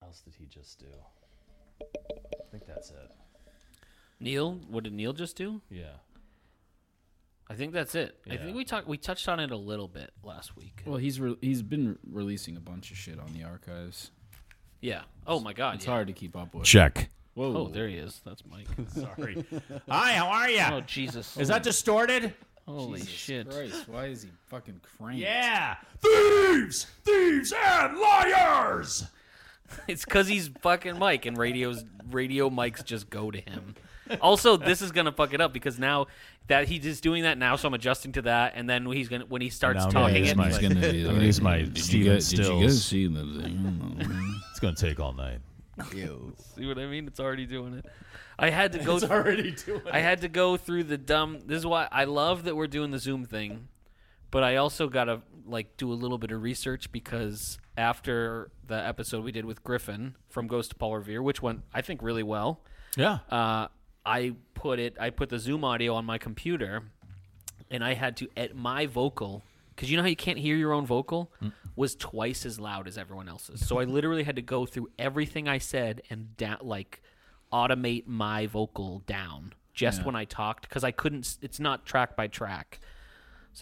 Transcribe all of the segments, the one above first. What else did he just do? I think that's it. Neil, what did Neil just do? Yeah. I think that's it. I Yeah. think we talked we touched on it a little bit last week. Well, he's re- he's been releasing a bunch of shit on the archives. Yeah. Oh my god. It's yeah. hard to keep up with. Check. Whoa, Oh, there he is. That's Mike. Sorry. Hi, how are you? Oh Jesus. Is that distorted? Holy Jesus shit. Christ, why is he fucking cranked? Yeah. Thieves! Thieves and liars! It's cuz he's fucking Mike and radios radio mics just go to him. Also, this is going to fuck it up because now that he's just doing that now, so I'm adjusting to that and then he's going to when he starts Now I'm gonna talking use it, my- he's He's like, gonna be gonna like, use my did Steven you guys, Did you Stills." guys see the thing? It's going to take all night. see what I mean? It's already doing it. I had to go I had to go through the dumb. This is why I love that we're doing the Zoom thing, but I also gotta like do a little bit of research because after the episode we did with Griffin from Ghost to Paul Revere, which went I think really well, Yeah. uh, I put it. I put the Zoom audio on my computer, and I had to at my vocal because you know how you can't hear your own vocal Mm. was twice as loud as everyone else's. So I literally had to go through everything I said and da- like automate my vocal down just when I talked because I couldn't. s- It's not track by track.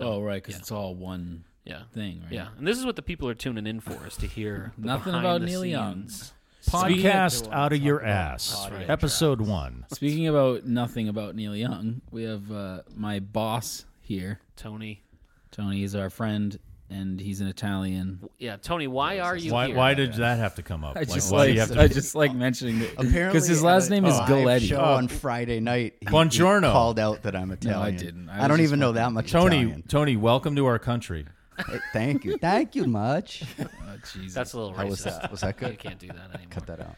oh right, because it's all one Yeah. thing, right? Yeah, and this is what the people are tuning in for is to hear the Nothing behind about the Neil Young. scenes. Podcast out of your ass. Episode one. Speaking about nothing about Neil Young, we have uh, my boss here. Tony. Tony is our friend, and he's an Italian. Yeah, Tony. Why are you Why, here? why did that have to come up? I just why do like, you have to I just like mentioning it Apparently, Oh, because his at last a name is live Galletti. Show Oh. on Friday night. he- he Buongiorno. called out that I'm Italian. didn't. I I, was don't just even know that much Tony, Italian. Tony, welcome to our country. Hey, Thank you. Thank you much. Oh, Jesus. That's a little How racist. was that? Was that good? You can't do that anymore. Cut that out.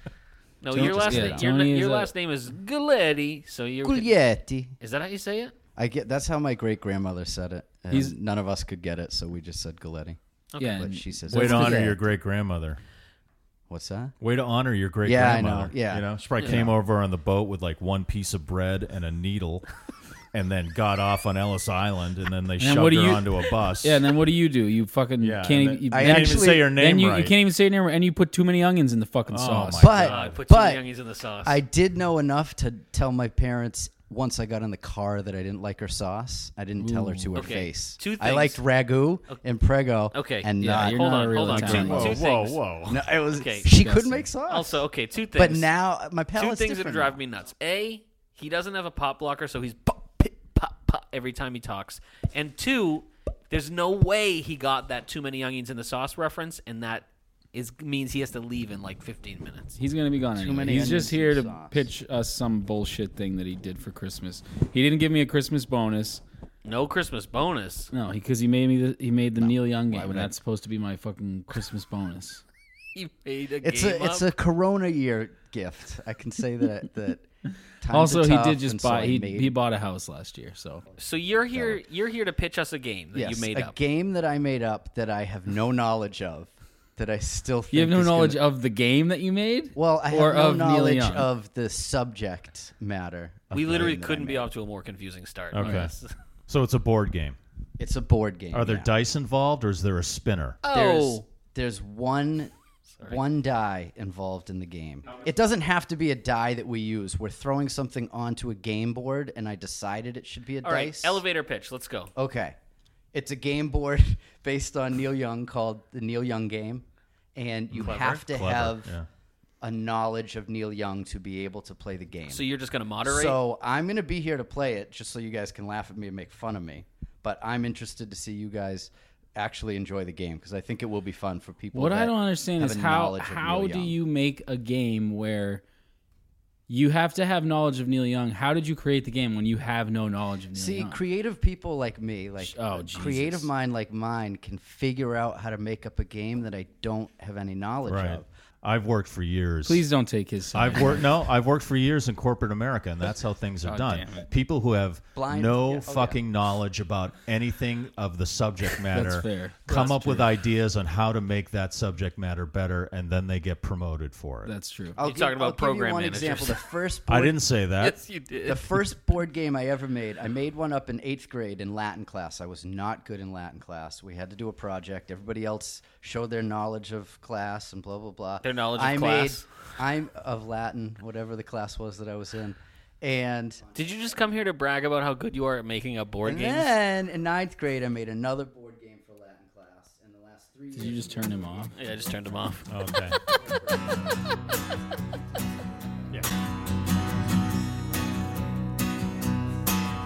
No, Tony- your last yeah, name, your, Tony na- is your a- last name is Galetti, so you're Guglietti. Is that how you say it? I get that's how my great grandmother said it. and He's- none of us could get it, so we just said Galletti. yeah, But and- she says Way to honor Galletti. your great grandmother. What's that? Way to honor your great Yeah, I know. grandmother. Yeah. You know, she probably came over on the boat with like one piece of bread and a needle and then got off on Ellis Island and then they shoved what do her you- onto a bus. Yeah, and then what do you do? You fucking Yeah, can't. and then- you, I then- can't even say her name Then you, right. you can't even say your name, right, Oh and you put too many onions in the fucking sauce. my- But Oh, I put two but youngies in the sauce. I did know enough to tell my parents once I got in the car that I didn't like her sauce. I didn't tell her to her Okay, face. two I liked things. ragu and prego. Okay, and yeah, not. you're hold not on, a real hold on. Two, Italian. whoa, two whoa, things. whoa. No, it was Okay. she couldn't make sauce. Also, okay, two things. but now my two palate's things that are different driving now. me nuts. A, he doesn't have a pop blocker, so he's pop, pip, pop, pop every time he talks. And two, there's no way he got that too many onions in the sauce reference, and that is means he has to leave in like 15 minutes. He's gonna be gone. Anyway. many He's just onions here in to sauce. pitch us some bullshit thing that he did for Christmas. He didn't give me a Christmas bonus. No Christmas bonus. No, because he made me. The, he made the Neil Young game. and That's supposed to be my fucking Christmas bonus. He made a It's game a it's up. a Corona year gift. I can say that that. times are also, he tough, did just and so buy. I he, made he bought a house last year. So So you're here. You're here to pitch us a game that yes, you made a up. game that I made up that I have no knowledge of. That I still think you have no is gonna- knowledge of the game that you made. Well, I or have no of Neil knowledge Young? of the subject matter. of We the literally game that I couldn't be made. off to a more confusing start. Okay. Yes. So it's a board game. It's a board game. Are there yeah. dice involved or is there a spinner? There's, Oh. there's one one die involved in the game. It doesn't have to be a die that we use. We're throwing something onto a game board, and I decided it should be a All right. dice. Oh. Elevator pitch. Let's go. Okay. It's a game board based on Neil Young called the Neil Young game. And you have to have yeah. a knowledge of Neil Young to be able to play the game. So you're just gonna moderate. So I'm gonna be here to play it just so you guys can laugh at me and make fun of me. But I'm interested to see you guys actually enjoy the game because I think it will be fun for people. What I that don't understand have is a how knowledge of how Neil do Young. you make a game where you have to have knowledge of Neil Young? How did you create the game when you have no knowledge of Neil see Young? creative people like me, like oh, a creative Jesus. mind like mine, can figure out how to make up a game that I don't have any knowledge Right. of. I've worked for years. Please don't take his side. I've worked no, I've worked for years in corporate America, and that's how things are done. People who have Blind- no yeah, oh, fucking knowledge about anything of the subject matter fair. come up with ideas on how to make that subject matter better, and then they get promoted for it. That's true. I'll You're talking about I'll give program you one managers. example. The first I board- didn't say that. yes, you did. the first board game I ever made, I made one up in eighth grade in Latin class. I was not good in Latin class. We had to do a project. Everybody else showed their knowledge of class and blah blah blah. Their knowledge of I class. Made, I'm of Latin, whatever the class was that I was in, and Did you just come here to brag about how good you are at making up board and games? then in ninth grade I made another board game for Latin class. And the last three Did you years- just turn him off? Yeah, I just turned them off. Oh, Okay. yeah.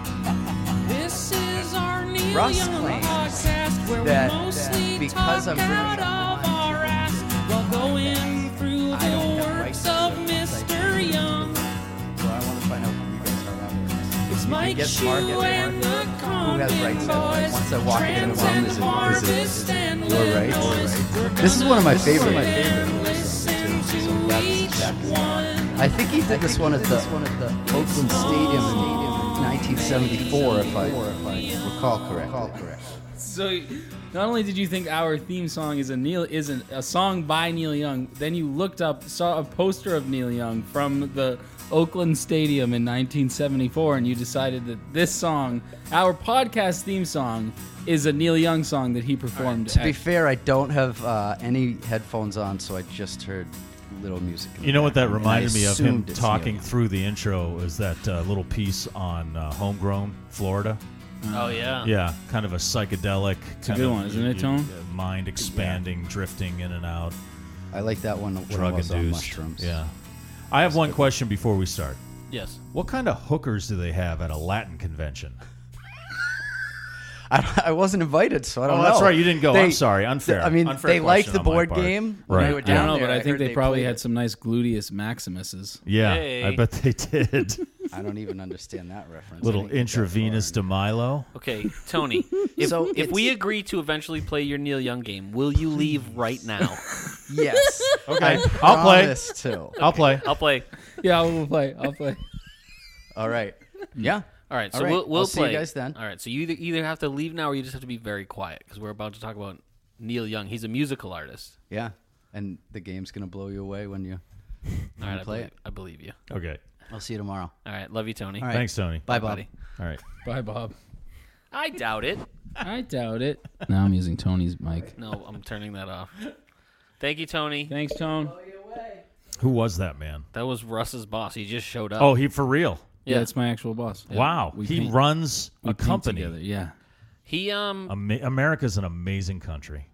This is our Neil Russ Young claims podcast where we that- that mostly because talk I'm British, out I'm of our ass while going through I don't the have works rights to of do it, so I Mr. Young. So I want to find out who you guys are. That works. It's Mike guess Shue Mark and and the Who has Common rights anyway? Boys. Once I walk in and Trans I'm and this is, Harvest this is and your rights. Linois. We're This is one of my gonna favorite. sit and Listen to each one. I think he did this one at the Oakland Stadium in 1974, if I, recall correctly. So, not only did you think our theme song is a Neil isn't a song by Neil Young, then you looked up saw a poster of Neil Young from the Oakland Stadium in 1974, and you decided that this song, our podcast theme song, is a Neil Young song that he performed. To be at- fair, I don't have uh, any headphones on, so I just heard little music. in the You know what that background, and I reminded me of him assumed it's talking Neil. through the intro is that uh, little piece on uh, homegrown Florida. Oh yeah. Yeah, kind of a psychedelic. It's a good one, isn't it, Tone? Mind expanding, drifting in and out, I like that one when I drug was on induced. mushrooms. Yeah. I have one question before we start. Yes. What kind of hookers do they have at a Latin convention? I, I wasn't invited, so I don't Oh, know. that's right, you didn't go. I'm They- sorry, unfair. I mean, Unfair they liked question the on my board part. game. Right. When we were I I down don't know, there, but I think heard they, probably played had it. some nice gluteus maximuses. Yeah, I Hey. bet they did. I don't even understand that reference. I Little didn't get that far. intravenous to Milo. Okay, Tony. If, So if it's- we agree to eventually play your Neil Young game, will you leave right now? Yes. Okay, I I'll play. promise to. I'll play. I'll play. Yeah, I will play. I'll play. All right. Yeah. All right. So All right, we'll, we'll I'll see you play. guys then. All right. So you either, either have to leave now or you just have to be very quiet because we're about to talk about Neil Young. He's a musical artist. Yeah. And the game's gonna blow you away when you. All right. play I believe, it. I believe you. Okay. I'll see you tomorrow. All right. Love you, Tony. right. Thanks, Tony. Bye, Bob. buddy. All right. Bye, Bob. I doubt it. I doubt it. Now I'm using Tony's mic. No, I'm turning that off. Thank you, Tony. Thanks, Tone. Who was that man? That was Russ's boss. He just showed up. Oh, he for real. Yeah, it's my actual boss. Wow. We he paint- runs we a paint company. together. Yeah. He um Ama- America's an amazing country.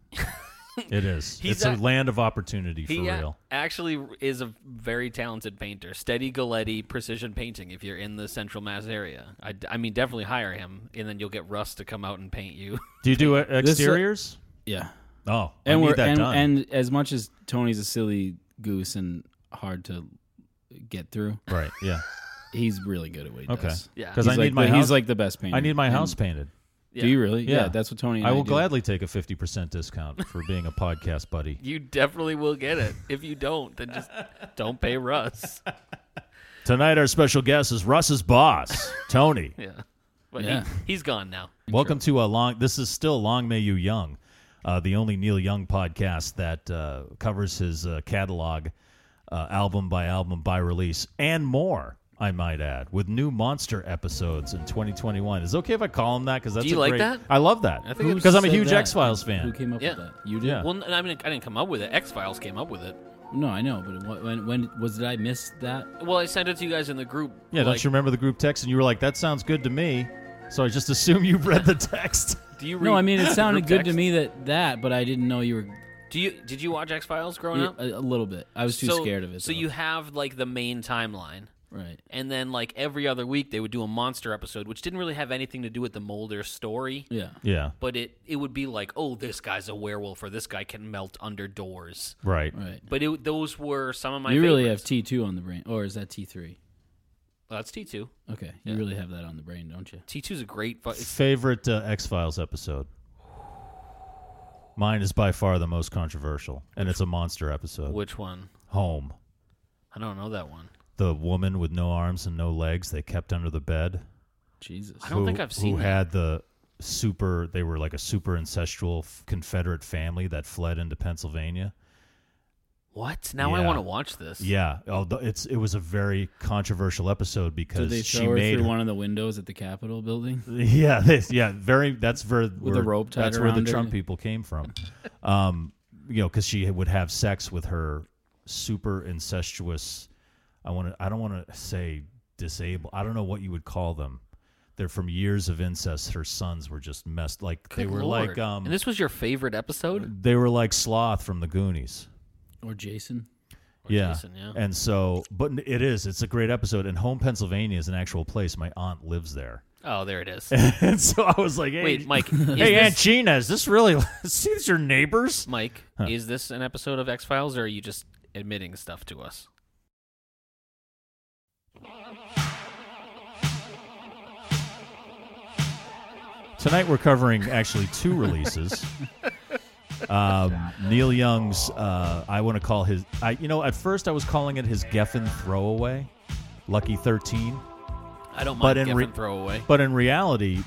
it is. He's it's a, a- land of opportunity for he a- real. actually is a very talented painter. Steady Galletti precision painting if you're in the Central Mass area. I, d- I mean definitely hire him and then you'll get Russ to come out and paint you. Do you do uh, exteriors? Yeah. oh, and I we're need that and, done. and as much as Tony's a silly goose and hard to get through, right. Yeah. he's really good at what he Okay. does. Yeah. Because he's I like need my the, house. he's like the best painter. I need my And- house painted. Do you really? Yeah, Yeah. that's what Tony. And I will do. gladly take a fifty percent discount for being a podcast buddy. You definitely will get it. If you don't, then just don't pay Russ. Tonight, our special guest is Russ's boss, Tony. Yeah. But Yeah. He, he's gone now. Welcome to a long. This is still Long May You Young, uh, the only Neil Young podcast that uh, covers his uh, catalog, uh, album by album by release, and more. I might add, with new monster episodes in 2021. Is it okay if I call him that? Because that's you a like great- that? I love that Who because I'm a said huge that? X Files Who fan. came up Yeah. with that? You did. yeah, Well, n- I mean, I didn't come up with it. X Files came up with it. no, I know, but what, when when was did I miss that? Well, I sent it to you guys in the group. yeah. like, don't you remember the group text? And you were like, "That sounds good to me." So I just assume you read the text. Do you read No, I mean it sounded group good to text? me that that, but I didn't know you were Do you did you watch X Files growing Yeah, up? a, a little bit. I was too So- scared of it. So though. you have like the main timeline. right? and then like every other week they would do a monster episode which didn't really have anything to do with the Mulder story Yeah. Yeah. but it it would be like oh this guy's a werewolf or this guy can melt under doors Right. Right. but it, those were some of my you really have favorites. T two on the brain, or is that T three? Well, that's T2 Okay, you really have that on the brain, don't you? T2's a great fu- it's Favorite uh, X Files episode. Mine is by far the most controversial, and it's a monster episode. which one Home. I don't know that one The woman with no arms and no legs they kept under the bed. Jesus. I don't think I've seen Who that. had the super? They were like a super ancestral f- Confederate family that fled into Pennsylvania. what now I Yeah. want to watch this Yeah, although it's it was a very controversial episode Did because they she throw her made through her- one of the windows at the Capitol building? Yeah, this, yeah, very. That's where with a rope tied That's where the around her. Trump people came from. um, you know, because she would have sex with her super incestuous. I want to. I don't want to say disabled. I don't know what you would call them. They're from years of incest. Her sons were just messed. Like they Good were Lord. like um. and this was your favorite episode they were like sloth from the Goonies. Or Jason? Yeah. Jason, yeah. And so, but it is. It's a great episode. And home Pennsylvania is an actual place. My aunt lives there. oh there it is and so I was like, hey, wait Mike is Hey, this- Aunt Gina, is this really? See, these are neighbors. Mike is this an episode of X Files or are you just admitting stuff to us Tonight we're covering actually two releases. Um, Neil Young's, uh, I want to call his. I, you know, at first I was calling it his Geffen throwaway, Lucky Thirteen, I don't But mind in Geffen re- throwaway but in reality,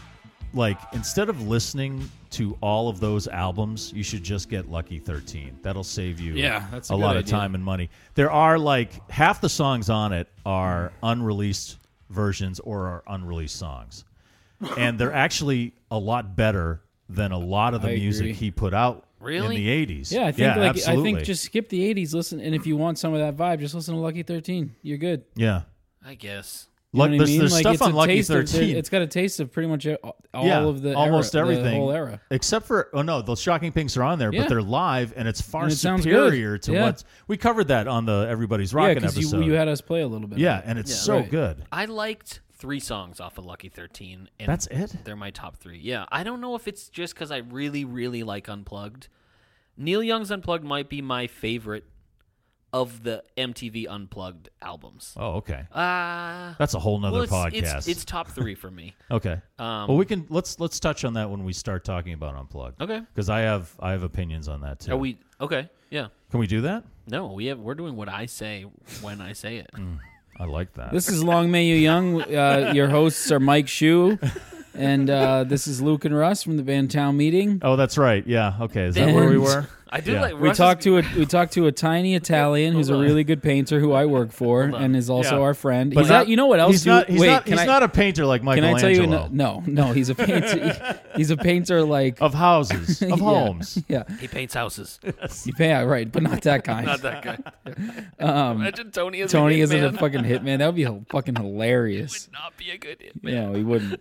like instead of listening to all of those albums, you should just get Lucky Thirteen. That'll save you Yeah, that's a a good lot of idea. time and money. There are like half the songs on it are unreleased versions or are unreleased songs. and they're actually a lot better than a lot of the I music agree. he put out Really? in the 80s. Yeah, I think like absolutely. I think just skip the '80s. Listen, and if you want some of that vibe, just listen to Lucky Thirteen. You're good. Yeah. I guess You know Luck- what I there's mean? there's Like, stuff it's a on Lucky taste of- there- 13. it's got a taste of pretty much all yeah, of the almost era, everything. the whole era. Except for oh no, the shocking pinks are on there, Yeah. but they're live and it's far And it sounds good. superior to Yeah. what's we covered that on the Everybody's Yeah, Rockin' because you, episode. you had us play a little bit. yeah, and it's so Right. good. I liked three songs off of Lucky Thirteen, and That's it? They're my top three. Yeah, I don't know if it's just because I really, really like Unplugged. Neil Young's Unplugged might be my favorite of the MTV Unplugged albums. Oh, okay. Ah, That's a whole nother well, it's, podcast. Oh. It's, it's top three for me. okay. Um, well, we can let's let's touch on that when we start talking about unplugged. Okay. Because I have I have opinions on that too. Are we okay? Yeah. Can we do that? No, we have. We're doing what I say when I say it. Mm. I like that. This is Long May You Young. Uh, your hosts are Mike Shu, and uh, this is Luke and Russ from the band Town Meeting. oh, that's right. Yeah. Okay. Is that where we And- were? I do Yeah. like. We Russ is- talked to a we talked to a tiny Italian who's a Hold on. really good painter who I work for and is also Yeah. our friend. But he's not- not, you know what else? He's you- not. He's wait, not. can He's I, not a painter like Can I Michelangelo. Oh. tell you? No, no, no, he's a painter. he's a painter like Of houses, of Yeah. homes. yeah. He paints houses. You pay yeah, right, but not that kind. Not that guy. Imagine Tony is. Um, Tony a isn't a hitman. fucking hitman. That would be h- fucking hilarious. Would not be a good hitman. No, he wouldn't.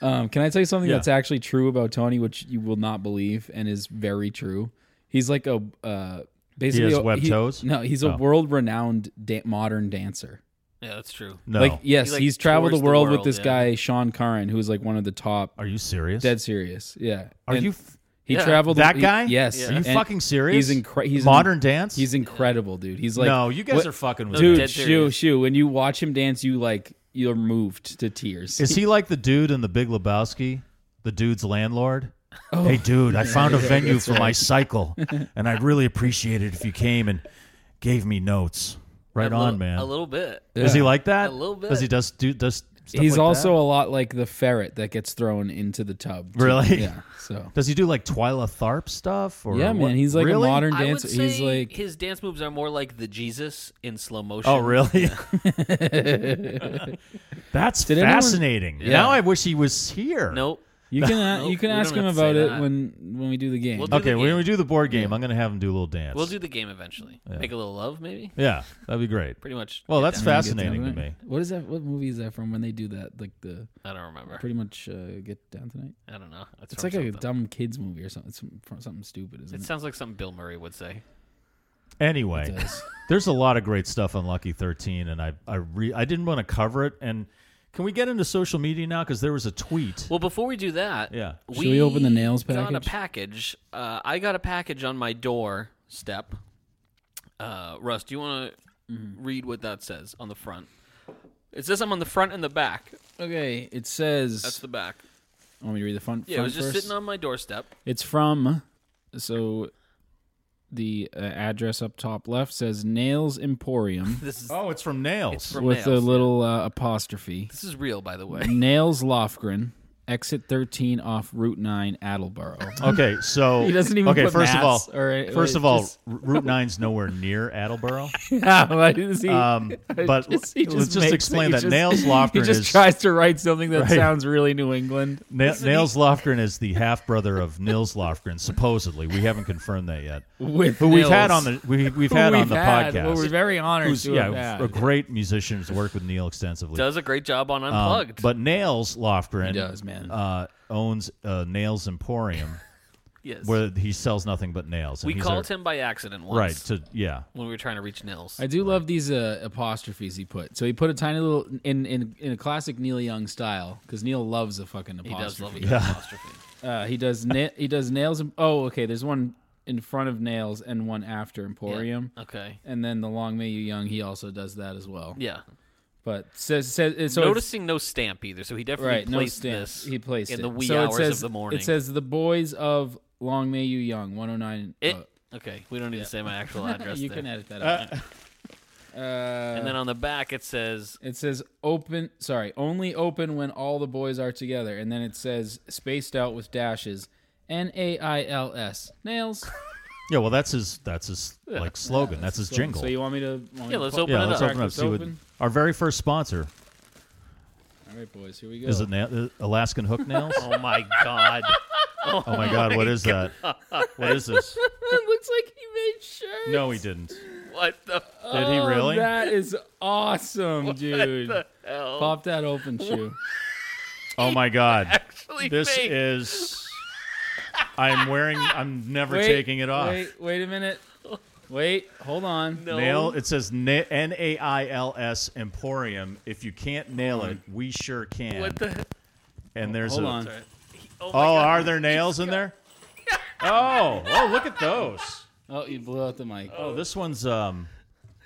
Um, can I tell you something Yeah. that's actually true about Tony, which you will not believe and is very true? He's like a uh, basically has a- webbed toes? No, he's a Oh. world-renowned da- modern dancer. Yeah, that's true. No. Like yes, He, like, he's traveled the tours the world, with world, this yeah. guy Sean Curran, who's like one of the top. Are you serious? Dead serious, yeah. Are And you f- He Yeah. traveled that he- guy? yes. Are you And fucking serious? He's incre- he's modern dance. He's incredible, dude. He's like no, you guys what- are fucking with me. dude. Dead Shoo, serious. shoo. When you watch him dance, you like you're moved to tears. Is he like the dude in the Big Lebowski? The dude's landlord? Oh. hey, dude, I found a venue for my cycle, and I'd really appreciate it if you came and gave me notes. Right A on, little- man. A little bit. Is he like that? A little bit. Does he just do does? Stuff He's like also that? a lot like the ferret that gets thrown into the tub. too. Really? Yeah. So. Does he do like Twyla Tharp stuff? Or Yeah, what? man. He's like Really? a modern I would dancer. say He's like his dance moves are more like the Jesus in slow motion. Oh, really? That's anyone- fascinating. Yeah. Now I wish he was here. Nope. You can a Nope, you can we ask don't him have to say about it that. when when we do the game. We'll do Okay, the when game. we do the board game, I'm going to have him do a little dance. We'll do the game eventually. Make a little love, maybe. yeah, that'd be great. Pretty much. Well, did that's that. fascinating to me. What is that? What movie is that from? When they do that, like the I don't remember. pretty much uh, get down tonight. I don't know. That's It's from like a something. dumb kids movie or something. It's from something stupid, isn't It it? sounds like something Bill Murray would say. Anyway, does. there's a lot of great stuff on Lucky 13, and I I re- I didn't want to cover it. And can we get into social media now? Because there was a tweet. Well, before we do that, Yeah. Should we open the nails Got a package? package. Uh, I got a package on my door step. Uh, Russ, do you want to Mm-hmm. read what that says on the front? It says I'm on the front and the back. Okay, it says. That's the back. want me to read the front? Yeah, it front was just first? sitting on my doorstep. It's from so the uh, address up top left says Nails Emporium This is oh, it's from Nails. from with a Nails. little uh, apostrophe. This is real, by the way. Nails Lofgren, exit 13 off Route 9, Attleboro. okay, so He doesn't even okay. put first of all, maths or, uh, first uh, of all, just- R- Route Nine's nowhere near Attleboro. Yeah, why does he- Um, but just- he let's just makes- explain he that just- Nails Lofgren He just is tries to write something that Right. sounds really New England. Na- Nails Lofgren is the half brother of Nils Lofgren. Supposedly, we haven't confirmed that yet. With Who we've had Nails. on the we, we've Who had on we've the had, podcast. Well, we're very honored who's to yeah, have had. a great musician who's worked with Neil extensively. Does a great job on Um, Unplugged. but Nails Lofgren He does, man. Uh, owns uh, Nails Emporium yes. where he sells nothing but nails. and we he's called our- him by accident once right to yeah. when we were trying to reach Nils. I do love these uh, apostrophes he put. So he put a tiny little in in, in a classic Neil Young style because Neil loves a fucking he apostrophe. does love a good apostrophe. Uh, he does na- he does nails. And, oh, okay. There's one in front of nails and one after Emporium, Okay. and then the Long May You Young. He also does that as well. Yeah. But says says so. it's- Noticing no stamp either, so he definitely right, no placed stamp. this. He placed in it. the wee so hours it says, of the morning. It says the boys of Long May You Young, 109. It- uh, okay, we don't need to say my actual address. you there. can edit that out. Uh, And then on the back it says It says open, sorry, only open when all the boys are together. And then it says spaced out with dashes. N A I L S. Nails. Yeah, well, that's his. That's his like slogan. that's, his jingle. So you want me to. Want me Yeah, to let's pull- open yeah, it let's up. open up. Let's See what open. our very first sponsor All right, boys, here we go. is it na- uh, Alaskan Hook Nails. Oh my god. oh my God, what is that? What is this? It looks like he made shirts. No, he didn't. What the Did he Oh, really? That is awesome, dude. hell? Pop that open shoe. oh my God, Actually, this fake. is. I'm wearing. I'm never Wait, taking it off. Wait, wait a minute. Wait, hold on. No. Nail. It says N A I L S Emporium. If you can't nail it, we sure can. What the and there's Hold a. on. Oh, my Oh, god. are there nails in there? oh, oh, look at those. Oh, you blew out the mic. Oh, this one's um.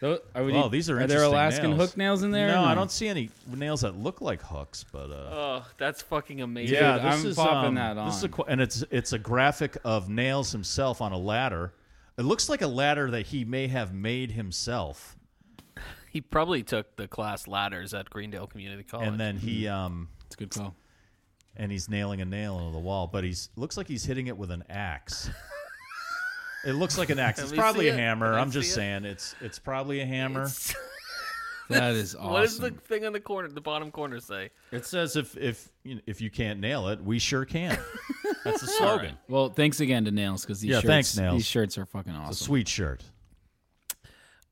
Tho- are we, Wow, these are Are there interesting Alaskan nails. hook nails in there? No, or I don't see any nails that look like hooks, but uh, Oh, that's fucking amazing. yeah, dude, this I'm is popping um, that This is a, on. qu- and it's it's a graphic of nails himself on a ladder. It looks like a ladder that he may have made himself, He probably took the class ladders at Greendale Community College. and then he mm-hmm. um It's a good call. and he's nailing a nail into the wall, but he's looks like he's hitting it with an axe. It looks like an axe. It's me see probably a it. hammer. Let me I'm just see it. saying, it's it's probably a hammer. That is awesome. What does the thing on the corner, the bottom corner say? It says if if you know, if you can't nail it, we sure can. That's the slogan. Well, thanks again to Nails because these Yeah, shirts, thanks, Nails. these shirts are fucking A awesome. sweet shirt.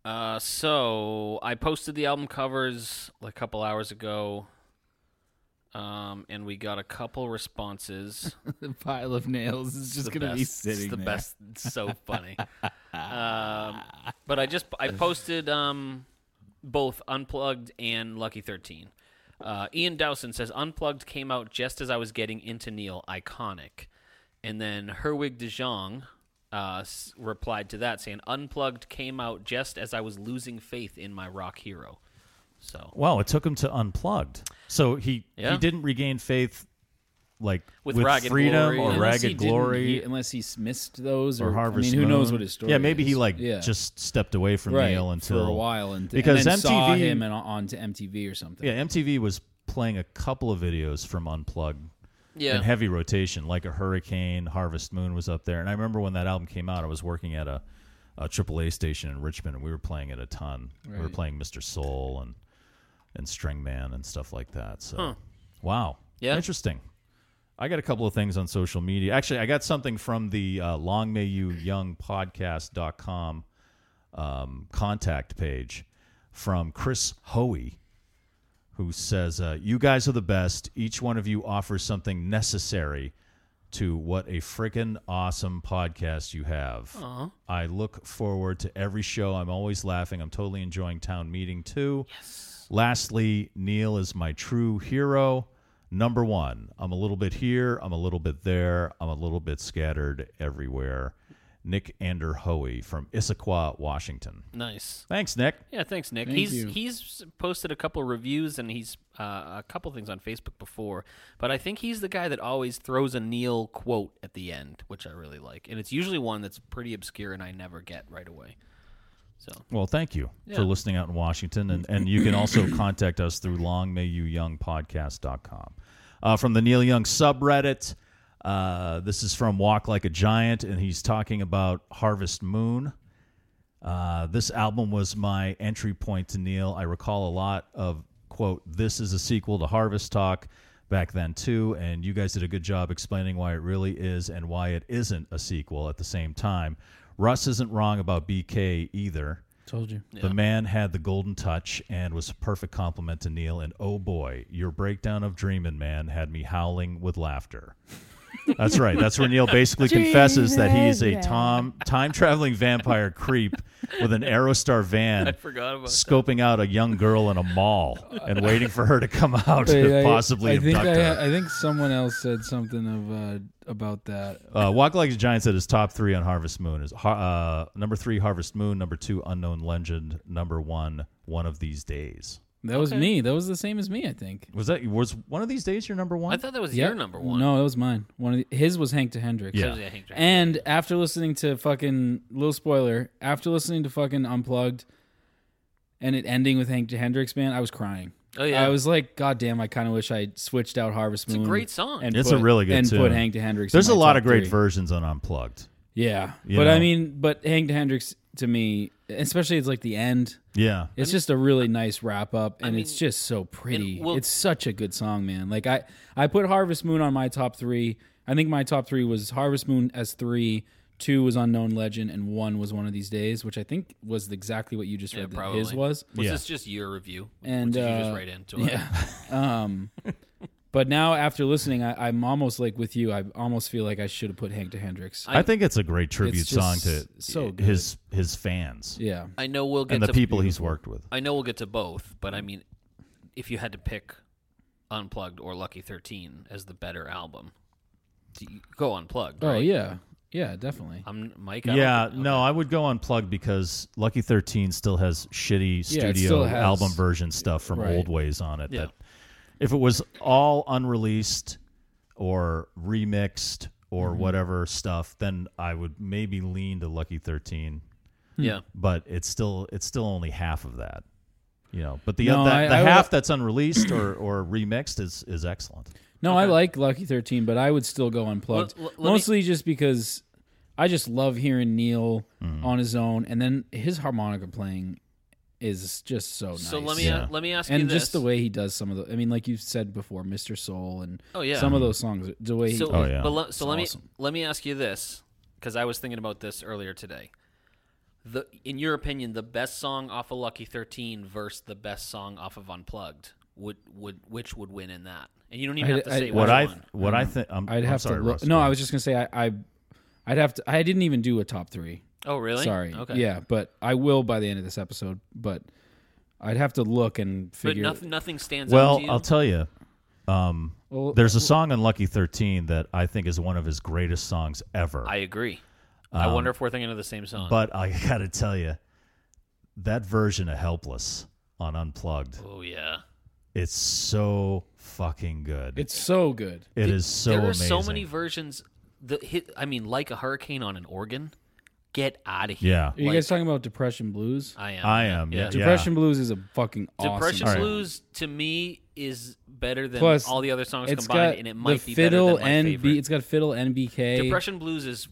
Uh, so I posted the album covers a couple hours ago, um, and we got a couple responses. The pile of nails is just the gonna be best. sitting It's the there. best. It's so funny. um, but I just I posted um, both Unplugged and Lucky Thirteen. Uh, Ian Dowson says Unplugged came out just as I was getting into Neil, iconic. And then Herwig de Jong uh, s- replied to that saying Unplugged came out just as I was losing faith in my rock hero. So Wow, it took him to unplugged. So he Yeah. he didn't regain faith, like With Ragged freedom Glory. or Unless he ragged didn't- glory he- unless he missed those or, or harvest. I mean, who knows Moon. what his story? Yeah, maybe he is. like Yeah. just stepped away from right, Neil until for a while and because and then saw MTV him and on, on to MTV or something. yeah MTV was playing a couple of videos from unplugged. in yeah, heavy rotation, like a hurricane. Harvest Moon was up there, and I remember when that album came out. I was working at a, a AAA station in Richmond, and we were playing it a ton. We were playing Mr. Soul and and String Man and stuff like that. So, wow, Yeah. interesting. I got a couple of things on social media. Actually, I got something from the uh, Long May You Young Podcast.com um, contact page from Chris Hoey, who says, uh, You guys are the best. Each one of you offers something necessary to what a freaking awesome podcast you have. I look forward to every show. I'm always laughing. I'm totally enjoying town meeting too. Lastly, Neil is my true hero. Number one, I'm a little bit here, I'm a little bit there, I'm a little bit scattered everywhere. Nick Ander Hoey from Issaquah, Washington. Nice. Thanks, Nick. Yeah, thanks, Nick. he's he's posted a couple reviews and he's uh, a couple things on Facebook before, but I think he's the guy that always throws a Neil quote at the end, which I really like, and it's usually one that's pretty obscure and I never get right away. Well, thank you for listening out in Washington. And, and you can also contact us through longmayouyoungpodcast.com. Uh, from the Neil Young subreddit, uh, this is from Walk Like a Giant, and he's talking about Harvest Moon. Uh, this album was my entry point to Neil. I recall a lot of, quote, this is a sequel to Harvest Talk back then, too. And you guys did a good job explaining why it really is and why it isn't a sequel at the same time. Russ isn't wrong about BK either. Told you. The man had the golden touch and was a perfect compliment to Neil. And oh boy, your breakdown of Dreamin' Man had me howling with laughter. That's right. That's where Neil basically confesses that he is a Tom time traveling vampire creep with an Aerostar van forgot about scoping out a young girl in a mall and waiting for her to come out Wait, to I- possibly Oh, I think abduct I, her. I think someone else said something of uh, about that. Uh, Walk Like a Giant said his top three on Harvest Moon is har- uh, number three Harvest Moon, number two Unknown Legend, number one One of These Days. That was me. That was the same as me. I think. Was that was One of These Days your number one? I thought that was Yeah. your number one. No, that was mine. One of the, his was Hank to Hendrix. Yeah. Yeah, Hank Jackman. And after listening to fucking little spoiler, after listening to fucking Unplugged, and it ending with Hank Hendrix, man, I was crying. Oh, yeah. I was like, God damn! I kind of wish I switched out Harvest It's a Moon. great song. And it's put, a really good and tune. put Hank to Hendrix. in There's a my lot top of great three. versions on Unplugged. Yeah, You but know? I mean, but Hank Hendrix to me, especially it's like the end. Yeah, It's just a really nice wrap up, and it's just so pretty. and we'll- it's such a good song, man. Like I, I put Harvest Moon on my top three. I think my top three was Harvest Moon as three, two was Unknown Legend, and one was One of These Days, which I think was exactly what you just read. that his probably. was, was Yeah. this just your review? And, did you just uh, write into it? Yeah. but now after listening, I, I'm almost like with you. I almost feel like I should have put Hank to Hendrix. I, think it's a great tribute It's song just to so good. his his fans yeah, I know we'll get and the to people he's worked with. I know we'll get to both, but I mean, if you had to pick Unplugged or Lucky Thirteen as the better album, do you go Unplugged. oh right? yeah, yeah, definitely. I'm Mike. I don't Yeah, think- no, I would go unplugged because Lucky Thirteen still has shitty Yeah, it studio still has- album version stuff from Right. old ways on it. Yeah. That if it was all unreleased or remixed or Mm-hmm. whatever stuff, then I would maybe lean to Lucky Thirteen. yeah. But it's still it's still only half of that. You know, but the No, the, I- the I half would- that's unreleased or, or remixed is is excellent. No, I like Lucky 13, but I would still go unplugged. Let- let- let me- Mostly just because I just love hearing Neil Mm-hmm. on his own and then his harmonica playing is just so Oh, nice. So let me uh, Yeah. let me ask you and this. just the way he does some of the I mean like you said before Mr. Soul and Oh, yeah. some of those songs the way he So, Oh, yeah. but le- so let me awesome. let me ask you this because I was thinking about this earlier today. The in your opinion, the best song off of Lucky Thirteen versus the best song off of Unplugged would would which would win in that? And you don't even I- have to I- say What which What I one. what I think I'm, Mm-hmm. I'd I'm have sorry, to look. Russ, no, go I ahead. was just going to say I, I I'd have to I didn't even do a top 3. oh really? Sorry. Okay. Yeah, but I will by the end of this episode, but I'd have to look and But figure nothing nothing stands out Well, to you. I'll tell you. um, Well, There's a song on Lucky 13 that I think is one of his greatest songs ever. I agree. Um, I wonder if we're thinking of the same song. but I got to tell you, that version of Helpless on Unplugged, oh yeah, it's so fucking good. it's so good. it is so there are amazing. so many versions. The hit, I mean, like a hurricane on an organ. Get out of here. yeah. Are you guys talking about Depression Blues? I am. I am. Uh, Yeah. yeah. Depression Blues is a fucking awesome. Depression song. Blues to me is better than Plus, all the other songs It's combined, got and it might the be better fiddle than my and favorite. B, it's got fiddle and BK. Depression Blues is.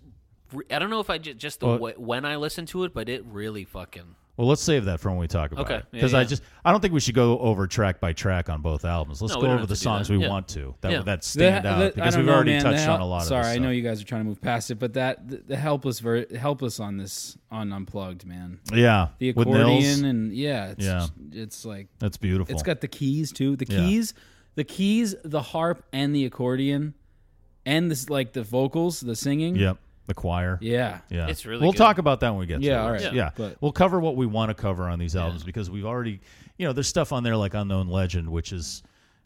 re- I don't know if I just, just the way, when I listen to it, but it really fucking. Well, let's save that for when we talk about Okay. it Yeah, because I yeah. just I don't think we should go over track by track on both albums. Let's No, we go don't over have the to do that. songs we Yeah. want to that Yeah. that The- stand out the- I because don't we've know, already man. The touched on hel- a lot Sorry, of. this I know stuff. you guys are trying to move past it, but that the, the helpless ver- helpless on this on unplugged, man. Yeah, The with Nils, accordion and yeah, it's Yeah. it's like that's beautiful. It's got the keys too. The Yeah. keys, the keys, the harp, and the accordion, and this like the vocals, the singing. yep, the choir. Yeah. Yeah, It's really We'll good. talk about that when we get. Yeah, to all it. right. Yeah, Yeah. But- we'll cover what we want to cover on these albums because we've already, you know, there's stuff on there like Unknown Legend, which is,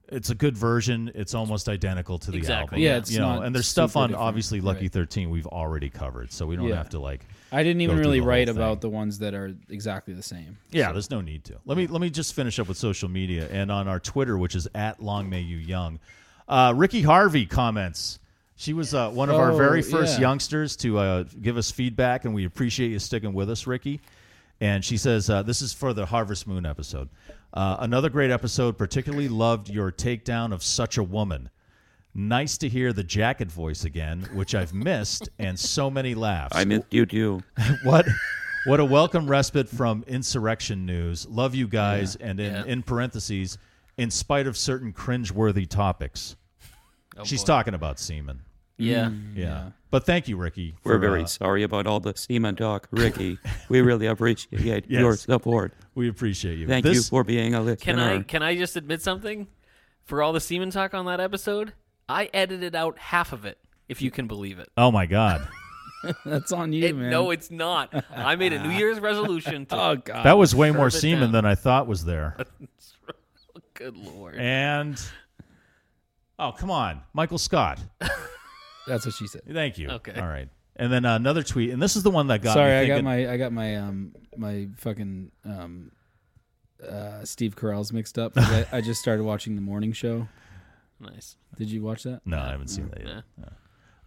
it's a good version. It's almost identical to the Exactly, album. Yeah, it's you know, not and there's stuff super on different, obviously Lucky right. Thirteen we've already covered, so we don't Yeah. have to like. I didn't even Go through really the whole write thing. about the ones that are exactly the same. Yeah, there's no need to. Let me let me just finish up with social media and on our Twitter, which is at Long May You Young. Uh, Ricky Harvey comments. She was uh, one of our Oh, very first yeah. youngsters to uh, give us feedback, and we appreciate you sticking with us, Ricky. And she says, uh, "This is for the Harvest Moon episode. Uh, another great episode. Particularly loved your takedown of such a woman. Nice to hear the jacket voice again, which I've missed, and so many laughs. I missed you too. What what a welcome respite from insurrection news. Love you guys, and in, in parentheses, in spite of certain cringeworthy topics. She's talking about semen. Oh, Mm. Yeah. Yeah. But thank you, Ricky. We're for, very uh, sorry about all the semen talk, Ricky. we really appreciate your Yes. support. we appreciate you. Thank you This- for being a listener. Can I can I just admit something? For all the semen talk on that episode, I edited out half of it, if you can believe it. Oh my God. That's on you, It- man. no, it's not. I made a New Year's resolution. To, oh god. That was way more Curb it semen down. than I thought was there. good lord. And Oh, come on. Michael Scott. That's what she said. Thank you. Okay. All right. And then uh, another tweet, and this is the one that got Sorry, me I thinking. got my I got my um my fucking um uh Steve Carell's mixed up. 'cause I, I just started watching the morning show. Nice. Did you watch that? No, I haven't seen that yet. No.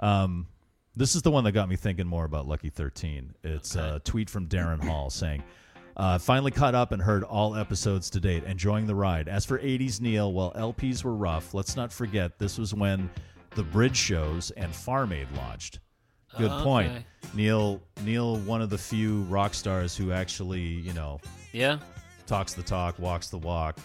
Um, this is the one that got me thinking more about Lucky 13. It's a tweet from Darren Hall saying, uh, finally caught up and heard all episodes to date, enjoying the ride. As for 80s Neil, while LPs were rough, let's not forget this was when the bridge shows and Farm Aid launched. Good point. Oh, Okay. Neil, Neil, one of the few rock stars who actually, you know, Yeah. talks the talk, walks the walk,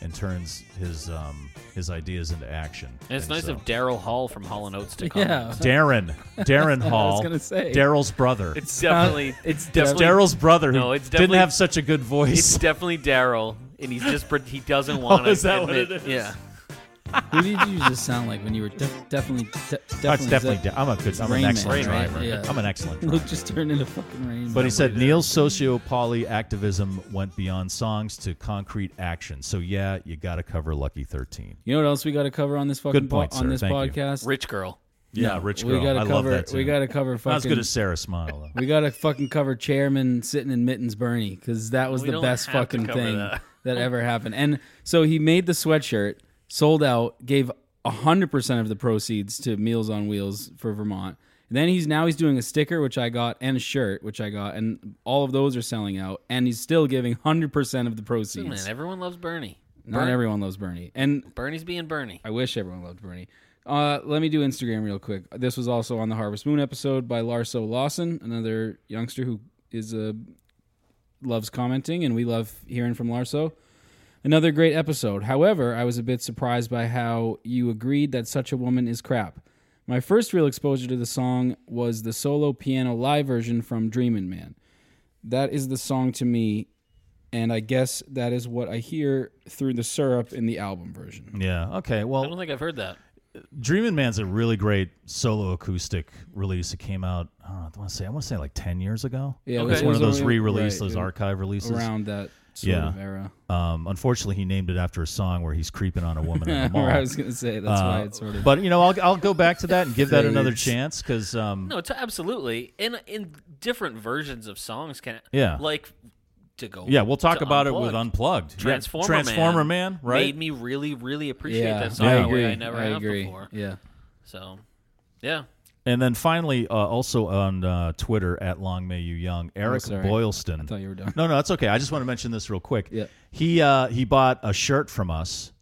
and turns his um, his ideas into action. And it's nice so- of Daryl Hall from Hall and Oates to come. Yeah. Darren. Darren Hall. gonna say. Daryl's brother. It's, It's definitely it's definitely Daryl's brother who No, it's didn't definitely- have such a good It's voice. definitely Daryl, and he's just pre- he doesn't want to. Oh, is that what admit, it is? Yeah. Who did you just sound like when you were def- definitely de- definitely? That's definitely. Zach- Da- I'm a good. I'm an Rain Man. excellent Rain Man, driver. yeah. I'm an excellent driver. Luke just turned into fucking rain. But he said Neil's socio-poly activism went beyond songs to concrete action. So yeah, you got to cover Lucky Thirteen. You know what else we got to cover on this fucking Good point, po- on sir. this Thank you. podcast? Rich girl. Yeah, Rich we Girl. gotta I cover. love that too. We got to cover Not as fucking. good as Sarah Smile. Though. we got to fucking cover chairman sitting in mittens Bernie because that was We the don't best have to fucking cover thing that. ever happened. And so he made the sweatshirt, sold out, gave hundred percent of the proceeds to Meals on Wheels for Vermont. Then he's now he's doing a sticker which I got and a shirt which I got and all of those are selling out and he's still giving hundred percent of the proceeds. Man, everyone loves Bernie. Not Bern- everyone loves Bernie and Bernie's being Bernie. I wish everyone loved Bernie. Uh, let me do Instagram real quick. This was also on the Harvest Moon episode by Larso Lawson, another youngster who is a loves commenting, and we love hearing from Larso. Another great episode. However, I was a bit surprised by how you agreed that such a woman is crap. My first real exposure to the song was the solo piano live version from Dreamin' Man. That is the song to me, and I guess that is what I hear through the syrup in the album version. Yeah. Okay. Well, I don't think I've heard that. Dreamin' Man's a really great solo acoustic release. It came out, I don't know, I want to say, I want to say like 10 years ago. Yeah, it It's was one of around- those re release, right, those it was archive releases. around that sort Yeah. of era. Um, unfortunately, he named it after a song where he's creeping on a woman in the mall. Or I was gonna say that's why Uh, it's sort of. But, you know, I'll, I'll go back to that and give that another Fades. chance because, um, No, it's absolutely in in different versions of songs. Can Yeah. like to go. yeah, we'll talk to about it Unplugged. with Unplugged. Yeah, Transformer, Transformer Man, right? Made me really, really appreciate yeah, that song I in a agree. way I never I have agree. before. Yeah, So, yeah, And then finally, uh, also on uh, Twitter at Long May You Young, Eric Oh, sorry. Boylston. I thought you were done. No, no, that's okay. I just want to mention this real quick. Yeah. He uh, he bought a shirt from us.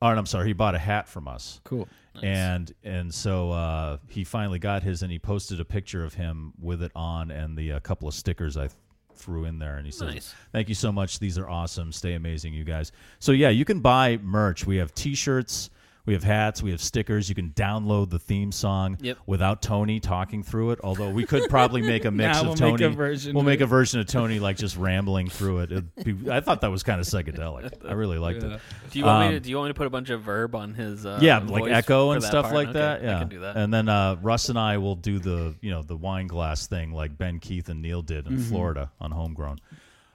Or I'm sorry, he bought a hat from us. Cool. And and so uh, he finally got his, and he posted a picture of him with it on, and the uh, couple of stickers I threw in there, and he says, Nice. "Thank you so much. These are awesome. Stay amazing, you guys." So yeah, you can buy merch. We have T-shirts. We have hats, we have stickers. You can download the theme song Yep. without Tony talking through it. Although we could probably make a mix Nah, of we'll Tony. make a version we'll of make it. a version of Tony like just rambling through it. It'd Be, I thought that was kind of psychedelic. I really liked it. Do you want me to? Do you want me to put a bunch of verb on his? Uh, Um, yeah, like voice echo for and that stuff part? like Okay, that. Yeah, I can do that. And then uh, Russ and I will do the you know the wine glass thing like Ben Keith and Neil did in Florida on Homegrown.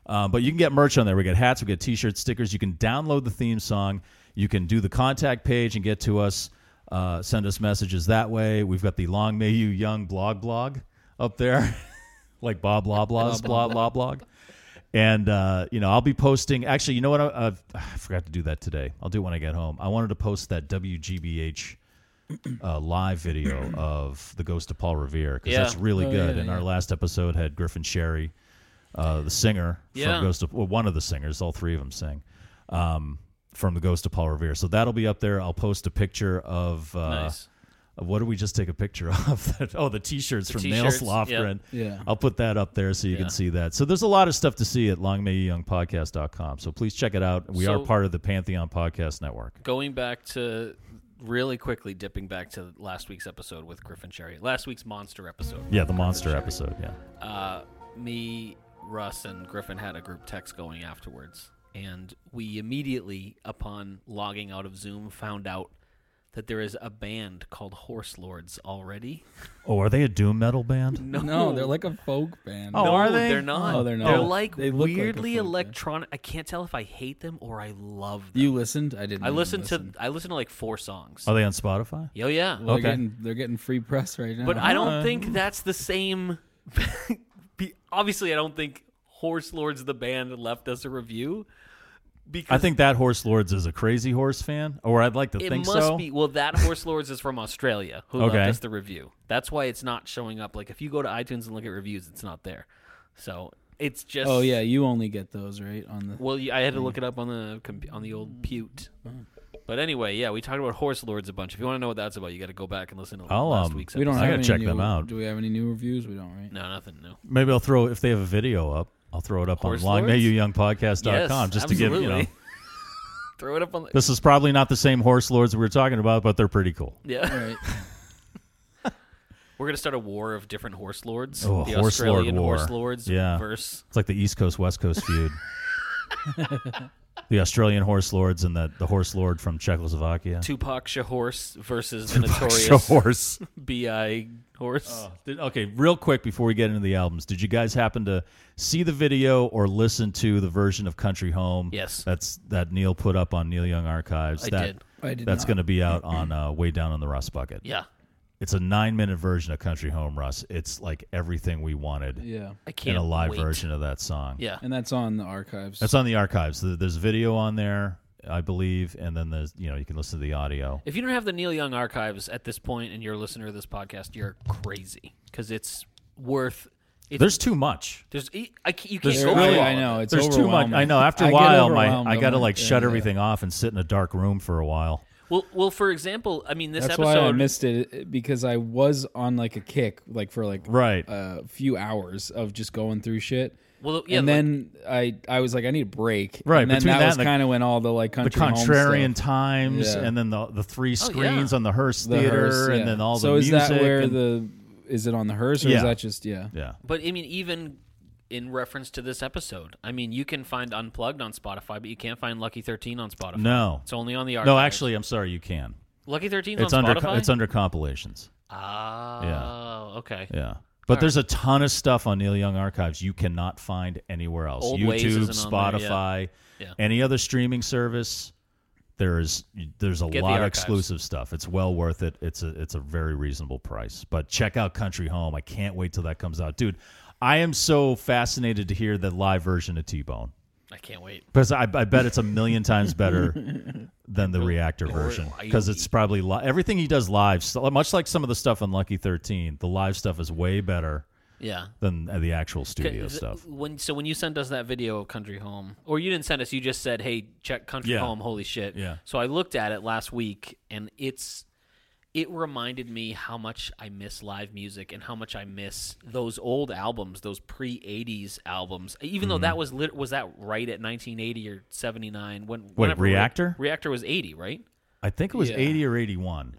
Um, but you can get merch on there. We got hats, we got T-shirts, stickers. You can download the theme song. You can do the contact page and get to us. Uh, send us messages that way. We've got the Long May You Young blog blog up there, like Bob Loblaw's blog blah blog. And uh, you know, I'll be posting. Actually, you know what? I, I've, I forgot to do that today. I'll do it when I get home. I wanted to post that WGBH uh, live video of the Ghost of Paul Revere because Yeah. that's really Oh, good. yeah, and yeah. our last episode had Griffin Sherry, uh, the singer Yeah. from Ghost of well, one of the singers. All three of them sing um, from the Ghost of Paul Revere. So that'll be up there. I'll post a picture of. Uh, Nice. of What did we just take a picture of? oh, the T-shirts from t-shirts, Nails Lofgren. yeah. I'll put that up there so you can see that. So there's a lot of stuff to see at longmayyoungpodcast.com. So please check it out. We So- are part of the Pantheon Podcast Network. Going back to really quickly dipping back to last week's episode with Griffin Cherry, last week's monster episode. Yeah, the monster episode. Yeah. Uh, me, Russ, and Griffin had a group text going afterwards, and we immediately, upon logging out of Zoom, found out that there is a band called Horse Lords already. Oh, are they a doom metal band? No, they're like a folk band. Oh, no, are they? are not. Oh, they're not. They're Oh, like they look like a weirdly folk band. electronic. I can't tell if I hate them or I love them. You listened? I didn't. I even listened listen. Oh, to I listened to like four songs. Are they on Spotify? Yo, yeah. Well, Okay. They're getting, they're getting free press right now. But I don't think that's the same. be- Obviously, I don't think Horse Lords the band left us a review. Because I think that Horse Lords is a crazy horse fan, or I'd like to it think must so. be. Well, that Horse Lords is from Australia, who Okay. left us the review. That's why it's not showing up. Like if you go to iTunes and look at reviews, it's not there. So it's just. Oh yeah, you Mm. only get those right on the. Well, you- I had to look it up on the comp- on the Mm. old Pute. But anyway, yeah, we talked about Horse Lords a bunch. If you want to know what that's about, you got to go back and listen to I'll, last um, week's. We don't I episode. have gotta any check new, them out. Do we have any new reviews? We don't, right? No, nothing. No. Maybe I'll throw if they have a video up. I'll throw it up Horse on Lords? longmayyoungpodcast.com just to give you know. absolutely. Throw it up on the. This is probably not the same horse lords we were talking about, but they're pretty cool. Yeah, All right. we're gonna start a war of different horse lords. Oh, the horse lord Australian war. horse lords. Yeah. verse. It's like the East Coast West Coast feud. the Australian horse lords and the, the horse lord from Czechoslovakia. Tupac Shahorse versus the notorious horse. B.I. Horse. Oh, Oh, Did- okay, real quick before we get into the albums, did you guys happen to see the video or listen to the version of Country Home? Yes. that's that Neil put up on Neil Young Archives. I that, did. I did That's not. going to be out on uh, way down on the Rust Bucket. Yeah, It's a nine-minute version of Country Home, Russ. It's like everything we wanted Yeah, I can't. in a live wait. version of that song. Yeah, and that's on the archives. that's on the archives. There- There's video on there, I believe, and then there's you know you can listen to the audio. If you don't have the Neil Young archives at this point and you're a listener to this podcast, you're crazy because it's worth. It's, There's too much. there's e, I, can't- you can't There's go really- through all I of know it. it's There's too much. overwhelming. I know. After a get while, my overwhelmed. I I'm gotta like, like yeah, shut yeah. everything off and sit in a dark room for a while. Well, well, for example, I mean this That's episode. why I missed it eh, because I was on like a kick, like for like Right. a few hours of just going through shit. Well, yeah, and like- then I I was like, I need a break. Right, and then between that, that was and the- kind of when all the like the country home contrarian stuff- times, Yeah. and then the the three screens yeah. on the Hearst the Theater, hearse, yeah. and then all so the is music. that where and- the is it on the hearse or Yeah. is that just yeah? yeah. But I mean, even in reference to this episode, I mean, you can find Unplugged on Spotify, but you can't find Lucky Thirteen on Spotify. No, it's only on the no. archives. Actually, I'm sorry. You can. Lucky Thirteen It's on under Spotify. it's under compilations. Oh, okay. Yeah. But there's a ton of stuff on Neil Young Archives you cannot find anywhere else. Old Ways YouTube, isn't on there, yeah. Spotify, Yeah. any other streaming service. There's there's a Get the lot of archives. exclusive stuff. It's well worth it. It's a it's a very reasonable price. But check out Country Home. I can't wait till that comes out, dude. I am so fascinated to hear the live version of T Bone I can't wait. because I, I bet it's a million times better than the reactor version because e it's probably li- everything he does live, so- much like some of the stuff on Lucky Thirteen. The live stuff is way better Yeah. than uh, the actual Okay, studio th- stuff. When so when you sent us that video of Country Home, or you didn't send us, you just said, "Hey, check Country Yeah. Home." Holy shit! Yeah. So I looked at it last week, and it's it reminded me how much I miss live music and how much I miss those old albums, those pre '80s albums. Even Mm-hmm. though that was lit, was that right at 1980 or 79? When whenever Re- Reactor? Reactor was 80, right? I think it was 80 or 81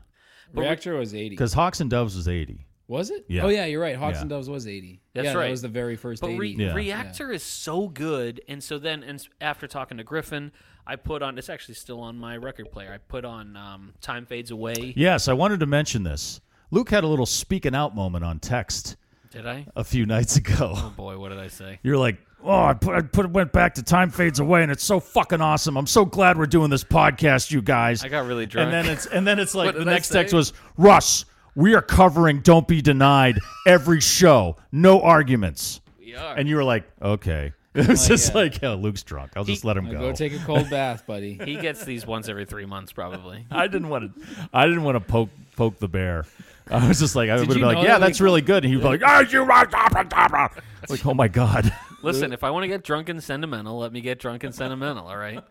Reactor was 80. because Hawks and Doves was 80. Was it? Yeah. Oh yeah, you're right. Hawks Yeah. and Doves was 80. That's yeah, right. That was the very first But 80. re- Yeah. Reactor is so good, and so then, and s- after talking to Griffin, I put on. It's actually still on my record player. I put on um, "Time Fades Away." Yes, I wanted to mention this. Luke had a little speaking out moment on text Did I? a few nights ago. Boy, what did I say? You're like, oh, I put, I put went back to time fades away, and it's so fucking awesome. I'm so glad we're doing this podcast, you guys. I got really drunk. and then it's and then it's like What the did I next say? text was Russ. We are covering "Don't Be Denied" every show. No arguments. We are. And you were like, okay. It was just like, oh, Luke's drunk. I'll just let him Now go take a cold bath, buddy. he gets these once every three months, probably. I didn't want to. I didn't want to poke poke the bear. I was just like, I would have you been like, know yeah, that we- that's really good. And he'd be like, oh, you are dabra, dabra." like, oh my god. Listen, if I want to get drunk and sentimental, let me get drunk and sentimental. All right.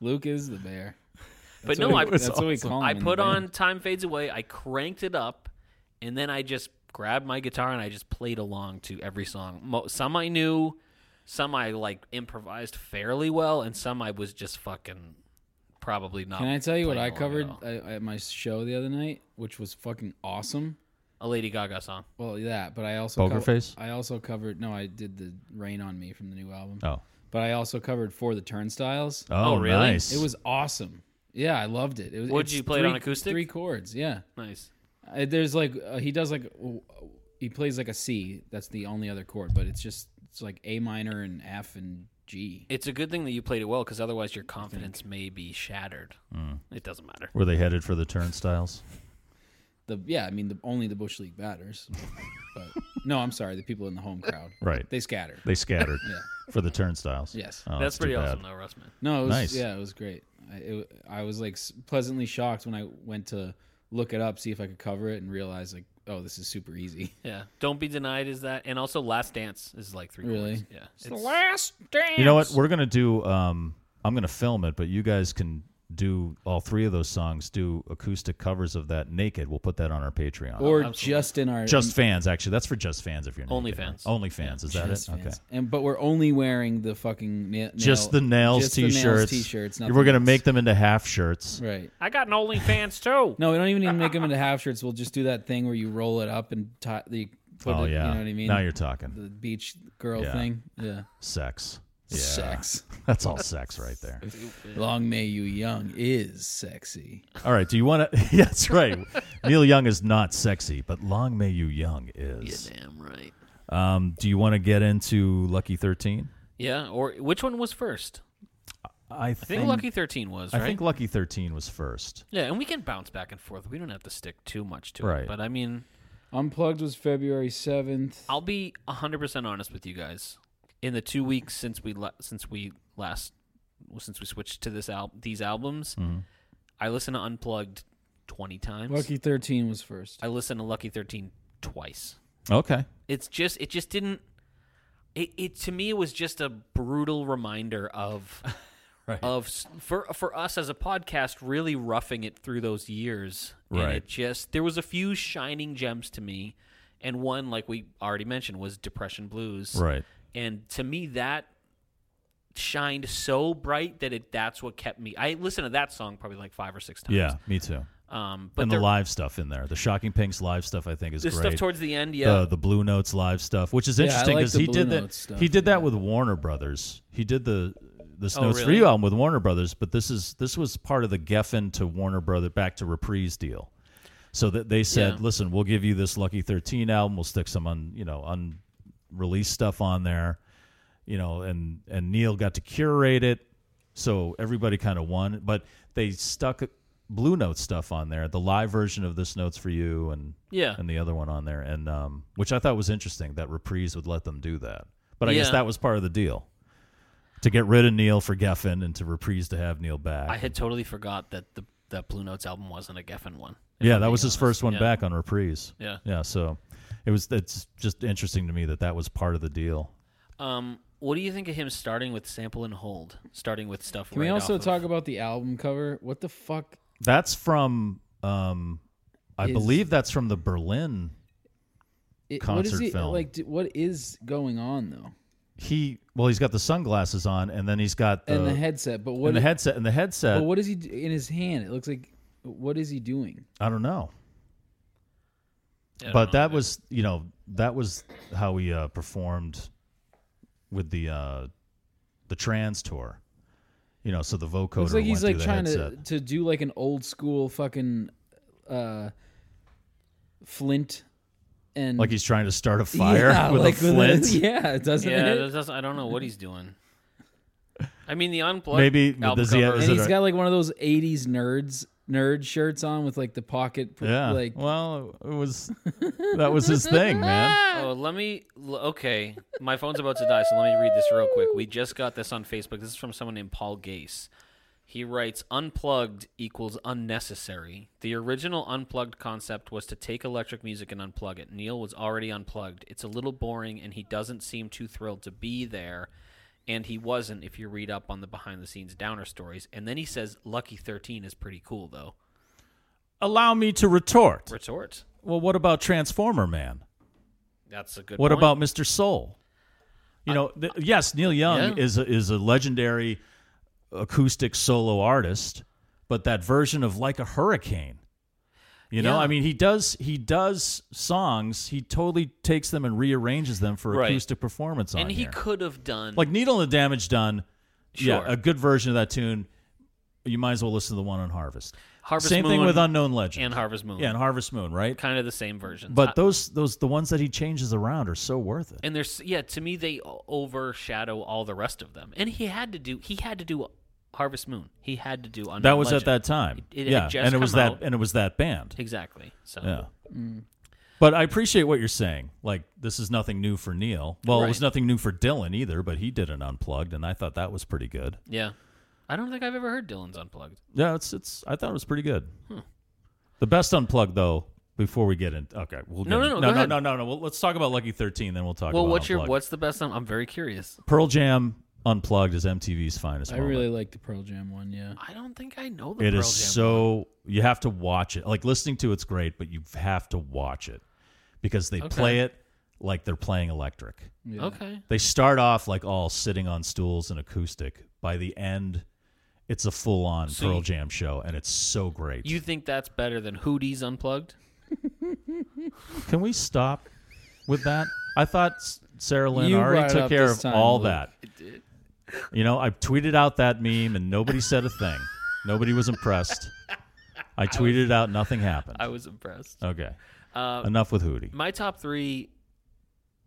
Luke is the bear. But That's no, what I we- that's what we call him I in the put band. on "Time Fades Away." I cranked it up, and then I just grabbed my guitar and I just played along to every song. Mo- some I knew, some I like improvised fairly well, and some I was just fucking probably not. Can I tell you what playing along I at covered all. at, at my show the other night, which was fucking awesome? A Lady Gaga song. Well, that, but I also Poker Face? I also covered. No, I did the Rain on Me from the new album. Oh, But I also covered For the Turnstiles. oh, really? Nice. It was awesome. Yeah, I loved it. It was. What'd it's you play it on three- acoustic? Three chords. Yeah. Nice. Uh, there's like uh, he does like w- w- he plays like a C. That's the only other chord, but it's just it's like A minor and F and G. It's a good thing that you played it well, because otherwise your confidence may be shattered. Mm. It doesn't matter. Were they headed for the turnstiles? The yeah, I mean the only the bush league batters. but no, I'm sorry, the people in the home crowd. Right. They scatter. They scattered for the turnstiles. Yes. Oh, That's, too pretty bad. awesome, though, Russman. No, it was Nice. yeah, it was great. I it, I was like s- pleasantly shocked when I went to look it up, see if I could cover it, and realize like oh, this is super easy. Yeah. Don't be denied is that, and also Last Dance is like three. Really? chords. Yeah. It's- You know what? We're gonna do. Um, I'm gonna film it, but you guys can do all three of those songs. Do acoustic covers of that naked. We'll put that on our Patreon. Oh, Or just in our just fans, actually. That's for just fans. If you're naked, Only right? fans. Only fans. Is that it? Okay. And but we're only wearing the fucking na- nail, Just the nails just the t-shirts. t-shirts. We're nothing gonna else. make them into half shirts. Oh, right. I got an OnlyFans too. No, we don't even need to make them into half shirts. We'll just do that thing where you roll it up and tie the put Oh it, yeah. you know what I mean? Now you're talking the beach girl Yeah. thing. Yeah. sex. Yeah. Sex. That's all sex right there. Long may you young is sexy. All right. Do you want to? yeah, that's right. Neil Young is not sexy, but long may you young is. Damn right. Um, do you want to get into Lucky Thirteen? Yeah, or which one was first? I I think Lucky 13 was, I right? think Lucky Thirteen was first. yeah, and we can bounce back and forth. We don't have to stick too much to Right. it. But I mean, Unplugged was February seventh. I'll be 100% honest with you guys. In the 2 weeks since we la- since we last well, since we switched to this al- these albums, Mm-hmm. I listened to Unplugged 20 times. Lucky thirteen was first. I listened to Lucky 13 twice. Okay. It's just it just didn't it, it to me it was just a brutal reminder of of s- for for us as a podcast really roughing it through those years and Right. it just there was a few shining gems to me and one like we already mentioned was depression blues Right. and to me that shined so bright that it that's what kept me i listened to that song probably like five or six times Yeah. Me too. um but and the there- live stuff in there. The Shocking Pinks live stuff, I think, is the great. stuff towards the end yeah the, the Blue Notes live stuff, which is Yeah, I interesting like because the he Blue did that. Notes stuff, he did that with Warner Brothers. He did the the Snow Oh, Three really? album with Warner Brothers, but this is this was part of the Geffen to Warner Brother back to Reprise deal. So that they said, Yeah. "Listen, we'll give you this Lucky Thirteen album. We'll stick some un, you know unreleased stuff on there, you know." And and Neil got to curate it, so everybody kind of won. But they stuck Blue Note stuff on there, the live version of this Notes for You, and Yeah. and the other one on there, and um, which I thought was interesting that Reprise would let them do that. But I guess Yeah. that was part of the deal to get rid of Neil for Geffen and to Reprise to have Neil back. I had totally forgot that the the Blue Notes album wasn't a Geffen one. yeah, that was his first one yeah. back on Reprise. Yeah. yeah. So it was. It's just interesting to me that that was part of the deal. Um, what do you think of him starting with sample and hold, starting with stuff? Can we right also off talk Of, about the album cover? What the fuck? That's from um, I is- believe that's from the Berlin. It- what is concert he film. like? d- What is going on though? He well, he's got the sunglasses on, and then he's got the and the headset, but what? and the headset and the headset. But what is he d- in his hand? It looks like. What is he doing? I don't know. but that was you know that was how he uh, performed with the uh, the trans tour. You know, so the vocoder Looks like went he's through like the trying headset. to, to do like an old school fucking uh, flint and like he's trying to start a fire Yeah, with like a flint. yeah, doesn't yeah, it? that doesn't- I don't know what he's doing. I mean, the unplugged Maybe- album does he have- cover- is and it he's a- got like one of those '80s nerds nerd shirts on with like the pocket. pr- Yeah. like well, it was that was his thing, man. Oh, let me. l- Okay, my phone's about to die, so let me read this real quick. We just got this on Facebook. This is from someone named Paul Gase. He writes, "Unplugged equals unnecessary. The original unplugged concept was to take electric music and unplug it. Neil was already unplugged. It's a little boring, and he doesn't seem too thrilled to be there." And he wasn't, if you read up on the behind the scenes downer stories. And then he says, Lucky 13 is pretty cool, though. Allow me to retort. Retort. Well, what about Transformer Man? That's a good what point. about Mr. Soul? You know, th- yes, Neil Young yeah. is a, is a legendary acoustic solo artist, but that version of like a hurricane. You know, Yeah. I mean, he does he does songs. He totally takes them and rearranges them for Right. acoustic performance on And he here. could have done. like Needle and the Damage Done. Sure. Yeah, a good version of that tune. You might as well listen to the one on Harvest. Harvest Same thing Moon with Unknown Legend and Harvest Moon. Yeah, and Harvest Moon, right? kind of the same version. But those those the ones that he changes around are so worth it. and there's yeah, to me they o- overshadow all the rest of them. And he had to do he had to do Harvest Moon. He had to do Unknown that was Legend. at that time. It- it had yeah, just and it was come that out. and it was that band. exactly. So Yeah. Mm. But I appreciate what you're saying. Like this is nothing new for Neil. Well, it was Right. nothing new for Dylan either, but he did an unplugged and I thought that was pretty good. yeah. I don't think I've ever heard Dylan's unplugged. Yeah, it's it's I thought it was pretty good. Hmm. The best unplugged though before we get in okay, we'll No, no, no, get in, go no, ahead. no, no, no. Well, let's talk about Lucky 13 then we'll talk well, about what's your Unplugged. what's the best? I'm, I'm very curious. Pearl Jam Unplugged is MTV's finest I moment. really like the Pearl Jam one. Yeah, I don't think I know the It is Pearl Jam one. so you have to watch it. Like listening to it's great, but you have to watch it because they play it like they're playing electric. okay. They start off like all sitting on stools and acoustic. By the end, it's a full on So Pearl you- Jam show, and it's so great. You think that's better than Hootie's unplugged? Can we stop with that? I thought S- Sarah Lynn You brought already it took up care this of time, all Luke. that. You know, I tweeted out that meme, and nobody said a thing. nobody was impressed. I tweeted it out, nothing happened. I was impressed. Okay. Uh, Enough with Hootie. My top three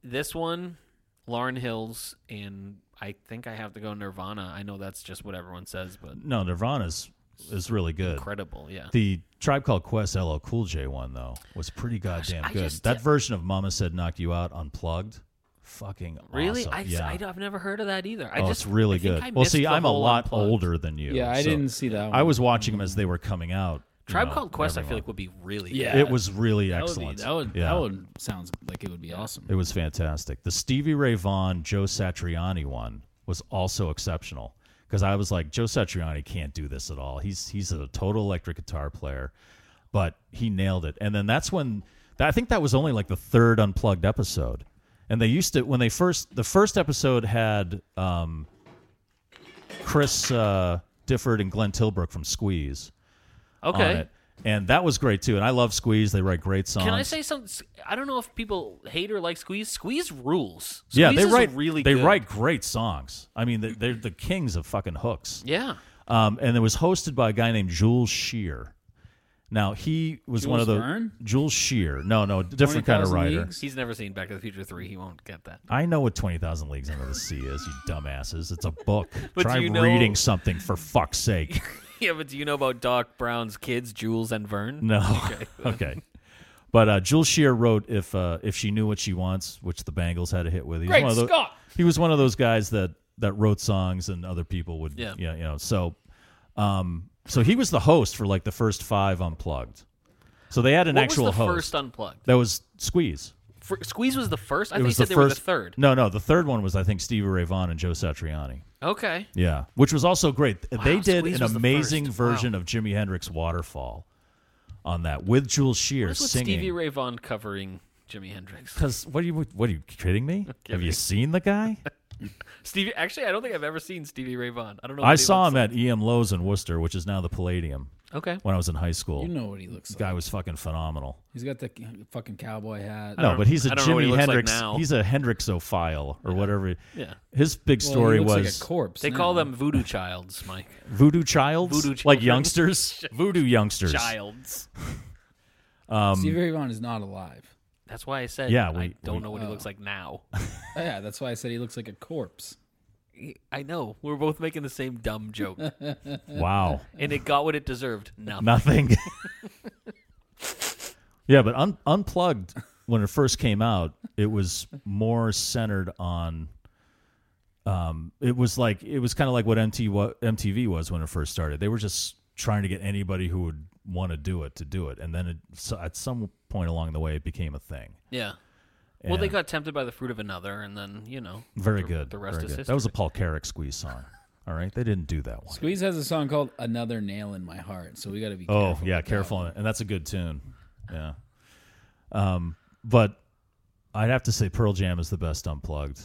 this one, Lauren Hills, and I think I have to go Nirvana. I know that's just what everyone says, but No, Nirvana's is really good. incredible. Yeah. The Tribe Called Quest LL Cool J one though was pretty goddamn I good. just- that version of Mama Said Knock You Out Unplugged, fucking Really? awesome. I, yeah. I, have never heard of that either. I oh, just, it's really I think good. I well, missed see, the I'm a whole lot Unplugged. older than you. yeah. I so didn't see that. one. I was watching them as they were coming out. you Tribe know, Called Quest, I everyone. feel like would be really. Yeah. good. it was really That would, be, excellent. that would yeah. that would sounds like it would be awesome. It was fantastic. The Stevie Ray Vaughan, Joe Satriani one was also exceptional because I was like, Joe Satriani can't do this at all. He's he's a total electric guitar player, but he nailed it. And then that's when I think that was only like the third unplugged episode. And they used to when they first the first episode had um, Chris uh, Difford and Glenn Tilbrook from Squeeze on Okay. it, Um, and that was great too. And I love Squeeze; they write great songs. Can I say something? I don't know if people hate or like Squeeze. Squeeze rules. Squeeze yeah, they is write really. They good. write great songs. I mean, they- they're the kings of fucking hooks. Yeah. Um, and it was hosted by a guy named Jules Shear. Now he was one of Jules the Verne? Jules Shear. No, no, different kind of 20,000 writer. Leagues? He's never seen Back to the Future three. He won't get that. I know what Twenty Thousand Leagues Under the Sea is, you dumbasses. It's a book. But Try do you know- reading something for fuck's sake. Yeah, but do you know about Doc Brown's kids, Jules and Vern? No. Okay. But uh, Jules Shear wrote if uh, if she knew what she wants, which the Bangles had a hit with. He was Great one of tho- Scott! He was one of those guys that that wrote songs and other people would. Yeah. Yeah. You know. So, um, so he was the host for like the first five unplugged. So they had an What actual was the host. first unplugged? that was Squeeze. Fr- Squeeze was the first. I it think you was said the they first. were the third. No, no, the third one was I think Stevie Ray Vaughan and Joe Satriani. Okay. Yeah, which was also great. They did Squeeze an was the amazing first. version of Jimi Hendrix Waterfall on that with Jules Shear What's with singing. Stevie Ray Vaughan covering Jimi Hendrix? Because what are you what are you kidding me? Have you seen the guy? Stevie, actually, I don't think I've ever seen Stevie Ray Vaughan. I don't know. I what he saw looks him at E.M. Lowe's in Worcester, which is now the Palladium. Okay. When I was in high school, You know what he looks This guy was fucking phenomenal. He's got the c- fucking cowboy hat. No, but he's a I don't know what he Jimi looks like Hendrix. now. he's a Hendrixophile or whatever. Yeah. His big Well, he story looks was like a corpse. They now. call them voodoo childs, Mike. voodoo childs, Voodoo like children. youngsters, voodoo youngsters. Childs. Um, Stevie Ray Vaughan is not alive. That's why I said. Yeah, I we- don't we- know what he looks like now. Oh, yeah, that's why I said he looks like a corpse. I know we're both making the same dumb joke, Wow, and it got what it deserved. Nothing. nothing. yeah, but un- unplugged when it first came out, it was more centered on. Um, it was like it was kind of like what MT wa- MTV was when it first started. They were just trying to get anybody who would want to do it to do it, and then it, so at some point along the way, it became a thing. Yeah. Well, they And- got tempted by the fruit of another, and then you know. Very the, good. The rest very is good. history. That was a Paul Carrick squeeze song. All right, they didn't do that one. Squeeze has a song called "Another Nail in My Heart," so we got to be. Oh careful yeah, with that. careful, on it. and that's a good tune. Yeah, um, but I'd have to say Pearl Jam is the best unplugged,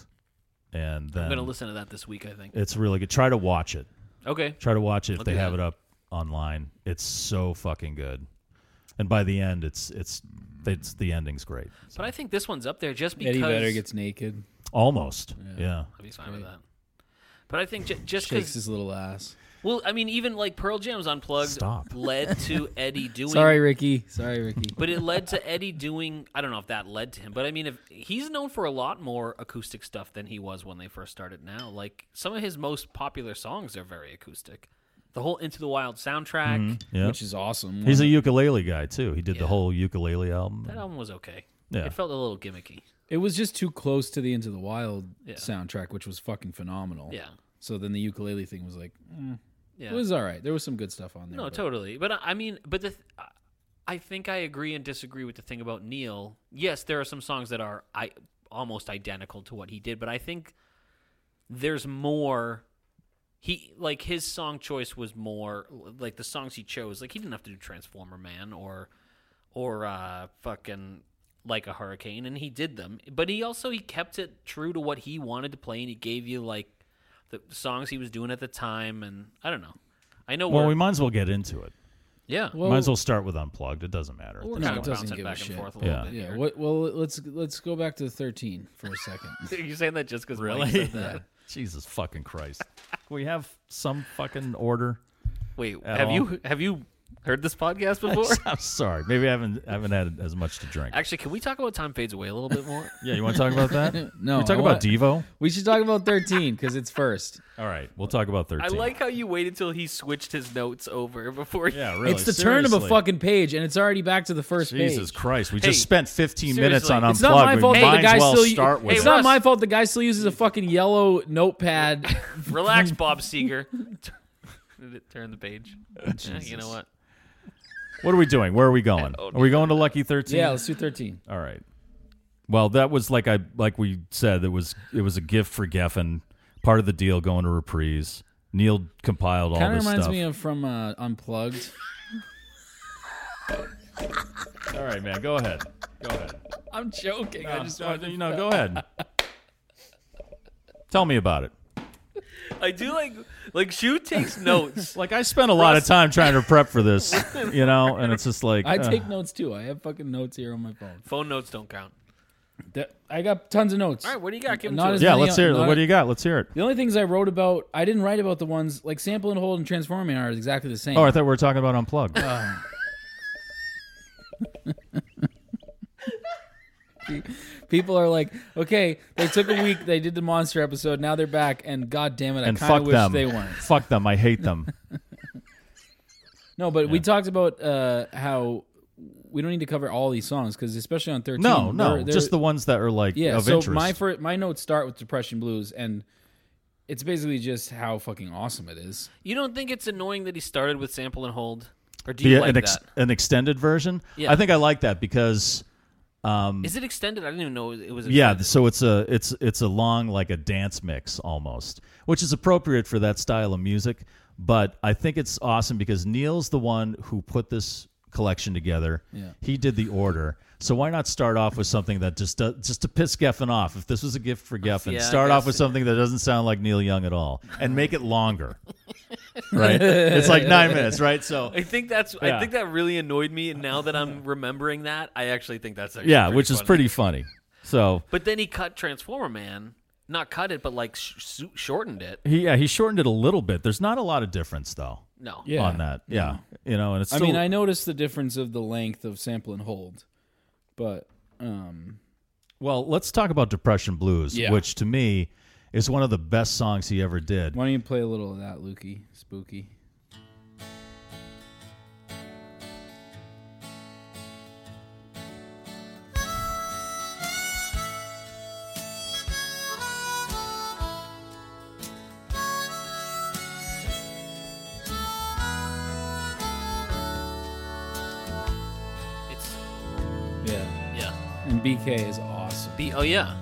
and then I'm gonna listen to that this week. I think. it's really good. Try to watch it. Okay. Try to watch it if they do have that. it up online. It's so fucking good, and by the end, it's it's it's the ending's great. But I think this one's up there just because. Eddie Vedder gets naked, Almost, yeah. I'll be fine with that. But I think j- just shakes because his little ass. Well, I mean, even like Pearl Jam's unplugged Stop. led to Eddie doing. Sorry, Ricky. Sorry, Ricky. But it led to Eddie doing. I don't know if that led to him, but I mean, if he's known for a lot more acoustic stuff than he was when they first started. Now, like some of his most popular songs are very acoustic. The whole Into the Wild soundtrack. Yeah. which is awesome. He's a One- ukulele guy too. He did the Yeah. whole ukulele album. That album was okay. Yeah. It felt a little gimmicky. it was just too close to the Into the Wild Yeah. soundtrack, which was fucking phenomenal. Yeah. So then the ukulele thing was like, eh, Yeah. it was all right. There was some good stuff on there. No, but- totally. But I I mean, but the th- I- I think I agree and disagree with the thing about Neil. Yes, there are some songs that are I almost identical to what he did, but I think there's more. He like his song choice was more like the songs he chose. Like he didn't have to do Transformer Man or or uh fucking like a hurricane and he did them but he also he kept it true to what he wanted to play and he gave you like the songs he was doing at the time and i don't know i know Well, we're we might as well get into it. yeah. might as well start with unplugged. It doesn't matter. at we're this No, kind it of doesn't bouncing give a back and shit. forth a Yeah. little bit. Yeah. here. What, well, let's let's go back to thirteen for a second. You're saying that just because Really? Mike said that? Jesus fucking Christ. we have some fucking order. Wait, At have all. you have you heard this podcast before? I'm sorry. Maybe I haven't I haven't had as much to drink. Actually, can we talk about time fades away a little bit more? yeah, you want to talk about that? No, We talk I about want- Devo. We should talk about thirteen because it's first. All right, we'll talk about thirteen. I like how you waited till he switched his notes over before. he- Yeah, really. it's the turn of a Oh, seriously. fucking page, and it's already back to the first page. Jesus Christ! We Hey, just spent 15 minutes seriously. on unplugged. It's not my we fault might that the guy as well still. start with it's it. Hey, not Russ. my fault the guy still uses a fucking yellow notepad. Relax, Bob Seeger. Did it Turn the page. Yeah, you know what? What are we doing? Where are we going? Are we going to Lucky 13? Oh, yeah, let's do thirteen. All right. Well, that was like I like we said it was it was a gift for Geffen, part of the deal going to reprise. Neil compiled all Kind of this reminds stuff. me of from uh, Unplugged. all right, man, go ahead. Go ahead. I'm joking. I just No, you know, go ahead. Tell me about it. I do like like Shu takes notes. Like I spent a lot of time trying to prep for this, you know, and it's just like I uh, take notes too. I have fucking notes here on my phone. Phone notes don't count. That- I got tons of notes. All right, what do you got? Give 'em Not to us. as- yeah. Let's hear. it. Not- What do you got? Let's hear it. The only things I wrote about, I didn't write about the ones like Sample and Hold and Transforming are exactly the same. Oh, I thought we were talking about unplugged. People are like, okay, they took a week, they did the monster episode, now they're back, and god damn it, I and kind fuck of wish them. they weren't. Fuck them. I hate them. No, but we talked about uh, how we don't need to cover all these songs because especially on thirteen, No, no, they're- they're- just the ones that are like yeah. of so interest. my fir- my notes start with Depression Blues, and it's basically just how fucking awesome it is. You don't think it's annoying that he started with sample and hold, or do The- you like an, that? Is ex- an extended version. Yeah. I think I like that because um, it extended? I didn't even know it was. yeah, extended. so it's a it's it's a long like a dance mix almost, which is appropriate for that style of music. But I think it's awesome because Neil's the one who put this collection together. Yeah. He did the order. So why not start off with something that just does, just to piss Geffen off? If this was a gift for Geffen, Yeah, I start off guess. with something that doesn't sound like Neil Young at all, and make it longer. right? It's like nine minutes, right? So I think that's. Yeah. I think that really annoyed me, and now that I'm remembering that, I actually think that's. Actually yeah, which is funny. pretty funny. So But then he cut Transformer Man, not cut it, but like sh- sh- shortened it. he yeah he shortened it a little bit. There's not a lot of difference though No, Yeah. on that. Yeah, you know, and it's I still, mean, I noticed the difference of the length of sample and hold, but um, Well, let's talk about Depression Blues, Yeah. which to me is one of the best songs he ever did. why don't you play a little of that, Lukey? Spooky. it's Yeah. yeah. And BK is awesome. Be oh yeah,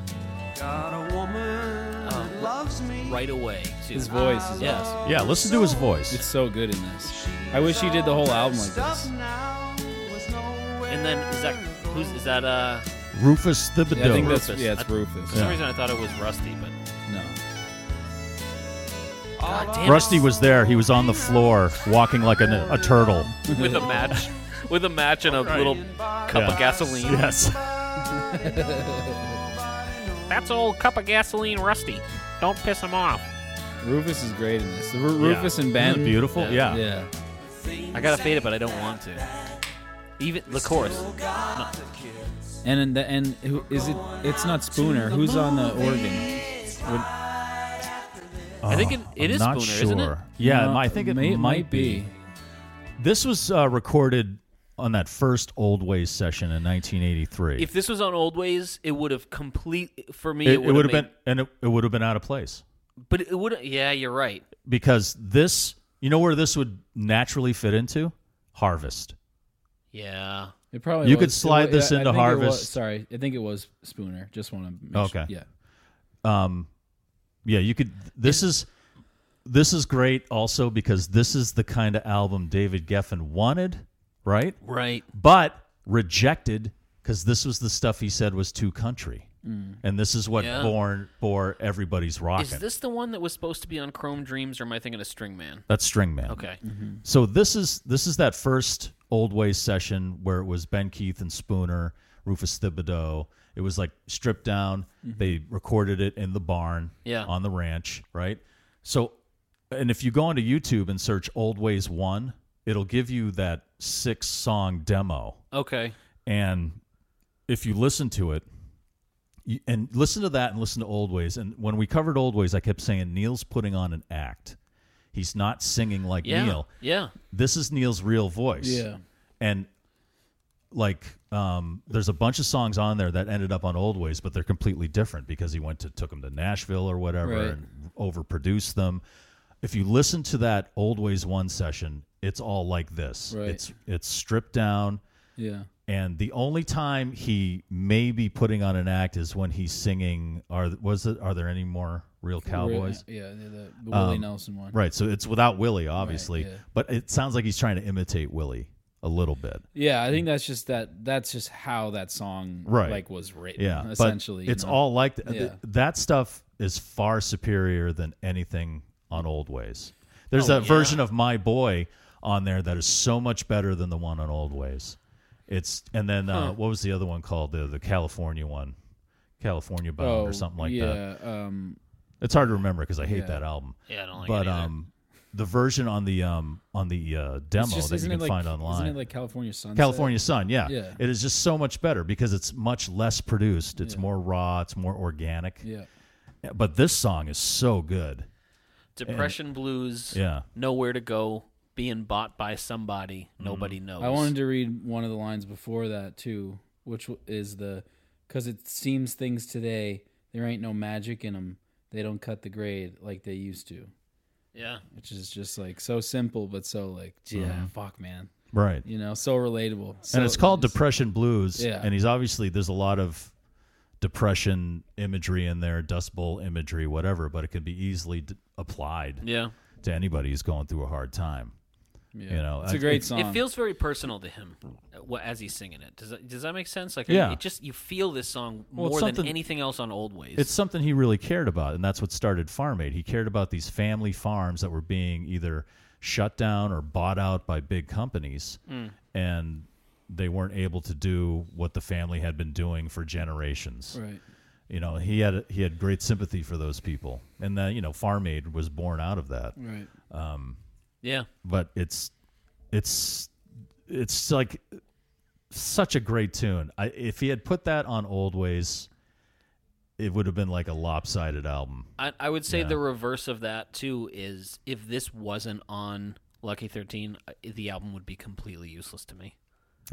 Got a woman Um, that loves me. right away. Too. His voice is Yes. awesome. Yeah, listen to his It's voice. so good in this. I wish he did the whole album like this. And then is that who's is that? Uh, Rufus Yeah, I think Thibodeau. that's Rufus. yeah, it's I- Rufus. for some reason I thought it was Rusty, but No. God damn it. Rusty was there. He was on the floor, walking like an, a turtle. with a match, with a match and a little cup Yeah. of gasoline. Yes. That's old cup of gasoline, Rusty. Don't piss him off. Rufus is great in this. The Ru- Rufus and Ben. Isn't it beautiful. Yeah. Yeah. I gotta fade it, but I don't want to. Even the chorus. And in the, and who is it? It's not Spooner. Who's on the organ? I think it- it Oh, I'm is not Spooner, sure. isn't it? Yeah, No, I think it, may- might, be. This was uh, recorded on that first Old Ways session in 1983. If this was on Old Ways, it would have complete for me. it, It, it would have made- been, and it, it would have been out of place. but it would. Yeah, you're right. because this you know where this would naturally fit into harvest Yeah, It probably You was- could slide it wa- this I- I into think it was- Harvest. sorry, I think it was Spooner. Just want to. Okay. yeah. um yeah you could this is this is great also because this is the kind of album david geffen wanted right right. but rejected because this was the stuff he said was too country and this is what Mm. Yeah. born bore everybody's Is rocking this the one that was supposed to be on Chrome Dreams, or am I thinking of String Man? that's string man Okay, So this is this is that first old ways session where it was Ben Keith and Spooner, Rufus Thibodeau. It was like stripped down. They recorded it in the barn, Mm-hmm. Yeah. on the ranch, right? So, and if you go onto YouTube and search "Old Ways One," it'll give you that six song demo. okay. And if you listen to it, you, and listen to that and listen to Old Ways. And when we covered Old Ways, I kept saying Neil's putting on an act. He's not singing like Yeah, Neil yeah. this is Neil's real voice. Yeah. And like um, there's a bunch of songs on there that ended up on Old Ways, but they're completely different because he went to took them to Nashville or whatever Right. and overproduced them. If you listen to that Old Ways one session, it's all like this. Right. It's it's stripped down Yeah. and the only time he may be putting on an act is when he's singing are was it are there any more real cowboys? Um, Yeah, the, the, the Willie Nelson one. Right. So it's without Willie, obviously, yeah. but it sounds like he's trying to imitate Willie a little bit. Yeah, I think that's just that. That's just how that song Right. like was written. Yeah. but essentially, you it's know? all like th- th- Yeah. that stuff is far superior than anything on Old Ways. There's Oh, that yeah. version of My Boy on there that is so much better than the one on Old Ways. It's and then uh, what was the other one called the the California one, California Bound oh, or something like yeah, that. Um, It's hard to remember because I hate that album. Yeah, I don't like but it either. um, the version on the um on the uh, demo it's just, that you isn't can it like, find online. Isn't it like California Sunset? California Sun, yeah. Yeah. It is just so much better because it's much less produced. It's more raw. It's more organic. Yeah. But this song is so good. Depression blues. Yeah. Nowhere to go. Being bought by somebody Mm-hmm. nobody knows. I wanted to read one of the lines before that too, which w- is the because it seems things today there ain't no magic in them. They don't cut the grade like they used to, Yeah. which is just like so simple but so like yeah, fuck man, Right. you know, so relatable. So, Mm-hmm. and it's called Depression Blues. Yeah. And he's obviously, there's a lot of depression imagery in there, Dust Bowl imagery, whatever, but it can be easily d- applied Yeah. to anybody who's going through a hard time. You know, It's a I- great it's- song. It feels very personal to him uh, wh- as he's singing it. Does that, does that make sense? Like, Yeah. it just you feel this song Well, it's more than something- anything else on Old Ways. It's something he really cared about, and that's what started Farm Aid. He cared about these family farms that were being either shut down or bought out by big companies, and they weren't able to do what the family had been doing for generations. Right. You know, he had he had great sympathy for those people, and that you know, Farm Aid was born out of that. Right. yeah. But it's it's it's like such a great tune. I, if he had put that on Old Ways. It would have been like a lopsided album. I, I would say the reverse of that too is if this wasn't on Lucky Thirteen, uh, the album would be completely useless to me.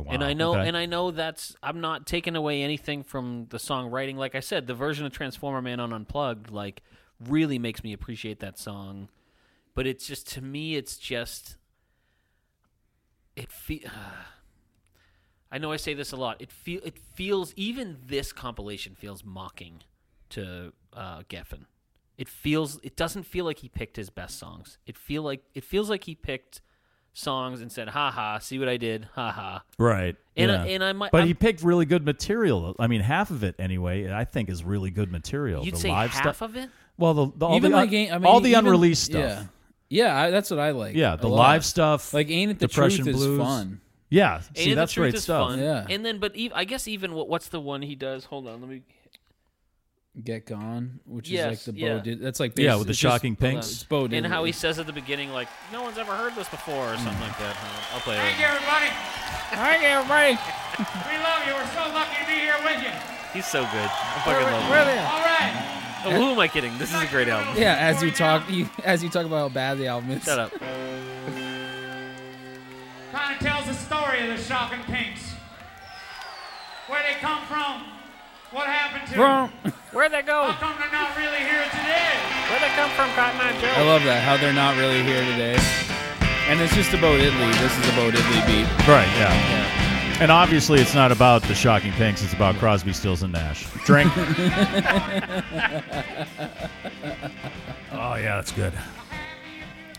and I know, and I know that's I'm not taking away anything from the songwriting. Like I said, the version of Transformer Man on Unplugged like really makes me appreciate that song. But it's just to me, it's just it feel. I know I say this a lot. It feel it feels even this compilation feels mocking to uh, Geffen. It feels it doesn't feel like he picked his best songs. It feel like it feels like he picked songs and said, "Ha ha, see what I did? Ha ha." right? And I- and I might- but I'm- he picked really good material. I mean, half of it anyway. I think is really good material. You'd the say live half stuff. of it. Well, the, the all even the like un- ain't- I mean, all the even- unreleased Yeah, stuff. yeah I, that's what I like. Yeah, a the lot. live stuff. Like Ain't It the Depression Truth is blues. fun. Yeah, see and the that's truth great is stuff. Fun. Yeah. And then, but ev I guess even what, what's the one he does? Hold on, let me. Get Gone, which Yes, is like the yeah. Bo did. That's like Yeah, basi- with the it's just- shocking It's pinks. Bo And Diddley. how he says at the beginning, like, "No one's ever heard this before," or something like that. Hold on, I'll play it. right everybody. Hi, everybody. We love you. We're so lucky to be here with you. now. He's so good. I fucking love him. Brilliant. All right. Oh, who am I kidding? This is a great album. Yeah, as you talk, you, as you talk about how bad the album is. Shut up. Kind of tells the story of the Shocking Pinks. Where they come from, what happened to them, Where'd they go? how come they're not really here today. Where'd they come from, Cotton Eye I Joe? love that how they're not really here today, and it's just a Bo Diddley. This is a Bo Diddley beat. Right. Yeah. And obviously, it's not about the shocking pinks. It's about Crosby, Stills, and Nash. Drink. oh yeah, that's good.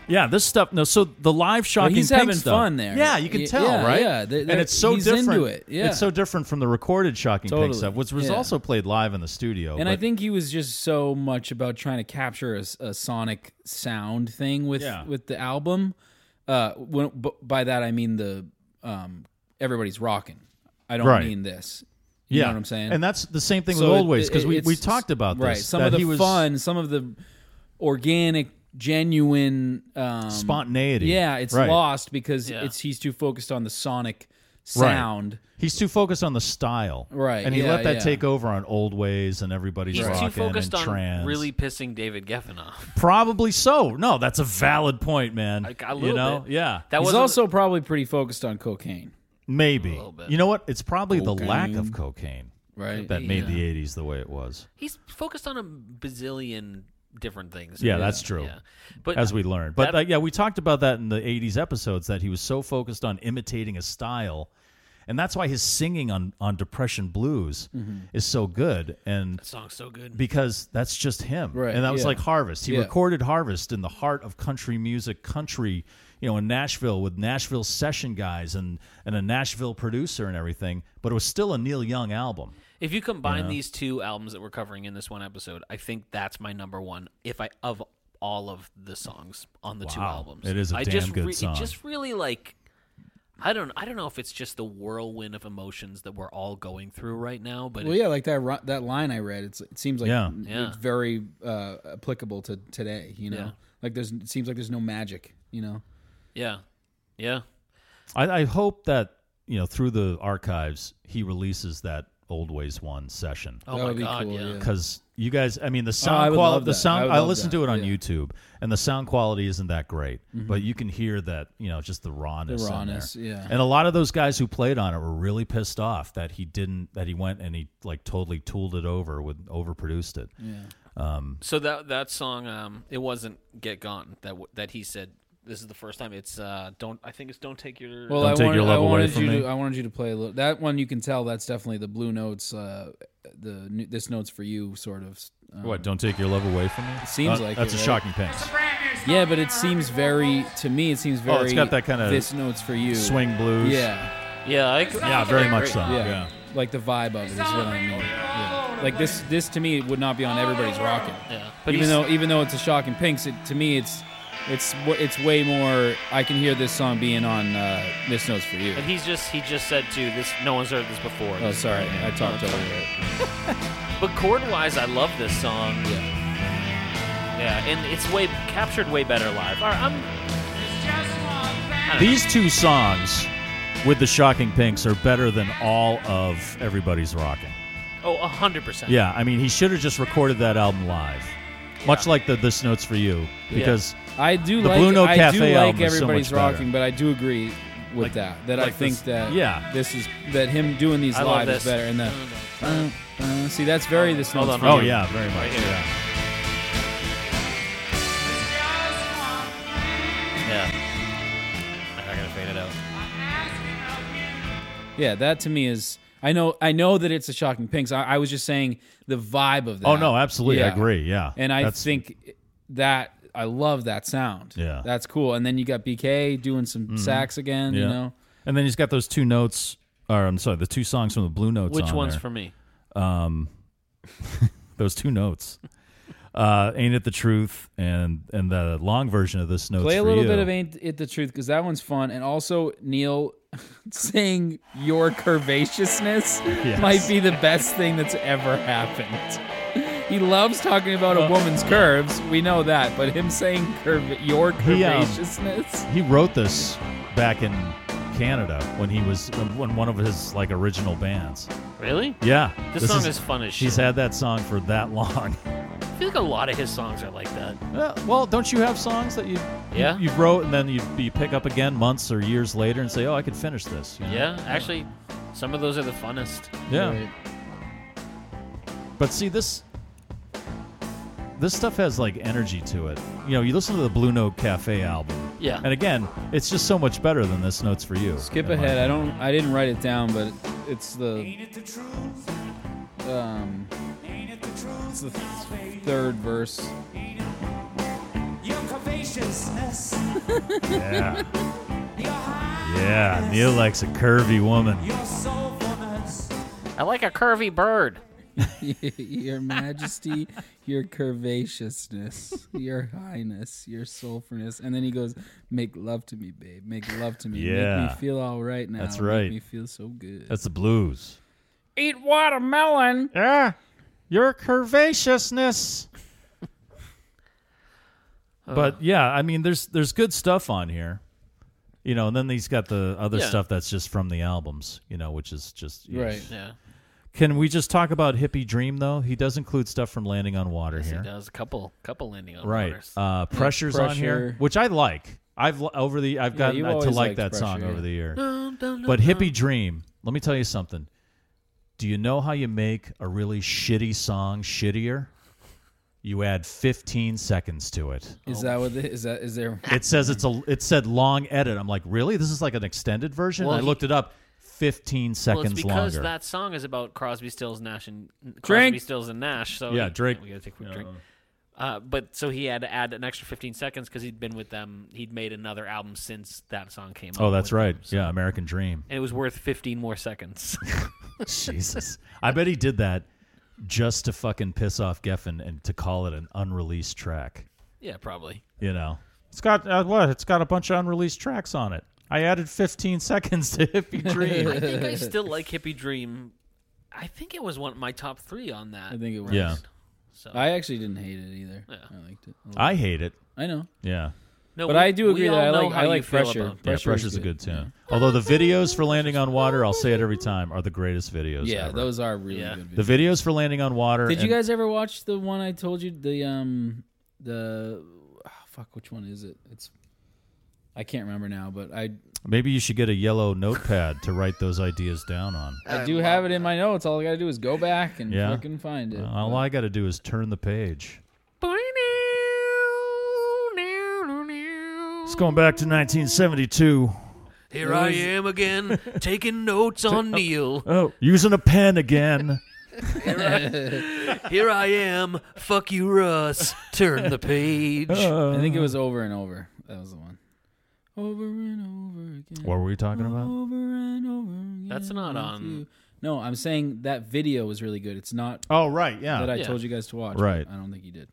Yeah, this stuff. No, so the live shocking. he's Pinks having stuff- fun there. Yeah, you can Y- tell, yeah, right? yeah, they- and they're- it's so he's into different. it, yeah. It's so different from the recorded shocking Totally, Pinks stuff, which was yeah. also played live in the studio. And I but- think he was just so much about trying to capture a, s- a sonic sound thing with Yeah. with the album. Uh, when, b- by that I mean the um, everybody's rocking. I don't Right. mean this. You yeah, know what I'm saying? And that's the same thing So with Old it- Ways because it- we, it's- we talked about this. right. Some that of the he was fun, some of the organic, genuine um, spontaneity. Yeah, it's Right. lost because Yeah. it's he's too focused on the sonic Right. sound. He's too focused on the style, Right, And he yeah, let that yeah. take over on old ways and everybody's He's rocking too focused and on trans. really pissing David Geffen off. probably so. No, that's a valid point, man. Like, a you little know, bit. yeah, That He's was also probably pretty focused on cocaine. maybe. bit. You know what? It's probably the lack of cocaine Right. that made the '80s the way it was. He's focused on a bazillion different things. Yeah, that's true. Yeah. But as we learned. But that- uh, yeah, we talked about that in the '80s episodes that he was so focused on imitating a style, and that's why his singing on on Depression Blues Mm-hmm. is so good. And that song's so good. because that's just him. Right, And that was yeah. like Harvest. He Yeah. recorded Harvest in the heart of country music, country, you know, in Nashville with Nashville session guys and and a Nashville producer and everything. But it was still a Neil Young album. If you combine these two albums that we're covering in this one episode, I think that's my number one. If I of all of the songs on the two Wow. albums, It is a I damn just good re- song. It just really like I don't I don't know if it's just the whirlwind of emotions that we're all going through right now, but Well, yeah, like that ri- that line I read. It's, it seems like Yeah. n- Yeah. it's very uh, applicable to today. You know, Yeah. like there's it seems like there's no magic. You know, yeah, yeah, I, I hope that you know through the archives he releases that Old Ways One session. Oh That my would be God, cool, yeah. yeah. Oh, because you guys i mean the I sound would love quality the that. I sound would i, love listened to that, it on yeah. Mm-hmm. youtube and the sound quality isn't that great but you can hear that you know just the rawness, in rawness, there. yeah. and a lot of those guys who played on it were really pissed off that he didn't that he went and he like totally tooled it over with overproduced it So that that song, um, it wasn't "Get Gone" that w- that he said. This is the first time. It's uh, don't. I think it's "Don't Take Your." well, Don't I take wanted, your love I away wanted from you me. to I wanted you to play a little. That one you can tell that's definitely the blue notes. Uh, the new- this notes for you sort of. Um, what don't take your love away from me Seems Uh, like that's it, a right? shocking pain It's a brand new Yeah, but it seems very to me. It seems very. Oh, it's got that kinda this notes for you swing blues. Yeah, Yeah, I, Yeah, very much so. yeah, Yeah. Like the vibe of it is what I mean. Yeah. Like this, this to me would not be on everybody's rocket. Yeah, But but even he's- though even though it's a shock and pinks, it to me it's it's wa- it's way more. I can hear this song being on uh, this notes for you. And he's just he just said too this no one's heard this before. Oh, sorry, I talked over it. But chord wise, I love this song. Yeah. Yeah, and it's way captured way better live. All right, I'm These two songs with the Shocking Pinks are better than all of Everybody's Rocking. oh hundred percent. Yeah, I mean, he should have just recorded that album live, much like the This Notes for You, because I do The like Blue Note I Cafe do like album is so everybody's much better. rocking, but I do agree with that. That I like think this- that Yeah. this is that him doing these I love live is this. better. And the uh, uh, see that's very this Hold notes on, for oh you. yeah, very much. Yeah. yeah. I'm not gonna fade it out. yeah that to me is I know I know that it's a shocking pinks. I, I was just saying the vibe of that. Oh no, absolutely, I Yeah. agree. Yeah, And I That's- think that I love that sound. Yeah. Mm-hmm. that's cool. And then you got BK doing some sax again. You Yeah. know, and then he's got those two notes, or I'm sorry, the two songs from the Blue Notes. Which on one's there. for me? um, those two notes. Uh, ain't it the truth? And and the long version of this notes play a for little you. bit of "Ain't It the Truth" because that one's fun. And also Neil saying your curvaceousness Yes. might be the best thing that's ever happened. He loves talking about a woman's curves. We know that, but him saying curv- your He, um, curvaceousness. He wrote this back in Canada when he was uh, when one of his like original bands. Really? Yeah, This, song is, fun as shit. He's had that song for that long. I feel like a lot of his songs are like that. Uh, well, don't you have songs that you Yeah. you, you wrote and then you, you pick up again months or years later and say, oh, I could finish this. you know? Yeah, actually, some of those are the funnest. yeah. Right. But see this this stuff has like energy to it. You know, you listen to the Blue Note Cafe album. Yeah. And again, it's just so much better than this notes for you. Skip in my ahead. I opinion. don't. I didn't write it down, but it's the. Um, it's the th- third verse. Yeah. yeah, Neil likes a curvy woman. I like a curvy bird. your Majesty, your curvaceousness, your highness, your soulfulness, and then he goes, "Make love to me, babe. Make love to me. Make Yeah. me feel all right now. That's right. Make me feel so good. That's the blues. Eat watermelon. Yeah. Your curvaceousness. but yeah, I mean there's there's good stuff on here. You know, and then he's got the other Yeah. stuff that's just from the albums, you know, which is just you know. Right. Yeah, Can we just talk about Hippie Dream though? He does include stuff from Landing on Water here. he does. A couple, couple landing on Right. waters. Uh Pressure's on here, Pressure. which I like. I've l- over the I've gotten you uh, to always like liked that song Pressure, over yeah. the year. But Hippie Dream, let me tell you something. Do you know how you make a really shitty song shittier? You add 15 seconds to it. Is that what? The, is that? Is there? It says it's a it said long edit. I'm like, "Really? This is like an extended version?" Well, I he- looked it up. 15 well, it's seconds because longer. that song is about Crosby, Stills, Nash, and Crosby, Drink. Stills, and Nash. So Yeah, he- Drake. We gotta take a quick drink. Uh, but so he had to add an extra 15 seconds because he'd been with them. He'd made another album since that song came out. oh, that's with right. them, so- Yeah, American Dream. And it was worth 15 more seconds. Jesus. I bet he did that just to fucking piss off Geffen and to call it an unreleased track. yeah, probably. You know, it's got uh, what? It's got a bunch of unreleased tracks on it. I added 15 seconds to Hippie I Dream. think I still like Hippie Dream. I think it was one of my top three on that. I think it was. yeah, I actually didn't hate it either. Yeah. I liked it. I hate it. I know. Yeah, No, But we- I do we agree that all I know like how I you like feel pressure. about- yeah. pressure Pressure's is a good tune. Although the videos for Landing on Water, I'll say it every time, are the greatest videos. Yeah, ever. those are really Yeah. good. Videos. the videos for Landing on Water. Did you and- guys ever watch the one I told you? The um, the oh, fuck, which one is it? It's I can't remember now, but I Maybe you should get a yellow notepad to write those ideas down on. I, do have it in my notes. All I gotta do is go back and Yeah. fucking find it. All I got to do is turn the page. It's going back to 1972. Here I am again, taking notes on Neil. Oh, using a pen again. Here I, here I am. Fuck you, Russ. Turn the page. I think it was over and over. That was the one. Over and over again. What were we talking about? Over and over again. That's not with on- you. No, I'm saying that video was really good. It's not Oh, right. Yeah. that I Yeah. told you guys to watch. Right. I don't think he did.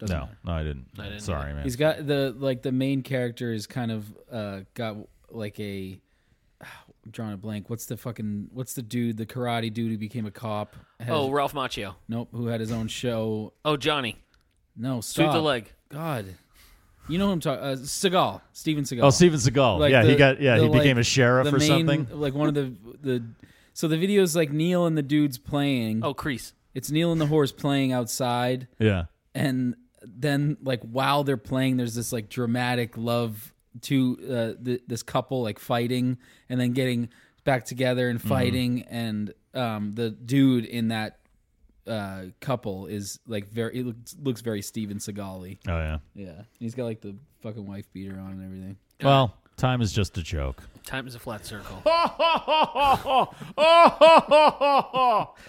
Doesn't no, matter. no, I didn't. didn't Sorry, man. He's got the like the main character is kind of uh got like a I'm drawing a blank. What's the fucking what's the dude, the karate dude who became a cop? Had- Oh, Ralph Macchio. nope, who had his own show. Oh, Johnny. No, Shoot stop. the leg. God. You know who I'm talking uh Seagal, Steven Seagal. Oh, Steven Seagal. Like yeah, he the- got. Yeah, the, he became like, a sheriff the or main- something. Like one of the the so the video's like Neil and the dudes playing. Oh, Crease. It's Neil and the horse playing outside Yeah. and then like while they're playing there's this like dramatic love to uh, th- this couple like fighting and then getting back together and fighting and um, the dude in that uh, couple is like very it looks, looks very steven seagal Oh yeah. yeah and he's got like the fucking wife beater on and everything Well, time is just a joke. Time is a flat circle.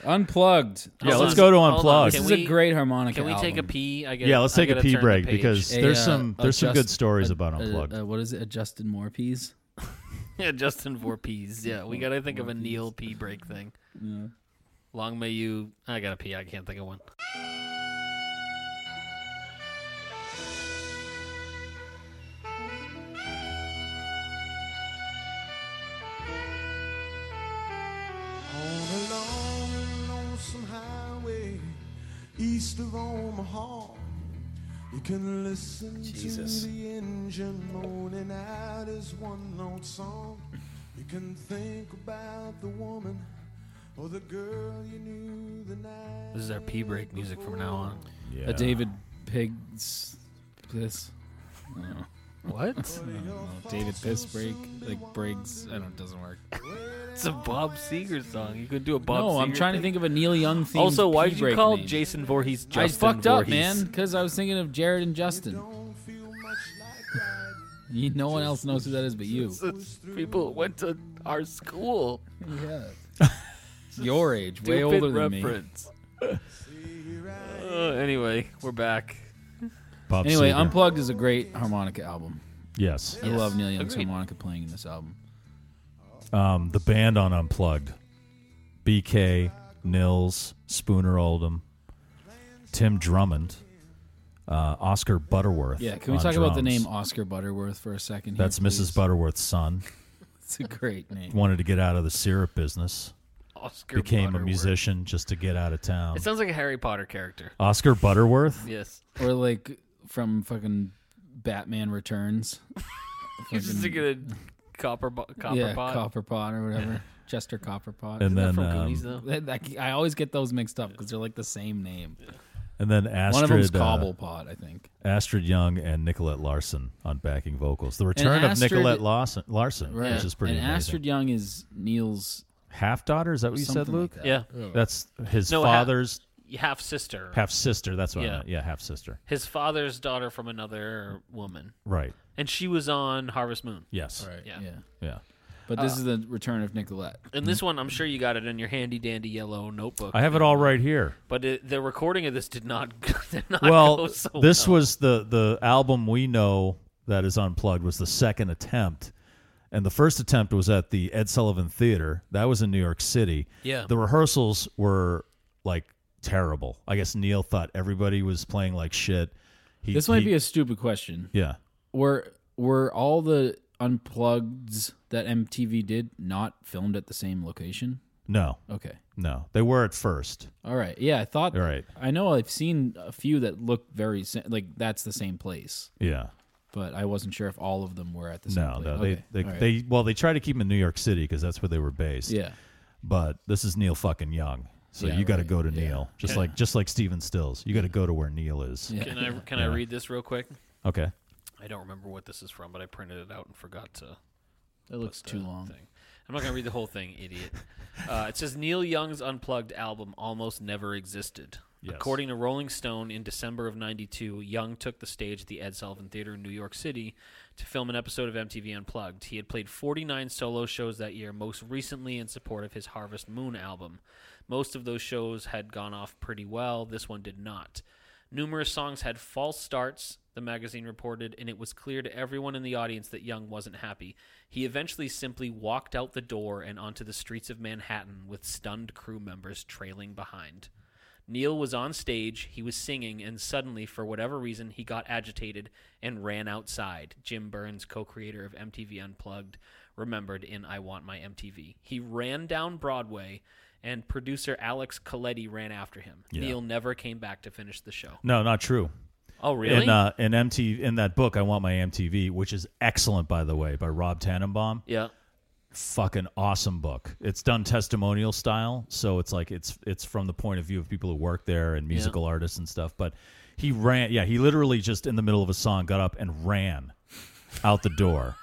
unplugged Yeah, Hold let's on. go to Hold on. unplugged. this Can is we- a great harmonica Can we take a album. pee? I gotta- Yeah, let's I take a gotta pee turn the break page. because A, there's uh, some there's some good adjust- stories a- about a- unplugged. uh, what is it adjusted more peas Yeah, Justin Voorpees. Yeah, we gotta think of a Neil pee break thing. Long may you. I gotta pee. I can't think of one. Jesus. This is our pee break music from now on. yeah. a david pig's this What? I don't know, David Piss break, like Briggs. I don't. It doesn't work. It's a Bob Seger song. You could do a Bob. no, I'm Seger trying to thing. think of a Neil Young theme. Also, why pee did break you call name. Jason Voorhees Justin I fucked up, man, Voorhees? because I was thinking of Jared and Justin. You, no one else knows who that is but you. People that went to our school. Yeah. Your age, way Stupid older than me. reference. Uh, anyway, we're back. Bob Anyway, Seger. Unplugged is a great harmonica album. yes, I love Neil Young's Agreed. harmonica playing in this album. um, the band on Unplugged, BK, Nils, Spooner Oldham, Tim Drummond, uh, Oscar Butterworth. Yeah, can we on talk about the drums. name Oscar Butterworth for a second? Here, That's Mrs. Butterworth. Butterworth's son. It's a great name. Wanted to get out of the syrup business. Oscar Became a Butterworth. musician just to get out of town. It sounds like a Harry Potter character. Oscar Butterworth. Yes. Or like from fucking Batman Returns. He's just Fucking- thinking a copper, bo- copper Mm. yeah, pot. Copper Pot or whatever. Chester Copper Pot. And Not then, from um, Goonies, though. That- I, I always get those mixed up because they're like the same name. and then Astrid, One of them's uh, Cobble Pot, I think. Astrid Young and Nicolette Larson on backing vocals. The return of Astrid- Nicolette Larson, Larson which is pretty and amazing. Astrid Young is Neil's. half daughter. Is that what you said, something like Luke? that. Oh, Yeah. That's his No, ha- father's Half sister. half sister. That's what. Yeah. I meant. yeah, half sister. His father's daughter from another woman. Right. And she was on Harvest Moon. Yes. Yeah. Yeah. Yeah. But this is the return of Nicolette. And this one, I'm sure you got it in your handy dandy yellow notebook. I have it all right here. But it, the recording of this did not, did not go Well, so this well. was the the album we know that is unplugged was the second attempt. And the first attempt was at the Ed Sullivan Theater. That was in New York City. Yeah. The rehearsals were like terrible. I guess Neil thought everybody was playing like shit. He, This might he- be a stupid question. yeah. Were were all the unplugs that MTV did not filmed at the same location? No, Okay. no, they were at first. All right. Yeah, I thought. All right. I know I've seen a few that look very sa- like that's the same place, Yeah. but I wasn't sure if all of them were at the same No, place. no, Okay, they they, all right. they well they try to keep them in New York City because that's where they were based. yeah. But this is Neil fucking Young, so Yeah, you got to right. go to Yeah. Neil, just like just like Steven Stills. You got to go to where Neil is. Yeah. Can I can I read this real quick? Okay. I don't remember what this is from, but I printed it out and forgot to. That looks too the long. Thing. I'm not gonna read the whole thing, idiot. Uh, it says Neil Young's unplugged album almost never existed. Yes. According to Rolling Stone, in December of 92, Young took the stage at the Ed Sullivan Theater in New York City to film an episode of MTV Unplugged. He had played 49 solo shows that year, most recently in support of his Harvest Moon album. Most of those shows had gone off pretty well, this one did not. Numerous songs had false starts, the magazine reported, and it was clear to everyone in the audience that Young wasn't happy. He eventually simply walked out the door and onto the streets of Manhattan with stunned crew members trailing behind. Neil was on stage, he was singing, and suddenly, for whatever reason, he got agitated and ran outside. Jim Burns, co creator of MTV Unplugged, remembered in I Want My MTV. He ran down Broadway, and producer Alex Coletti ran after him. Yeah. Neil never came back to finish the show. No, not true. Oh, really? In uh, in MTV in that book, I want my MTV, which is excellent by the way, by Rob Tannenbaum. Yeah. Fucking awesome book. It's done testimonial style, so it's like it's it's from the point of view of people who work there and musical artists and stuff. But he ran. Yeah, he literally just in the middle of a song got up and ran out the door.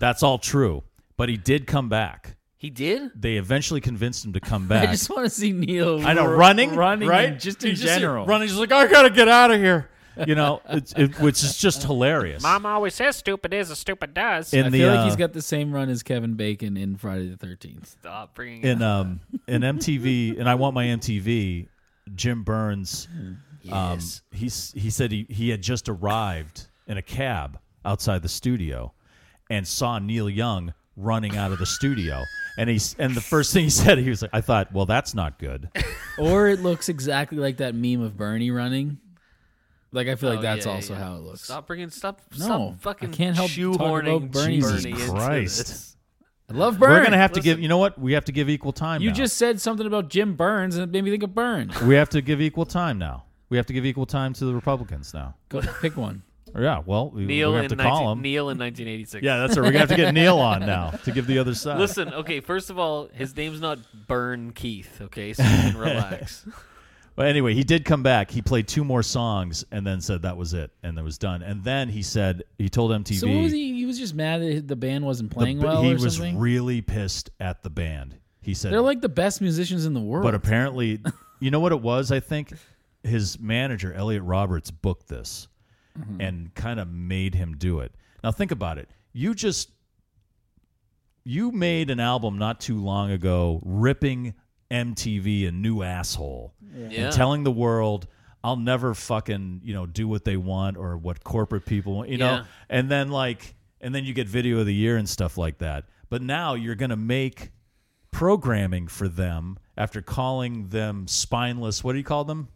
That's all true. But he did come back. He did? They eventually convinced him to come back. I just want to see Neil. I know r- running, running, right? and just in You see general. running. He's like, I gotta get out of here. You know, it's, it, which is just hilarious. Mom always says stupid is as stupid does. in I the feel like uh, he's got the same run as Kevin Bacon in Friday the Thirteenth. Stop bringing in um in MTV, and I want my MTV. Jim Burns, um, he's he said he he had just arrived in a cab outside the studio, and saw Neil Young running out of the studio. And he's and the first thing he said, he was like, "I thought, well, that's not good." or it looks exactly like that meme of Bernie running. Like I feel like Oh, that's yeah, also yeah. how it looks. Stop bringing stop. No, I stop fucking can't help talking shoehorning about Bernie. Bernie Jesus into Christ. this. I love Bernie. We're gonna have to give. You know what? We have to give equal time. You now. just said something about Jim Burns and it made me think of Burns. We have to give equal time now. We have to give equal time to the Republicans now. Go pick one. Yeah, well, we, Neil we in have to 19 call him. Neil in 1986. Yeah, that's right. We're gonna have to get Neil on now to give the other side. Listen, okay. First of all, his name's not Burn Keith. Okay, so you can relax. But anyway, he did come back. He played two more songs and then said that was it and that was done. And then he said he told MTV So what was he? He was just mad that the band wasn't the playing b- well he or was something. really pissed at the band. He said They're like the best musicians in the world. But apparently, you know what it was? I think his manager, Elliot Roberts, booked this and kind of made him do it. Now, think about it. You just, you made an album not too long ago ripping MTV a new asshole Yeah. and telling the world. I'll never fucking, you know, do what they want or what corporate people want, you know. Yeah. And then like and then you get video of the year and stuff like that. But now you're going to make programming for them after calling them spineless. What do you call them?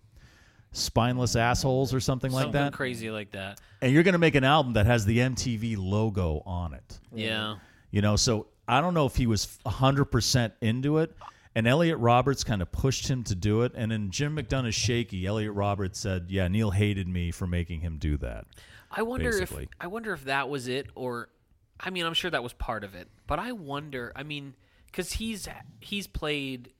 Spineless assholes or something, like Something that. crazy like that. and you're going to make an album that has the MTV logo on it. Yeah. You know, so I don't know if he was 100% into it. And Elliot Roberts kind of pushed him to do it. And in Jim McDonough's Shaky, Elliot Roberts said, Yeah, Neil hated me for making him do that. I wonder basically. if I wonder if that was it, or I mean, I'm sure that was part of it, but I wonder. I mean, because he's he's played,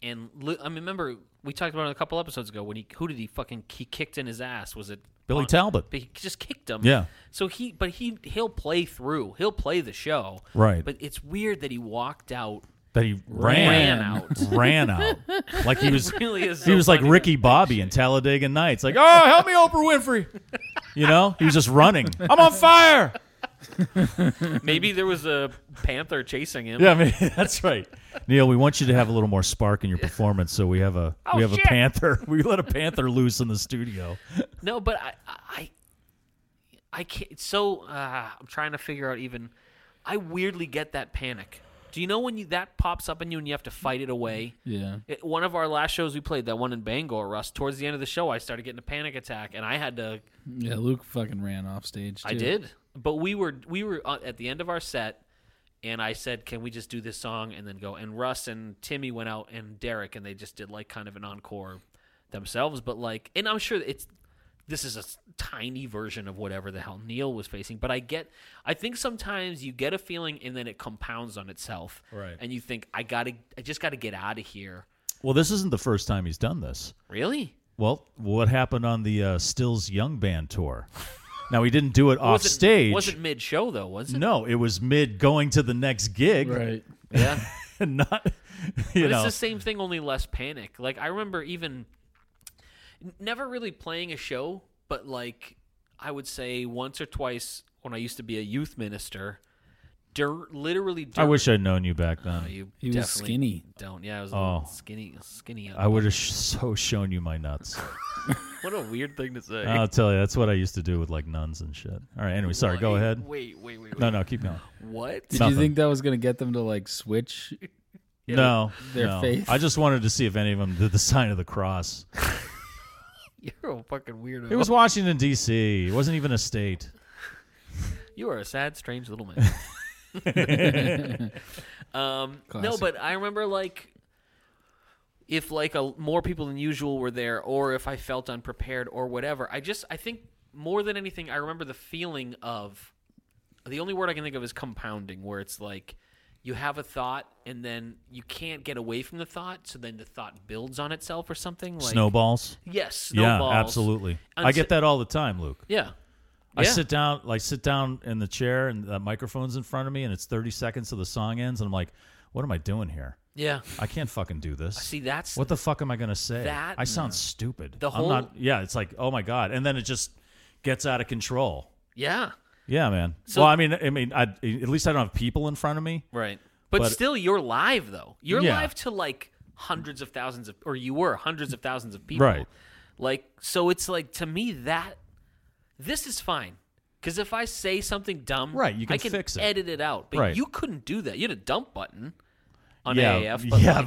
and li- I mean, remember we talked about it a couple episodes ago when he who did he fucking he kicked in his ass? Was it Billy Bon- Talbot. But he just kicked him. Yeah. So he, but he he'll play through. He'll play the show. Right. But it's weird that he walked out. That he ran, Ran out. Ran out. Like he was Really is. he so was like funny. Ricky Bobby in Talladega Nights. Like, oh, help me, Oprah Winfrey. You know, he was just running. I'm on fire. Maybe there was a panther chasing him. Yeah, I mean, that's right. Neil, we want you to have a little more spark in your performance, so we have a Oh, we have a panther. We let a panther loose in the studio. No, but I, I, I can't. So uh, I'm trying to figure out. Even I weirdly get that panic. Do you know when you that pops up in you and you have to fight it away? yeah. It, one of our last shows we played, that one in Bangor, Russ. Towards the end of the show, I started getting a panic attack, and I had to. Yeah, Luke fucking ran off stage. I too. did, but we were we were uh, at the end of our set, and I said, "Can we just do this song and then go?" And Russ and Timmy went out, and Derek, and they just did like kind of an encore themselves. But like, and I'm sure it's this is a s- tiny version of whatever the hell Neil was facing. But I get, I think sometimes you get a feeling, and then it compounds on itself, Right. And you think, I gotta, I just gotta get out of here. Well, this isn't the first time he's done this. Really? Well, what happened on the uh, Stills Young Band tour? Now he didn't do it off Was it- stage. wasn't mid show though, was it? no, it was mid going to the next gig. Right. Yeah. And not you but know it's the same thing, only less panic. Like I remember even never really playing a show, but like I would say once or twice when I used to be a youth minister, dur- literally. I wish I'd known you back then. you He was definitely skinny. Don't yeah, I was a Oh. little skinny, skinny. I would have sh- so shown you my nuts. What a weird thing to say. I'll tell you, that's what I used to do with like nuns and shit. All right, anyway, Uh, sorry, go Wait, ahead. Wait, wait, wait. wait. No, no, keep going. What? Did Nothing. you think that was gonna get them to like switch? no, their no. faith. I just wanted to see if any of them did the sign of the cross. You're a fucking weirdo. It was Washington D.C. It wasn't even a state. You are a sad, strange little man. um, no, Classic. but I remember like if like a, more people than usual were there, or if I felt unprepared, or whatever. I just I think more than anything, I remember the feeling of the only word I can think of is compounding, where it's like you have a thought and then you can't get away from the thought, so then the thought builds on itself or something. Like, Snowballs. Yes, snowballs. Yeah, absolutely. I Unti- get that all the time, Luke. Yeah. I Yeah. sit down, like sit down in the chair, and the microphone's in front of me, and it's thirty seconds till the song ends, and I'm like, "What am I doing here? Yeah. I can't fucking do this." See, that's what the fuck am I gonna say? That- I sound stupid. The I'm whole- not- yeah, it's like, oh my god, and then it just gets out of control. yeah. Yeah, man. So- well, I mean, I mean, I, at least I don't have people in front of me. Right. But, But- still, you're live though. You're Yeah. live to like hundreds of thousands of, or you were hundreds of thousands of people. Right. Like so, it's like to me that this is fine because if I say something dumb, Right, you can I can fix it. edit it out. But Right. you couldn't do that. You had a dump button on yeah, AAF. But yeah, like,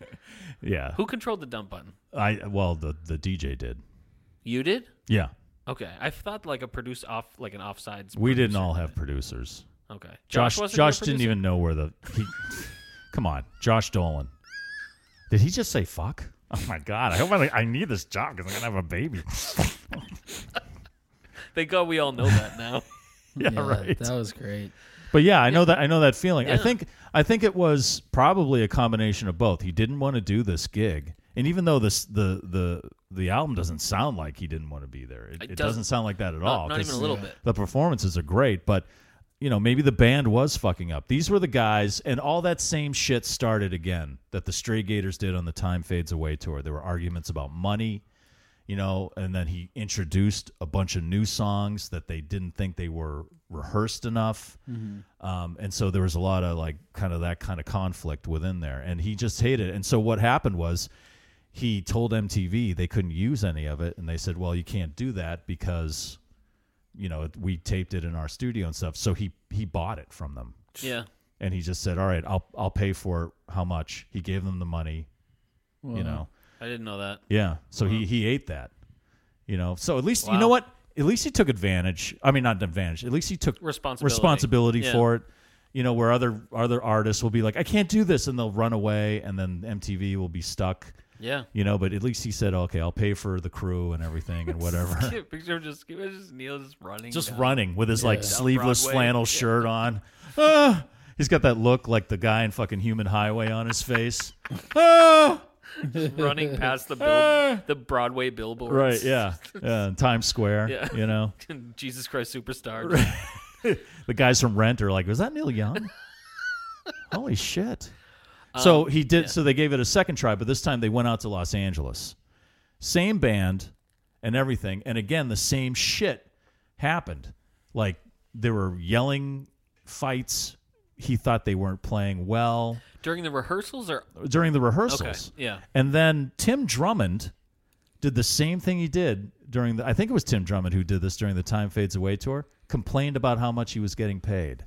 but- yeah. who controlled the dump button? I well, the the DJ did. You did. Yeah, Okay, I thought like a produce off, like an offsides. we didn't producer. all have producers. Okay, Josh wasn't your Josh didn't producer? even know where the he, Come on, Josh Dolan. Did he just say fuck? Oh my god! I hope I, I need this job because I'm gonna have a baby. Thank God we all know that now. yeah, right. That was great. But yeah, I know that I know that feeling. I think I think it was probably a combination of both. He didn't want to do this gig, and even though this the the the album doesn't sound like he didn't want to be there, it, it doesn't doesn't- sound like that at all. not 'cause even a little bit. The performances are great, but you know maybe the band was fucking up. These were the guys, and all that same shit started again that the Stray Gators did on the Time Fades Away tour. There were arguments about money you know, and then he introduced a bunch of new songs that they didn't think they were rehearsed enough. Mm-hmm. Um, and so there was a lot of like kind of that kind of conflict within there. And he just hated it. And so what happened was he told MTV they couldn't use any of it. And they said, well, you can't do that because, you know, we taped it in our studio and stuff. So he, he bought it from them. Yeah. And he just said, all right, I'll, I'll pay for it. How much? He gave them the money, you know. I didn't know that. Yeah. So he he ate that. You know. So at least you know what? At least he took advantage. I mean, not advantage. At least he took Responsibility. responsibility Yeah. for it. You know, where other other artists will be like, I can't do this, and they'll run away, and then MTV will be stuck. Yeah. You know, but at least he said, okay, I'll pay for the crew and everything and whatever. Picture of just, just Neil just running. Just down. running with his like sleeveless Broadway. flannel shirt on. Ah! He's got that look like the guy in fucking Human Highway on his face. ah! running past the bill, the Broadway billboards. Right. Yeah. Yeah. in Times Square. Yeah. You know. Jesus Christ Superstar. the guys from Rent are like, "Was that Neil Young?" Holy shit! so he did. So they gave it a second try, but this time they went out to Los Angeles, same band and everything, and again the same shit happened. Like there were yelling fights. He thought they weren't playing well During the rehearsals or during the rehearsals. Okay, yeah. And then Tim Drummond did the same thing he did during the I think it was Tim Drummond who did this during the Time Fades Away tour, complained about how much he was getting paid.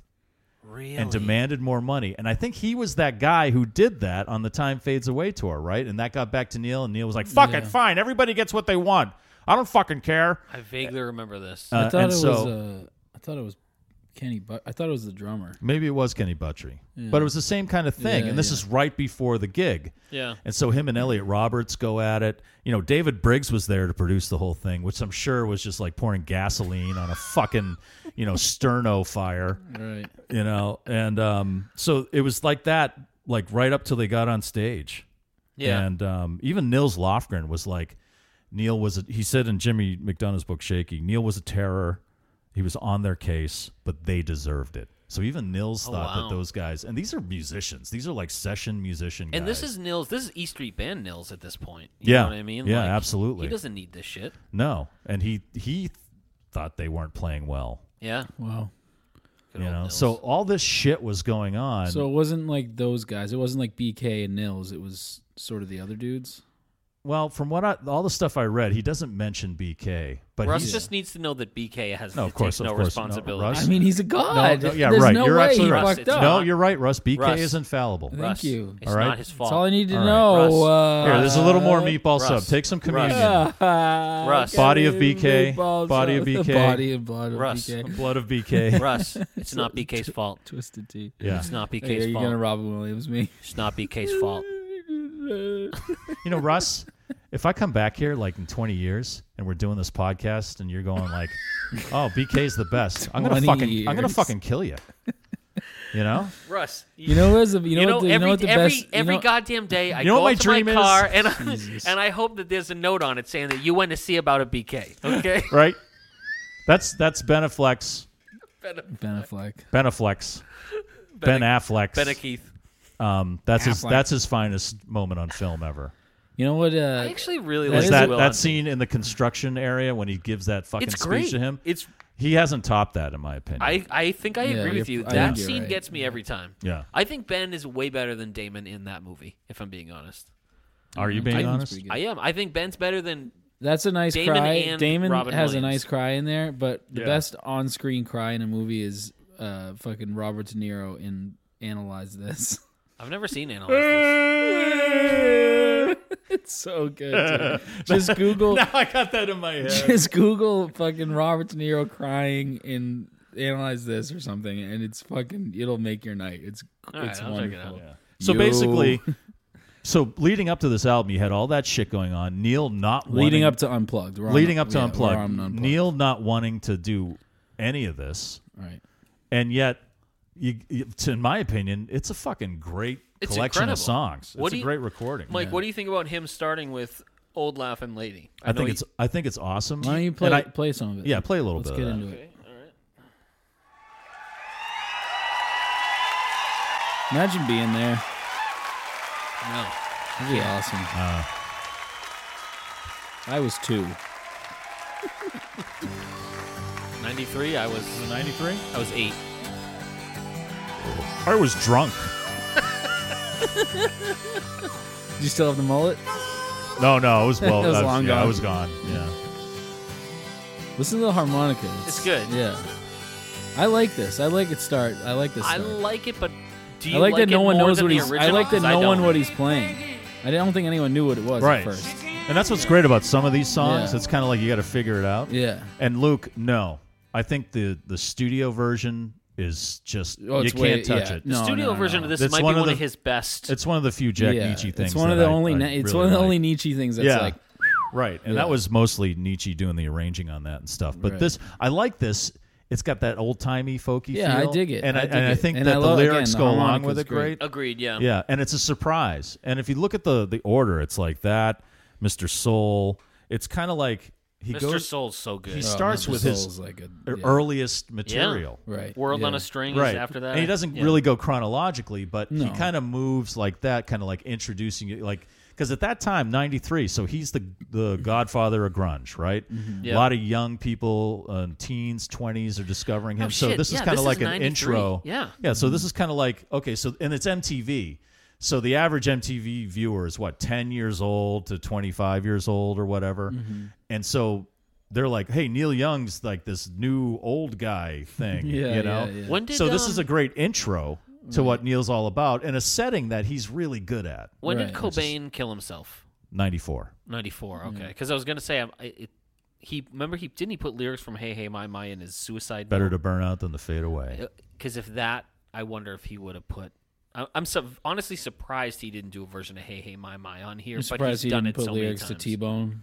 really? And demanded more money. And I think he was that guy who did that on the Time Fades Away tour, right? And that got back to Neil, and Neil was like, fuck it, fine. Everybody gets what they want. I don't fucking care. I vaguely remember this. Uh, I thought and it so was. Uh, I thought it was Kenny. But I thought it was the drummer. maybe it was Kenny Buttrey, but it was the same kind of thing. Yeah, and this yeah. is right before the gig. yeah. And so him and Elliot Roberts go at it. You know, David Briggs was there to produce the whole thing, which I'm sure was just like pouring gasoline on a fucking, you know, sterno fire, Right. you know. And um, so it was like that, like right up till they got on stage. Yeah. And um, even Nils Lofgren was like, Neil was, a, he said in Jimmy McDonough's book, Shaky, Neil was a terror. He was on their case, but they deserved it. So even Nils Oh, thought wow. that those guys, and these are musicians. These are like session musician guys. And this is Nils. This is E Street Band Nils at this point. You yeah, know what I mean? yeah, Like, absolutely. He doesn't need this shit. No, and he he thought they weren't playing well. Yeah. Wow. you know, so all this shit was going on. So it wasn't like those guys. It wasn't like BK and Nils. It was sort of the other dudes. well, from what I, all the stuff I read, he doesn't mention BK, but Russ he's, just needs to know that BK has no, no, of course, no of course, responsibility. No, Russ, I mean, he's a god. No, no, yeah, There's right. no you're way absolutely he right. fucked up. No, you're right, Russ. BK Russ. is infallible. Thank Russ, you. It's All right. not his fault. That's all I need to All right. know. Uh, Here, there's a little more meatball Russ. sub. Take some communion. Russ. Body of BK. Meatballs Body of of the BK. Body and blood of Russ. BK. Blood of BK. Russ, it's not BK's fault. Twisted T. yeah. It's not Hey, are BK's you fault. gonna Robin Williams me? It's not BK's fault. You know, Russ, if I come back here like in 20 years and we're doing this podcast and you're going like, "Oh, BK's the best," I'm gonna 20 fucking, I'm gonna years. fucking kill you. You know, Russ, You know what's the you know, You what know, the, you every know what the every, best you every know- goddamn day I You know go up what my to dream my is? car and I, and I hope that there's a note on it saying that you went to see about a BK. Okay, right? That's that's Beneflex, Ben Affleck. Beneflex, Ben Affleck. Ben Keith. um, that's his Affleck. that's his finest moment on film ever. You know what? Uh, I actually really Is like that Will that Hunting. scene in the construction area when he gives that fucking It's speech great. to him? It's He hasn't topped that in my opinion. I I think I Yeah, agree with you're- you. I That think you're scene right. gets me every time. Yeah. I think Ben is way better than Damon in that movie. If I'm being honest, Are you being honest? I am. I think Ben's better than That's a nice Damon cry. and Damon Robin has a Williams. nice cry in there, but the Yeah. best on-screen cry in a movie is uh, fucking Robert De Niro in Analyze This. I've never seen analyze this. it's so good. dude. Just Google. Now I got that in my head. Just Google fucking Robert De Niro crying in Analyze This or something, and it's fucking. It'll make your night. It's right, it's I'll check it wonderful. So Yo. basically, so leading up to this album, you had all that shit going on. Neil not Leading wanting, up to Unplugged. We're on- leading up to yeah, we're unplugged. on Unplugged. Neil not wanting to do any of this, Right. and yet, you, you- to, in my opinion, it's a fucking great It's collection incredible. of songs. What it's do a you- great recording. Mike, what do you think about him starting with "Old Laughing Lady"? I, know think he- it's I think it's awesome. Why don't you And play I- play some of it? yeah, play a little Let's bit. get of that. into it. Imagine being there. no. That'd be awesome. Uh. I was two. 93 i was 93 i was 8 I was drunk. Do you still have the mullet? No, no, it was well. It was I long yeah, I gone. was gone. Yeah. Listen to the harmonica. It's good. Yeah. I like this. I like it start. I like this. i start. like it but do you I like, that it no one more knows than what the he's. I original? like that 'Cause no one don't. what he's playing. I don't think anyone knew what it was Right. at first. And that's what's great about some of these songs. Yeah. It's kind of like you got to figure it out. Yeah. And Luke, no, I think the the studio version is just Oh, you it's can't way- touch yeah. it. No, studio no, no, version no. of this That's might one be of one the- of his best It's one of the few Jack yeah. Nietzsche things. It's one of that the I- only. I ni- it's really one of the like. only Nietzsche things that's Yeah. like. right, and Yeah. that was mostly Nietzsche doing the arranging on that and stuff. But Right. this, I like this. It's got that old timey folky. Yeah, I feel. dig it. and I I, dig and I it. think And that I the love- again, lyrics the go along harmonica's with it great. great. agreed yeah Yeah, and it's a surprise. And if you look at the the order, it's like that, Mr. Soul. It's kind of like he mr goes. soul's so good He starts Mr. with his Oh, Soul's like a, er- yeah. earliest material. right world on yeah. a string is Right after that and he doesn't Yeah. really go chronologically, but he No. kind of moves like that, kind of like introducing you, like because at that time, ninety three, so he's the the godfather of grunge, right? Mm-hmm. Yeah. A lot of young people, uh, teens, twenties, are discovering him. Oh, so shit. this is Yeah, kind this of is like an 93. intro, Yeah. yeah. So this is kind of like okay, so and it's MTV. So the average MTV viewer is what ten years old to twenty five years old or whatever, Mm-hmm. and so. They're like, hey, Neil Young's like this new old guy thing, Yeah, you know. yeah, yeah. when did So this is a um, great intro to what Neil's all about in a setting that he's really good at. when Right. did cobain kill himself 94. 94 okay because i was gonna say I, I, it, he remember he didn't he put lyrics from hey hey my my in his suicide Better to burn out than to fade away. because Uh, if that i wonder if he would have put I- I'm so, honestly surprised he didn't do a version of "Hey Hey My My" on here, I'm but he's surprised he done didn't it put so lyrics many to times. T Bone.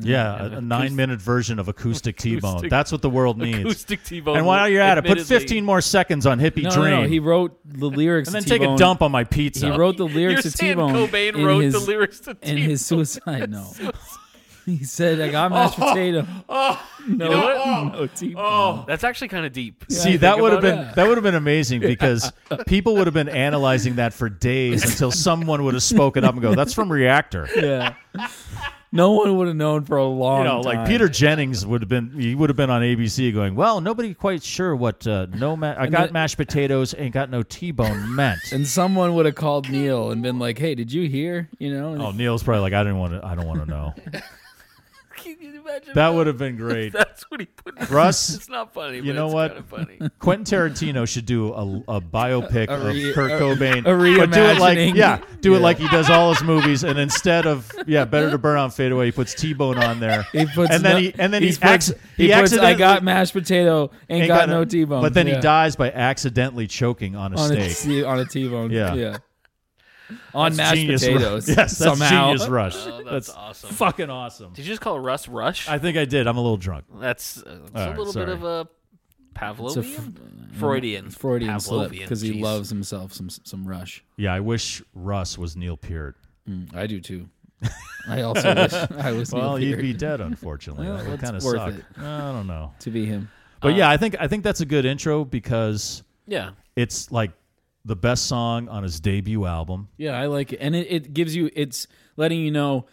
Yeah, a, a nine minute version of Acoustic T Bone. That's what the world needs. Acoustic T-Bone. And while you're at it, put admittedly- 15 more seconds on Hippie No, no, Dream. no, he wrote the lyrics. and then to take a T-Bone. dump on my pizza. He wrote the lyrics You're to saying T-Bone Cobain in wrote his, the lyrics to in T-Bone. his suicide note. He said, "I got mashed potato." Oh, no, you know what? no deep. Oh, that's actually kind of deep. See, Yeah, that think would have about been it. that would have been amazing because people would have been analyzing that for days until someone would have spoken up and go, "That's from Reactor." Yeah. No one would have known for a long You know, time. like Peter Jennings would have been he would have been on ABC going, "Well, nobody quite sure what uh, no ma- I And got then- mashed potatoes and got no T-bone meant." And someone would have called Neil and been like, "Hey, did you hear?" You know. And oh, Neil's probably like, "I didn't want to I don't want to know." Can you imagine That would have been great. That's what he put. Russ, it's not funny. You but know it's what? kinda funny. Quentin Tarantino should do a, a biopic A re- of Kurt a- Cobain, a but do it like reimagining. yeah, do Yeah. it like he does all his movies, and instead of yeah, better to burn on fade away, he puts T Bone on there, He puts and then no- he and then he, he's puts- acc- he, puts, I accidentally- got mashed potato and ain't got, no T-bone. but then Yeah. he dies by accidentally choking on a on a, steak. t- on a T-bone. Yeah. yeah. On That's mashed genius potatoes. Rush. Yes, that's somehow. genius rush. Oh, that's, that's awesome. fucking awesome. Did you just call Russ Rush? I think I did. I'm a little drunk. that's uh, it's All a right, little sorry. bit of a It's a Pavlovian, f- Freudian, Freudian slip Pavlovian, because he jeez. loves himself some some rush. Yeah, I wish Russ was Neil Peart. Mm, I do too. I also wish I was Neil Well, he'd Peart be dead, unfortunately. Well, that would it's kind of worth suck. it. Uh. I don't know. to be him. But yeah, I think I think that's a good intro because Yeah, it's like the best song on his debut album. Yeah, I like it, and it, it gives you it's letting you know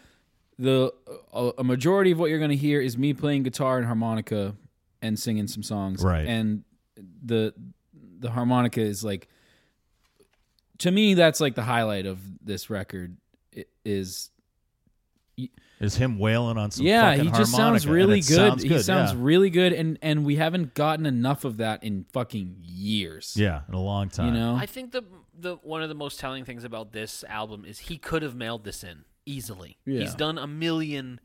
the a, a majority of what you're going to hear is me playing guitar and harmonica and singing some songs, Right. And the the harmonica is like to me that's like the highlight of this record i- is Is him wailing on some yeah fucking he just sounds harmonica, and really it good. Sounds he good, sounds yeah. really good and and we haven't gotten enough of that in fucking years yeah, in a long time. you know I think the the one of the most telling things about this album is he could have mailed this in easily. Yeah. He's done a million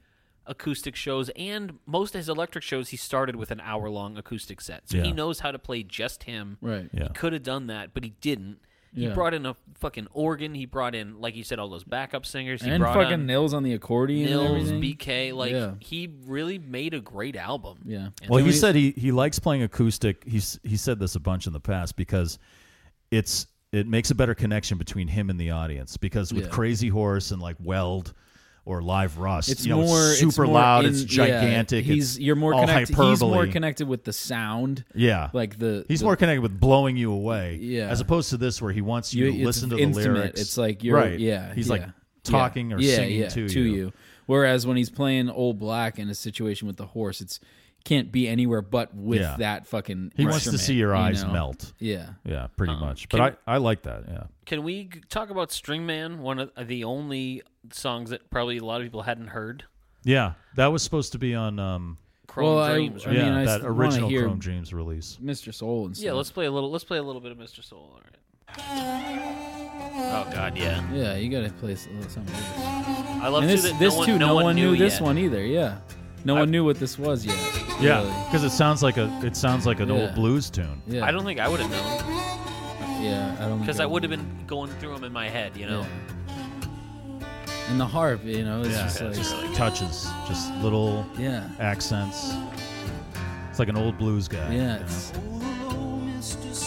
acoustic shows and most of his electric shows he started with an hour long acoustic set. So Yeah. he knows how to play just him. right Yeah. He could have done that, but he didn't. He Yeah. brought in a fucking organ, he brought in like you said all those backup singers, he and brought fucking in nails on the accordion and Nils, everything. BK, like Yeah. he really made a great album. yeah Well, he said he, he likes playing acoustic. He's he said this a bunch in the past because it's it makes a better connection between him and the audience because with Yeah. Crazy Horse and like Weld or Live Rust, it's you know, more it's super more loud, in- it's yeah, gigantic. he's it's you're more all connected. hyperbole. He's more connected with the sound, yeah, like the He's the- more connected with blowing you away, Yeah. as opposed to this where he wants you- you, to it's listen to intimate. the lyrics. It's like you're right. yeah. he's yeah, like talking yeah, or yeah, singing yeah, to, you. Whereas when he's playing Old Black in a situation with the horse, it's can't be anywhere but with Yeah. that fucking. He wants to instrument, see your you eyes know? Uh-huh. melt. Yeah, Yeah, pretty much. can- But I, I like that. Yeah, Can we g- talk about String Man, one of the only songs that probably a lot of people hadn't heard? yeah. That was supposed to be on um, Chrome Well, I- Dreams, I right? mean, yeah I that s- wanna original hear- Chrome Dreams release. Mr. Soul and stuff. Yeah, let's play a little. Let's play a little bit of Mr. Soul. All right. Oh God, yeah. yeah, you gotta play s- uh, something. Like I love and too this, that this no one, too, no, one, knew, this yet. one either. Yeah, no one knew what this was yet. Yeah, really. because it sounds like a it sounds like an Yeah. old blues tune. yeah. I don't think I would have known Yeah, I don't. because think I would have been going through them in my head, you know. Yeah. And the harp, you know, it's yeah, just like just touches, just little yeah, accents. It's like an old blues guy. you yeah. know? It's,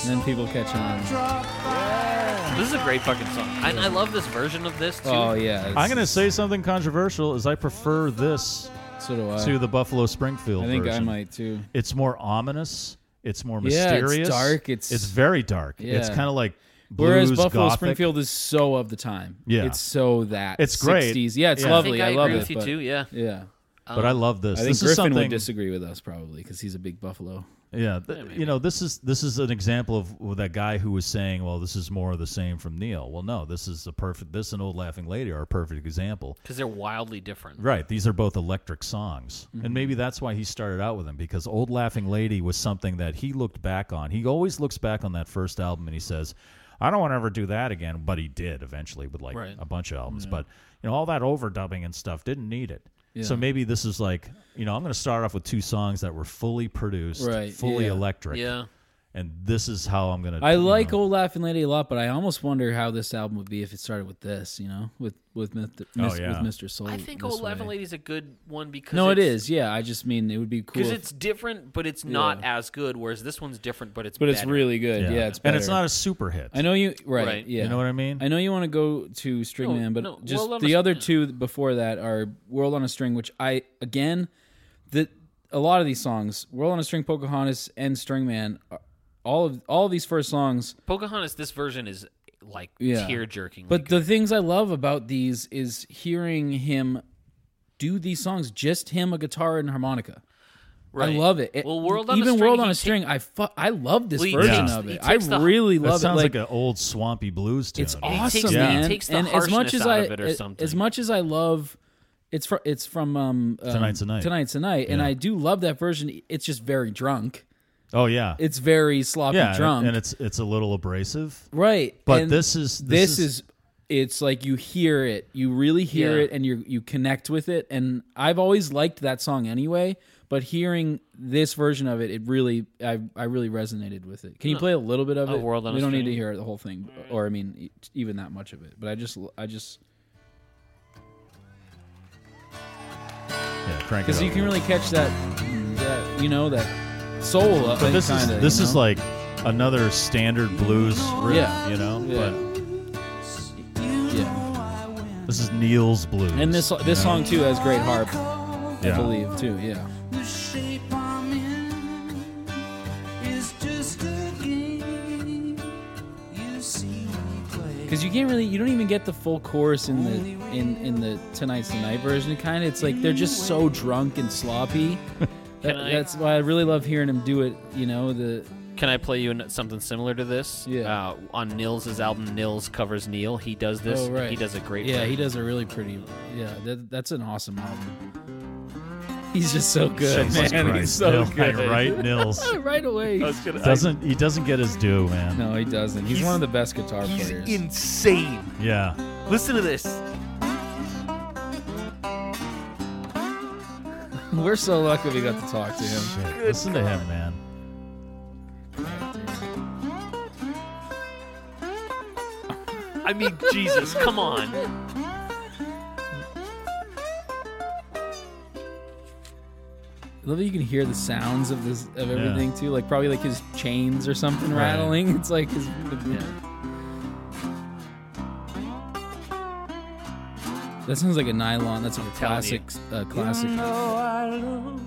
and then people catch on. This is a great fucking song, and I love this version of this too. Oh yeah, it's- I'm gonna say something controversial. Is I prefer this So do I. to the Buffalo Springfield. I think I version. might too. It's more ominous. It's more Yeah, it's mysterious. dark, it's- it's very dark. It's Yeah. kind of like blues, Whereas Buffalo gothic. Springfield is so of the time. Yeah. it's so that It's great. 60s. Yeah, it's Yeah. I I think lovely. I, I, love agree it. with you but- too. Yeah, Yeah, But I love this. um, I think this Griffin is something. would disagree with us probably because he's a big Buffalo. Yeah, th- you know, this is this is an example of well, that guy who was saying, "Well, this is more of the same from Neil." Well, no, this is a perfect. This and Old Laughing Lady are a perfect example. because they're wildly different. Right. These are both electric songs. Mm-hmm. And maybe that's why he started out with them because Old Laughing Lady was something that he looked back on. He always looks back on that first album and he says, I don't want to ever do that again. But he did eventually with like Right. a bunch of albums. But you know, all that overdubbing and stuff didn't need it. So maybe this is like, you know, I'm going to start off with two songs that were fully produced, Right, fully yeah. electric. Yeah. and this is how I'm gonna. I you like know. Old Laughing Lady a lot, but I almost wonder how this album would be if it started with this, you know, with with, Mr. Oh, Mis- yeah. with Mr. Soul. I think this Old Laughing way. Lady's a good one because No, it it's- is. Yeah, I just mean it would be cool. because if- it's different, but it's not as good. Whereas this one's different, but it's but it's better. really good. Yeah, it's better. and it's not a super hit. I know you right, Right. Yeah, You know what I mean? I know you want to go to String No, Man, but no, just World on a the String, other yeah. two before that are World on a String, which I again, the a lot of these songs, World on a String, Pocahontas, and String Man, are- all of all of these first songs Pocahontas. This version is like Yeah. tear jerking. But the things I love about these is hearing him do these songs, just him, a guitar and harmonica. I love it. It- Well, World on a even String, World on he a String, I fu- I love this Well, he version takes- of he it. I takes the- really that love it. sounds like, an old swampy blues tune. it's yeah. awesome, takes the- man. he takes the and as much harshness as I, out of it or a- as something. much as I love, it's from it's from um, um, Tonight's the Night. tonight's the night, and I do love that version. It's just very drunk. Oh yeah, It's very sloppy yeah, and- drunk, and it's it's a little abrasive. Right. But and this is- this, this is, is- it's like you hear it, you really hear Yeah. it and you you connect with it and I've always liked that song anyway, but hearing this version of it, it really I I really resonated with it. Can you play a little bit of A it? World on we a don't need String? to hear the whole thing Mm. or I mean e- even that much of it, but I just I just Yeah, crank it cuz you up. can really catch that that you know that soul of But it this kinda, is this you is know? like another standard blues riff, Yeah. you know. yeah. yeah. But this is Neil's blues. And this you know? this song too has great harp, I Yeah. believe too, yeah. Because you can't really, you don't even get the full chorus in the in in the tonight's the night version. Kind of, it's like they're just so drunk and sloppy. That, I- that's why I really love hearing him do it. You know the Can I play you an- something similar to this? Yeah. Uh, on Nils' album, Nils covers Neil. He does this. oh right He does a great. yeah thing. he does a really pretty yeah that, that's an awesome album. He's just so good Jesus man. Christ, He's so Neil, good like, right, Nils right away. doesn't he doesn't get his due, man. No, he doesn't. He's, one of the best guitar players. insane. Yeah, Listen to this. We're so lucky we got to talk to him. Shit, listen to him, man. I mean, Jesus, come on. I love that you can hear the sounds of this of everything too, like probably like his chains or something Right. rattling. It's like his That sounds like a nylon. That's like a classic, uh, classic nylon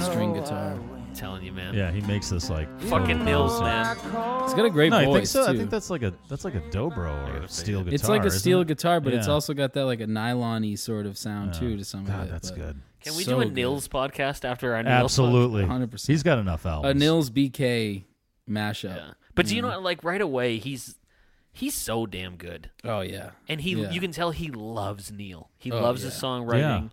string guitar. I'm telling you, man. Yeah, he makes this like Fucking Nils, man. It's got a great No, I voice think so. too. I think that's like a that's like a dobro or a steel guitar. it's like a isn't steel it? guitar, but it's Yeah. also got that like a nylon-y sort of sound too to some of God, it. that's good. Can we so do a good. Nils podcast after our Nils? pod- Absolutely, 100%. He's got enough albums. A Nils BK mashup. Yeah. But do you Mm. know, like right away, he's he's so damn good, Oh yeah. and he Yeah. you can tell he loves Neil. He Oh, loves yeah. his songwriting,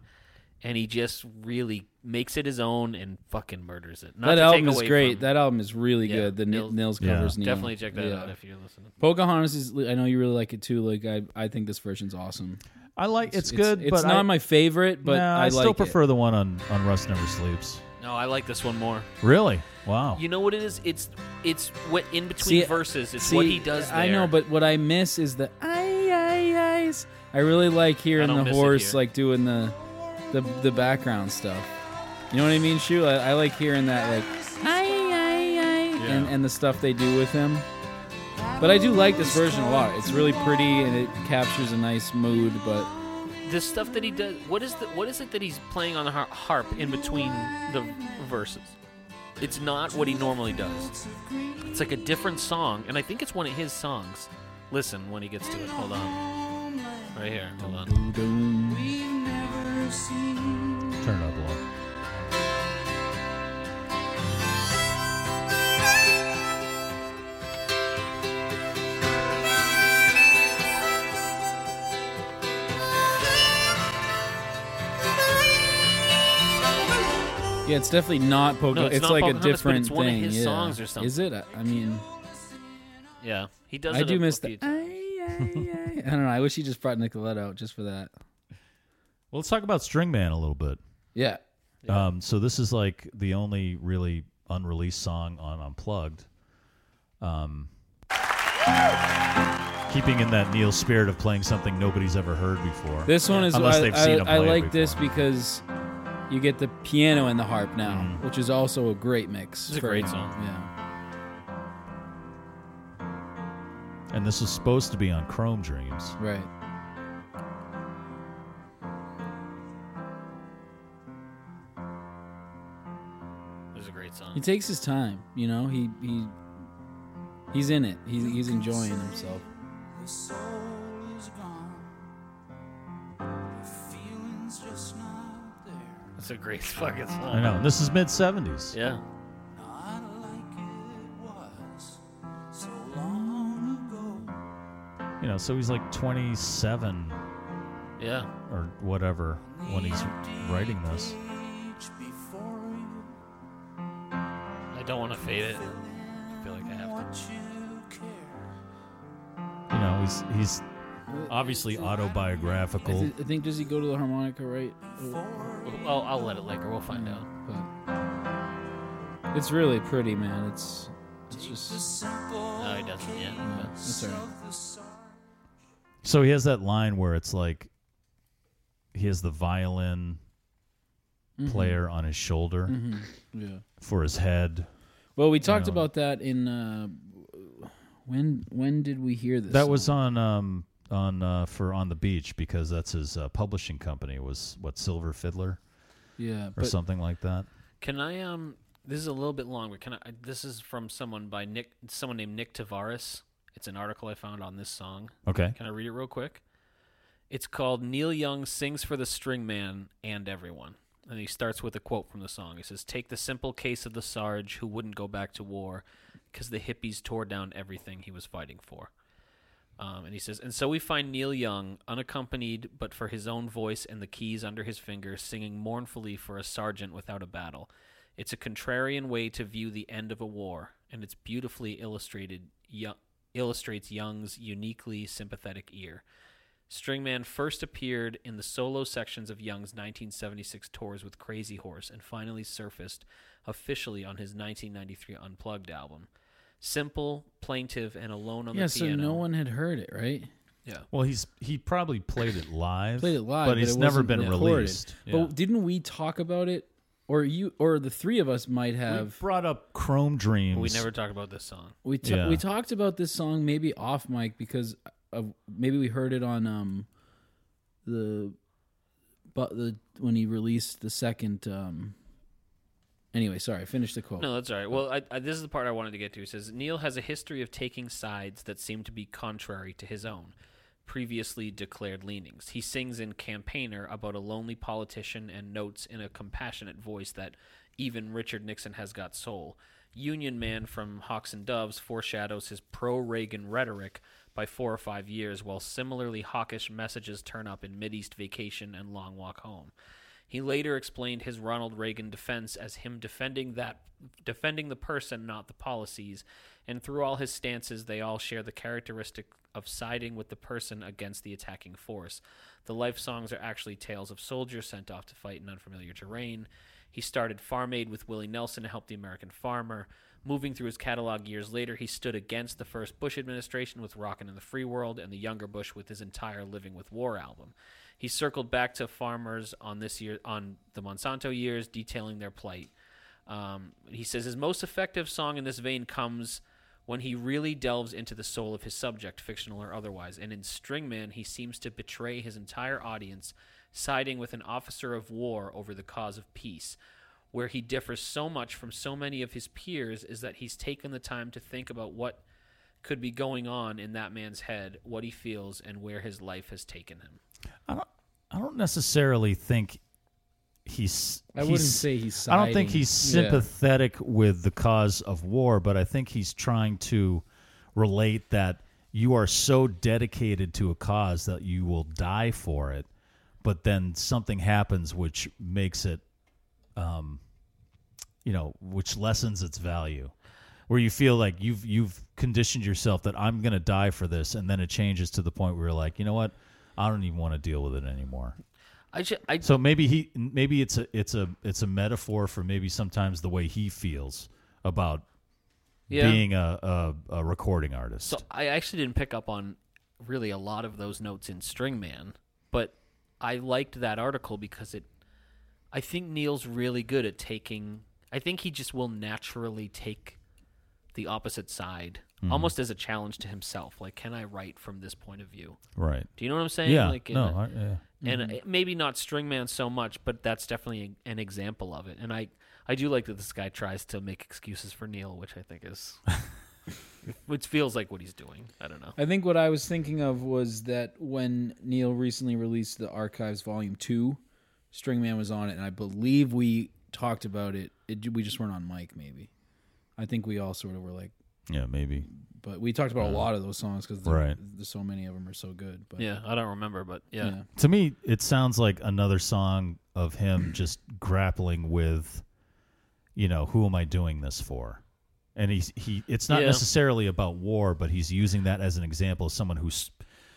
and he just really makes it his own and fucking murders it. Not that to take album is away great. from- That album is really Yeah, good. The Nils, Nils- Nils Yeah. covers Neil. definitely check that Yeah. out if you're listening. Pocahontas is. I know you really like it too. Like I, I think this version's awesome. I like it's, good, It's but not I, my favorite, but Nah, I, I, like still it. prefer the one on on Rust Never Sleeps. No, I like this one more. Really? Wow. You know what it is? It's it's what in between See, verses. It's See, what he does. There. I know, but what I miss is the ay ay ay's. I really like hearing don't the miss it horse here. like doing the, the the background stuff. You know what I mean, Shu? I, I like hearing that like ay ay ay and, and the stuff they do with him. But I do like this version a lot. It's really pretty and it captures a nice mood. But the stuff that he does. What is the what is it that he's playing on the har- harp in between the verses? It's not what he normally does. It's like a different song, and I think it's one of his songs. Listen when he gets to it. Hold on, right here. Hold on. Turn it up a little. yeah, it's definitely not Pokemon. No, it's not like a Pocahontas, but it's different one of thing. his yeah. songs or something. Is it? I, I mean, Yeah, he does. I it a- do a miss the. few- ay, ay, ay. I don't know. I wish he just brought Nicolette out just for that. Well, let's talk about String Man a little bit. Yeah. Um, so this is like the only really unreleased song on Unplugged. Um, keeping in that Neil spirit of playing something nobody's ever heard before. This one is unless I, they've I- seen him I play it like before. this because you get the piano and the harp now, Mm. which is also a great mix. It's a for- great song. Yeah. And this was supposed to be on Chrome Dreams. Right. It was a great song. He takes his time, you know. He he he's in it. He's he's enjoying himself. The soul is gone. The feeling's just not there. That's a great fucking song. I know. and This is mid '70s. Yeah. Not like it was so long ago. You know, so he's like 27 Yeah. or whatever when he's writing this. I don't want to fade it. I feel like I have to. You know, he's he's obviously I, autobiographical. th- I think does he go to the harmonica right? Oh. Well, I'll let it linger. We'll find out. It's really pretty, man. It's it's just No, he doesn't yet. yeah, it's all right. So he has that line where it's like he has the violin Mhm. player on his shoulder Mhm. Mm-hmm. Yeah. for his head. Well, we talked know. about that in uh, when when did we hear this? That was on um on uh, for on the beach because that's his uh, publishing company was what Silver Fiddler Yeah, or but- something like that. Can I um? This is a little bit longer. Can I? This is from someone by Nick, someone named Nick Tavares. It's an article I found on this song. Okay. Can I read it real quick? It's called Neil Young Sings for the String Man and Everyone. And he starts with a quote from the song. He says, Take the simple case of the Sarge who wouldn't go back to war because the hippies tore down everything he was fighting for. Um, and he says, And so we find Neil Young, unaccompanied but for his own voice and the keys under his fingers, singing mournfully for a sergeant without a battle. It's a contrarian way to view the end of a war, and it's beautifully illustrated. Yo- illustrates Young's uniquely sympathetic ear. Stringman first appeared in the solo sections of Young's 1976 tours with Crazy Horse and finally surfaced officially on his 1993 Unplugged album. Simple, plaintive, and alone on yeah. the So piano. no one had heard it, right? Yeah. Well, he's he probably played it live. Played it live, but, it's it never wasn't been recorded. released. Yeah. But didn't we talk about it, or you, or the three of us might have? brought up Chrome Dreams. We never talk about this song. We t- Yeah. we talked about this song maybe off mic because of, maybe we heard it on um the but the when he released the second um anyway sorry finish the quote No, that's all right. Well, I, I, this is the part I wanted to get to. It says Neil has a history of taking sides that seem to be contrary to his own previously declared leanings. He sings in Campaigner about a lonely politician and notes in a compassionate voice that even Richard Nixon has got soul. Union Man from Hawks and Doves foreshadows his pro Reagan rhetoric by four or five years, while similarly hawkish messages turn up in Mideast Vacation and Long Walk Home. He later explained his Ronald Reagan defense as him defending that defending the person, not the policies, and through all his stances they all share the characteristic of siding with the person against the attacking force. The life songs are actually tales of soldiers sent off to fight in unfamiliar terrain. He started Farm Aid with Willie Nelson to help the American farmer. Moving through his catalog years later, he stood against the first Bush administration with Rockin' in the Free World and the younger Bush with his entire Living with War album. He circled back to farmers on this year on the Monsanto years, detailing their plight. Um, he says his most effective song in this vein comes when he really delves into the soul of his subject, fictional or otherwise. And in Stringman, he seems to betray his entire audience, siding with an officer of war over the cause of peace. Where he differs so much from so many of his peers is that he's taken the time to think about what could be going on in that man's head, what he feels, and where his life has taken him. I don't. I don't necessarily think he's. I he's- wouldn't say he's I don't think siding. he's Yeah. sympathetic with the cause of war, but I think he's trying to relate that you are so dedicated to a cause that you will die for it, but then something happens which makes it, um, you know, which lessens its value. Where you feel like you've you've conditioned yourself that I'm gonna die for this, and then it changes to the point where you're like, you know what, I don't even want to deal with it anymore. I ju- I So maybe he, maybe it's a, it's a, it's a metaphor for maybe sometimes the way he feels about Yeah. being a, a, a recording artist. So I actually didn't pick up on really a lot of those notes in String Man, but I liked that article because it. I think Neil's really good at taking. I think he just will naturally take the opposite side, Mhm. almost as a challenge to himself. Like, can I write from this point of view? Right. Do you know what I'm saying? Yeah, Like, no, and, I- yeah. and Mhm. uh, maybe not String Man so much, but that's definitely an example of it. And I, I do like that this guy tries to make excuses for Neil, which I think is, which feels like what he's doing. I don't know. I think what I was thinking of was that when Neil recently released the Archives Volume Two, Stringman was on it, and I believe we talked about it. it we just weren't on mic, maybe. I think we all sort of were like, Yeah, maybe. but we talked about a lot of those songs because Right. so many of them are so good. But Yeah, I don't remember, but yeah. To me, it sounds like another song of him just grappling with, you know, who am I doing this for? And he's he. It's not Yeah. necessarily about war, but he's using that as an example of someone who's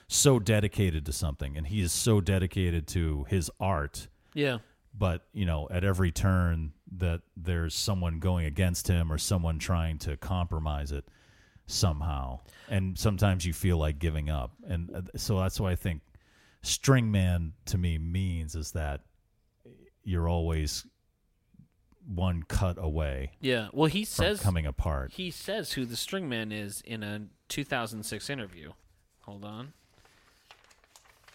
so dedicated to something, and he is so dedicated to his art. Yeah. But you know, at every turn, that there's someone going against him or someone trying to compromise it somehow, and sometimes you feel like giving up, and uh, so that's why I think string man to me means is that you're always one cut away. Yeah. Well, he from says coming apart. He says who the string man is in a 2006 interview. Hold on.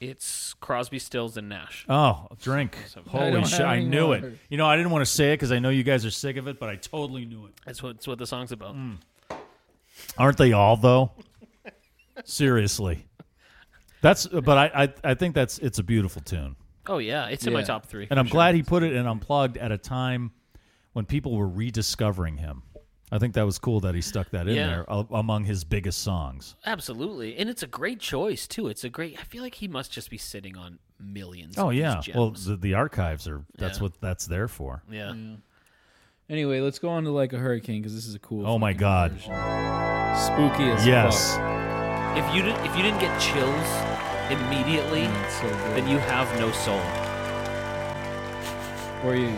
It's Crosby, Stills, and Nash. Oh, drink! Holy don't shit! have I any knew water. it. You know, I didn't want to say it because I know you guys are sick of it, but I totally knew it. That's what that's what the song's about. Mm. Aren't they all though? Seriously, that's. But I, I, I think that's. It's a beautiful tune. Oh yeah, it's in my top three. And I'm for sure. glad he put it in unplugged at a time when people were rediscovering him. I think that was cool that he stuck that in Yeah. there a- among his biggest songs. Absolutely, and it's a great choice too. It's a great. I feel like he must just be sitting on millions. Oh of these yeah. gems. Well, the, the archives are. That's Yeah. what that's there for. yeah. Anyway, let's go on to like a hurricane because this is a cool. Oh my fucking God. version. Spooky as Yes. fuck. If you did, if you didn't get chills immediately, then you have no soul. Or you.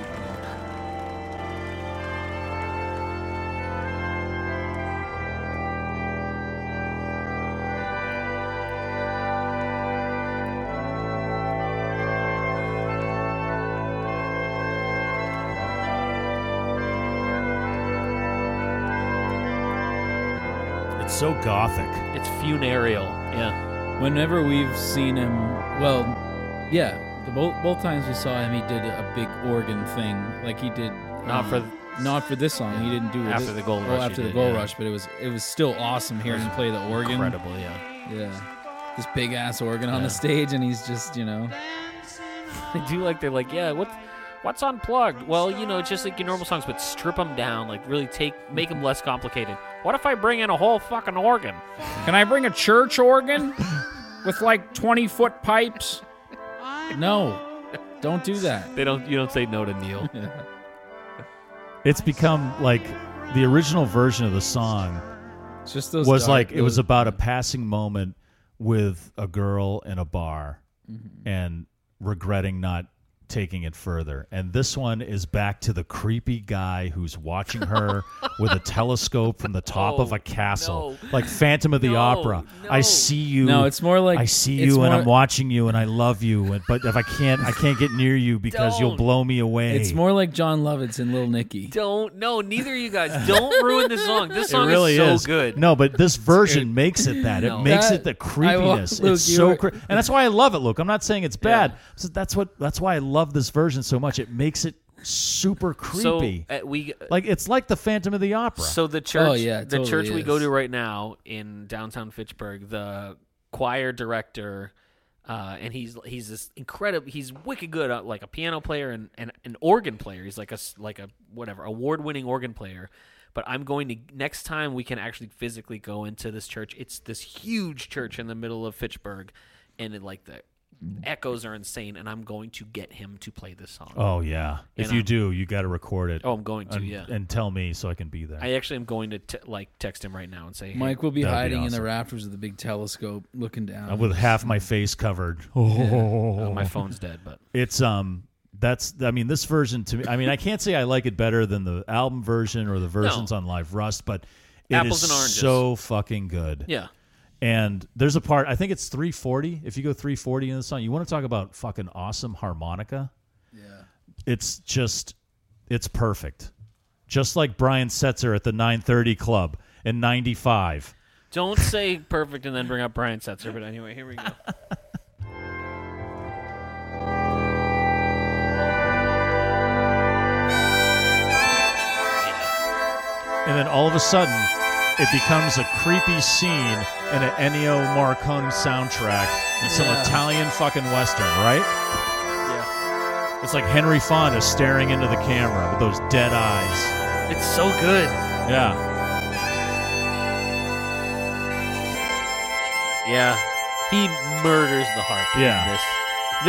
It's so gothic. It's funereal. Yeah. Whenever we've seen him, well, yeah, the both both times we saw him, he did a big organ thing, like he did. um, Not for- not for this song. He didn't do it After the Gold Well, Rush he After the did, gold yeah. rush, but it was it was still awesome hearing him play the organ. Incredible. Yeah. Yeah, this big ass organ on Yeah. the stage, and he's just you know. I do like they're like yeah what. What's unplugged? Well, you know, just like your normal songs, but strip them down. Like, really take, make them less complicated. What if I bring in a whole fucking organ? Can I bring a church organ with like twenty foot pipes? No, don't do that. They don't. You don't say no to Neil. It's become like the original version of the song It's just those was dark- like it was those- about a passing moment with a girl in a bar Mm-hmm. and regretting not taking it further. And this one is back to the creepy guy who's watching her with a telescope from the top of a castle, like Phantom of the Opera. I see you. No, it's more like- I see it's you and more- I'm watching you and I love you, and, but if I can't I can't get near you because you'll Don't. blow me away. It's more like John Lovitz and Little Nicky. Don't no, neither of you guys. Don't ruin this song. This It song really is so is good. No, but this version makes it that. It No. makes That- it the I wa- creepiness. Luke, it's you so were- cre- and that's why I love it, Luke. I'm not saying it's bad. So that's what that's why I love this version so much. It makes it super So creepy. uh, we like it's like the Phantom of the Opera. so the church Oh, yeah, it the totally church we go is. to right now in downtown Fitchburg, the choir director uh, and he's he's this incredible he's wicked good at, like a piano player and, and an organ player. He's like a s- like a whatever, award-winning organ player. But I'm going to next time we can actually physically go into this church. It's this huge church in the middle of Fitchburg and it, like the echoes are insane and I'm going to get him to play this song. oh yeah. If And you I'm- do, you got to record it. Oh, I'm going to, and, yeah. And tell me so I can be there. I actually am going to t- like text him right now and say, hey, Mike will be That'd be hiding in awesome. the rafters of the big telescope, uh, looking down. with half my face covered. Oh, my phone's uh, dead, but It's um That's I mean this version to me. I mean I can't say I like it better than the album version or the versions No. on Live Rust, but it is Apples and oranges. so fucking good. Yeah. And there's a part I think it's 340. If you go 340 in the song, you want to talk about fucking awesome harmonica. Yeah. It's just it's perfect. Just like Brian Setzer at the 930 Club in 95. Don't say perfect and then bring up Brian Setzer, but anyway, here we go. And then all of a sudden, it becomes a creepy scene in an Ennio Morricone soundtrack and some Yeah. Italian fucking western, right? yeah. It's like Henry Fonda staring into the camera with those dead eyes. It's so good. Yeah. Yeah. He murders the harp. in Yeah. This,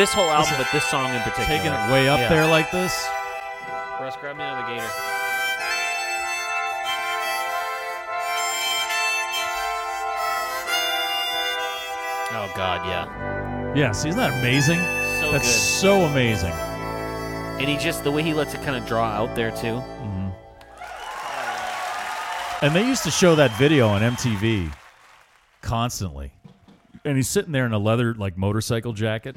this whole album, but this song in particular. Taking it way up Yeah. there like this. Russ, grab me another gator. Oh God, yeah. Yeah, see, isn't that amazing? So That's good. so amazing. And he just the way he lets it kind of draw out there too. And they used to show that video on MTV constantly. And he's sitting there in a leather like motorcycle jacket.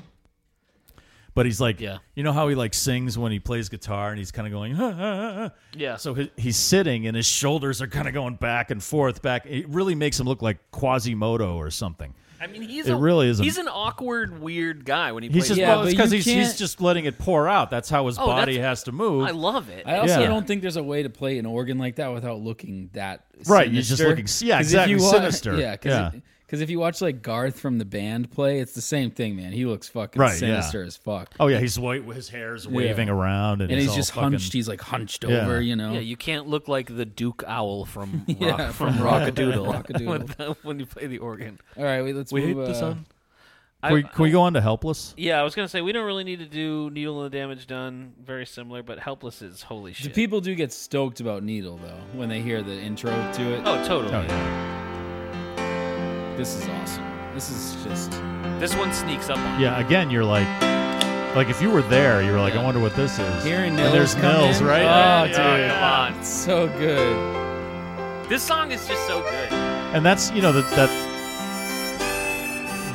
But he's like, Yeah. you know how he like sings when he plays guitar and he's kind of going, "Huh, huh, huh." Yeah. So he- he's sitting and his shoulders are kind of going back and forth, back. It really makes him look like Quasimodo or something. I mean, he's It a, really is a- He's an awkward, weird guy when he plays. He's just it. well, because he's, he's just letting it pour out. That's how his Oh, body that's- has to move. I love it. I also Yeah. don't think there's a way to play an organ like that without looking that Right, you're just sinister. looking- yeah, 'Cause if exactly, you wa- sinister. Yeah, Yeah. because if you watch like Garth from the band play, it's the same thing, man. He looks fucking Right, yeah. sinister as fuck. Oh, yeah, he's white with his hair's Yeah. waving around and, and he's, all just fucking- hunched. He's like hunched Yeah. over, you know. Yeah, you can't look like the Duke Owl from Rock, Yeah, from from Rockadoodle, Rockadoodle. when, the- when you play the organ. All right, wait, let's We move. hate the uh, sun. Can we, can we go on to helpless? Yeah, I was gonna say we don't really need to do Needle and the Damage Done. Very similar, but Helpless is holy do shit. people do get stoked about Needle though when they hear the intro to it. Oh, totally. Oh, This is awesome. This is just. This one sneaks up on. Yeah, again, you're like, like if you were there, you were like, I wonder what this is. Hearing and there's Nils come Nils, in? right? Oh, dude. come It's so good. you. This song is just so good. Uh, Oh. And that's you know that that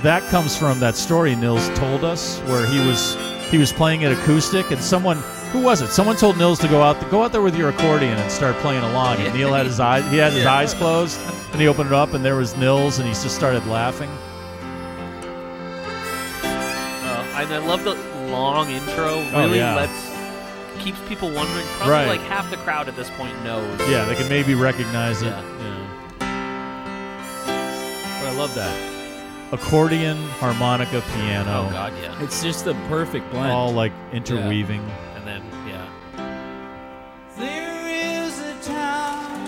that comes from that story Nils told us where he was he was playing it acoustic and someone who was it? Someone told Nils to go out go out there with your accordion and start playing along. And Neil had his eyes he had his eyes closed and he opened it up and there was Nils and he just started laughing. Uh, and I love the long intro. Really Oh, yeah. lets keeps people wondering. Probably Right. like half the crowd at this point knows. Yeah, they can maybe recognize it. Yeah. But I love that. Accordion, harmonica, piano. Oh god, yeah. It's just the perfect blend. All like interweaving. And then yeah, There is a town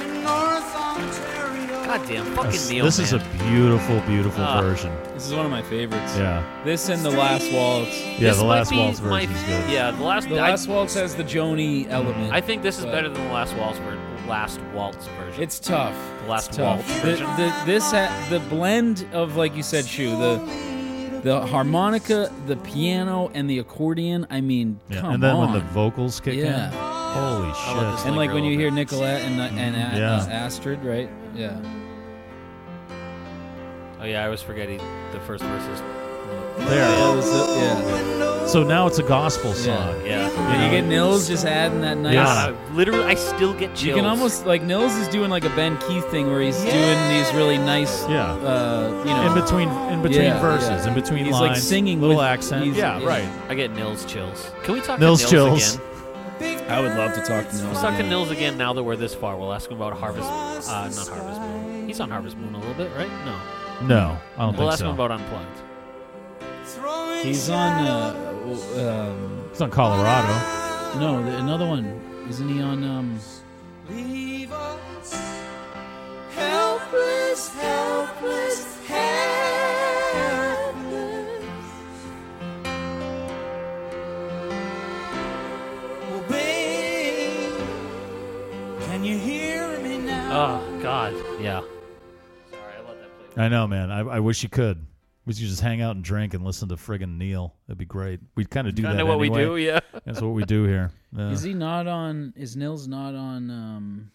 in North Ontario. goddamn fucking This, Neil. this man. is a beautiful, beautiful Ah. version. This is one of my favorites. Yeah. This and the last waltz. Yeah, This the might last be waltz my- version is good. Yeah, the last. The last waltz has the Joni element. I, I think this is but- better than the last waltz version. Last waltz version. It's tough. The last It's tough. waltz The, version. the, this ha- the blend of like you said, Shu, the the harmonica, the piano, and the accordion. I mean, Yeah, come and then on. when the vocals kick Yeah. in, holy shit! let this and like linger when a you little hear Nicolette and uh, and A- Yeah. uh, Astrid, right? Yeah. Oh yeah, I was forgetting the first verses. Yeah, there. this is- uh, yeah. So now it's a gospel Yeah. song. Yeah. And you get Nils just adding that nice. Yeah. I literally, I still get chills. You can almost like Nils is doing like a Ben Keith thing where he's doing these really nice, Yeah. uh, you know, In between, in between Yeah, verses, yeah. in between He's, like, lines, singing little with- accent. he's- Yeah, yeah. right. I get Nils chills. Can we talk Nils to Nils chills. again? I would love to talk to Nils. Let's talk to again. Nils again now that we're this far. We'll ask him about Harvest, uh, not Harvest Moon. He's on Harvest Moon a little bit, right? No. No, I don't we'll think ask so. him about Unplugged. He's on. Uh, um, it's on Colorado. no, the, another one. Isn't he on? Um, Leave us helpless, helpless, helpless. Well, babe, can you hear me now? Ah, Oh God, yeah. Sorry, I let that play. I know, man. I, I wish you could. We should just hang out and drink and listen to friggin' Neil. That'd be great. We'd kind of do Kinda that. what we anyway. do, yeah. That's what we do here. Uh, Yeah. Is he not on? Is Nils not on? Um,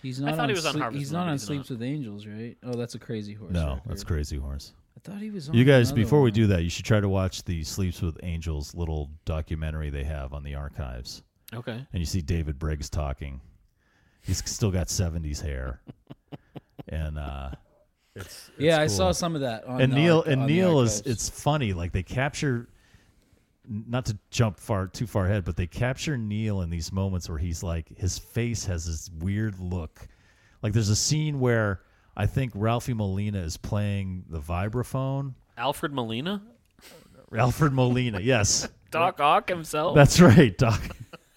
he's I not. thought on he was on Sleep- Harvest He's Moon, not but on he's not. Sleeps with Angels, right? Oh, that's a crazy horse. no, record. that's Crazy Horse. I thought he was on. You guys, another before we one. do that, you should try to watch the Sleeps with Angels little documentary they have on the archives. Okay. And you see David Briggs talking. He's still got 70s hair. and uh it's, Yeah, I cool. saw some of that on and the Neil arch- and on the Neil is archives. it's funny like they capture not to jump far too far ahead, but they capture Neil in these moments where he's like his face has this weird look. Like there's a scene where I think Ralphie Molina is playing the vibraphone. Alfred Molina, Alfred Molina, yes. Doc Ock himself. That's right, Doc.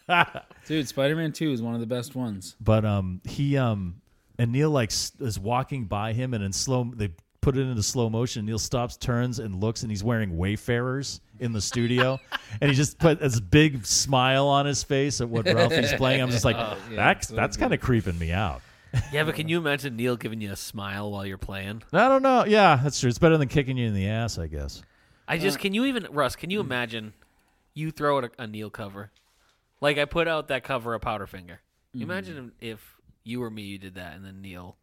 Dude, Spider-Man Two is one of the best ones. But um, he um, and Neil like s- is walking by him, and in slow they put it into slow motion. Neil stops, turns, and looks, and he's wearing Wayfarers in the studio, and he just put this big smile on his face at what Ralphie's playing. I'm just like, Oh, yeah, that's so that's good. kind of creeping me out. Yeah, but can you imagine Neil giving you a smile while you're playing? I don't know. Yeah, that's true. It's better than kicking you in the ass, I guess. I just can you even Russ? Can you imagine you throw out a, a Neil cover? Like I put out that cover of Powderfinger. Mm. Imagine if you or me you did that, and then Neil.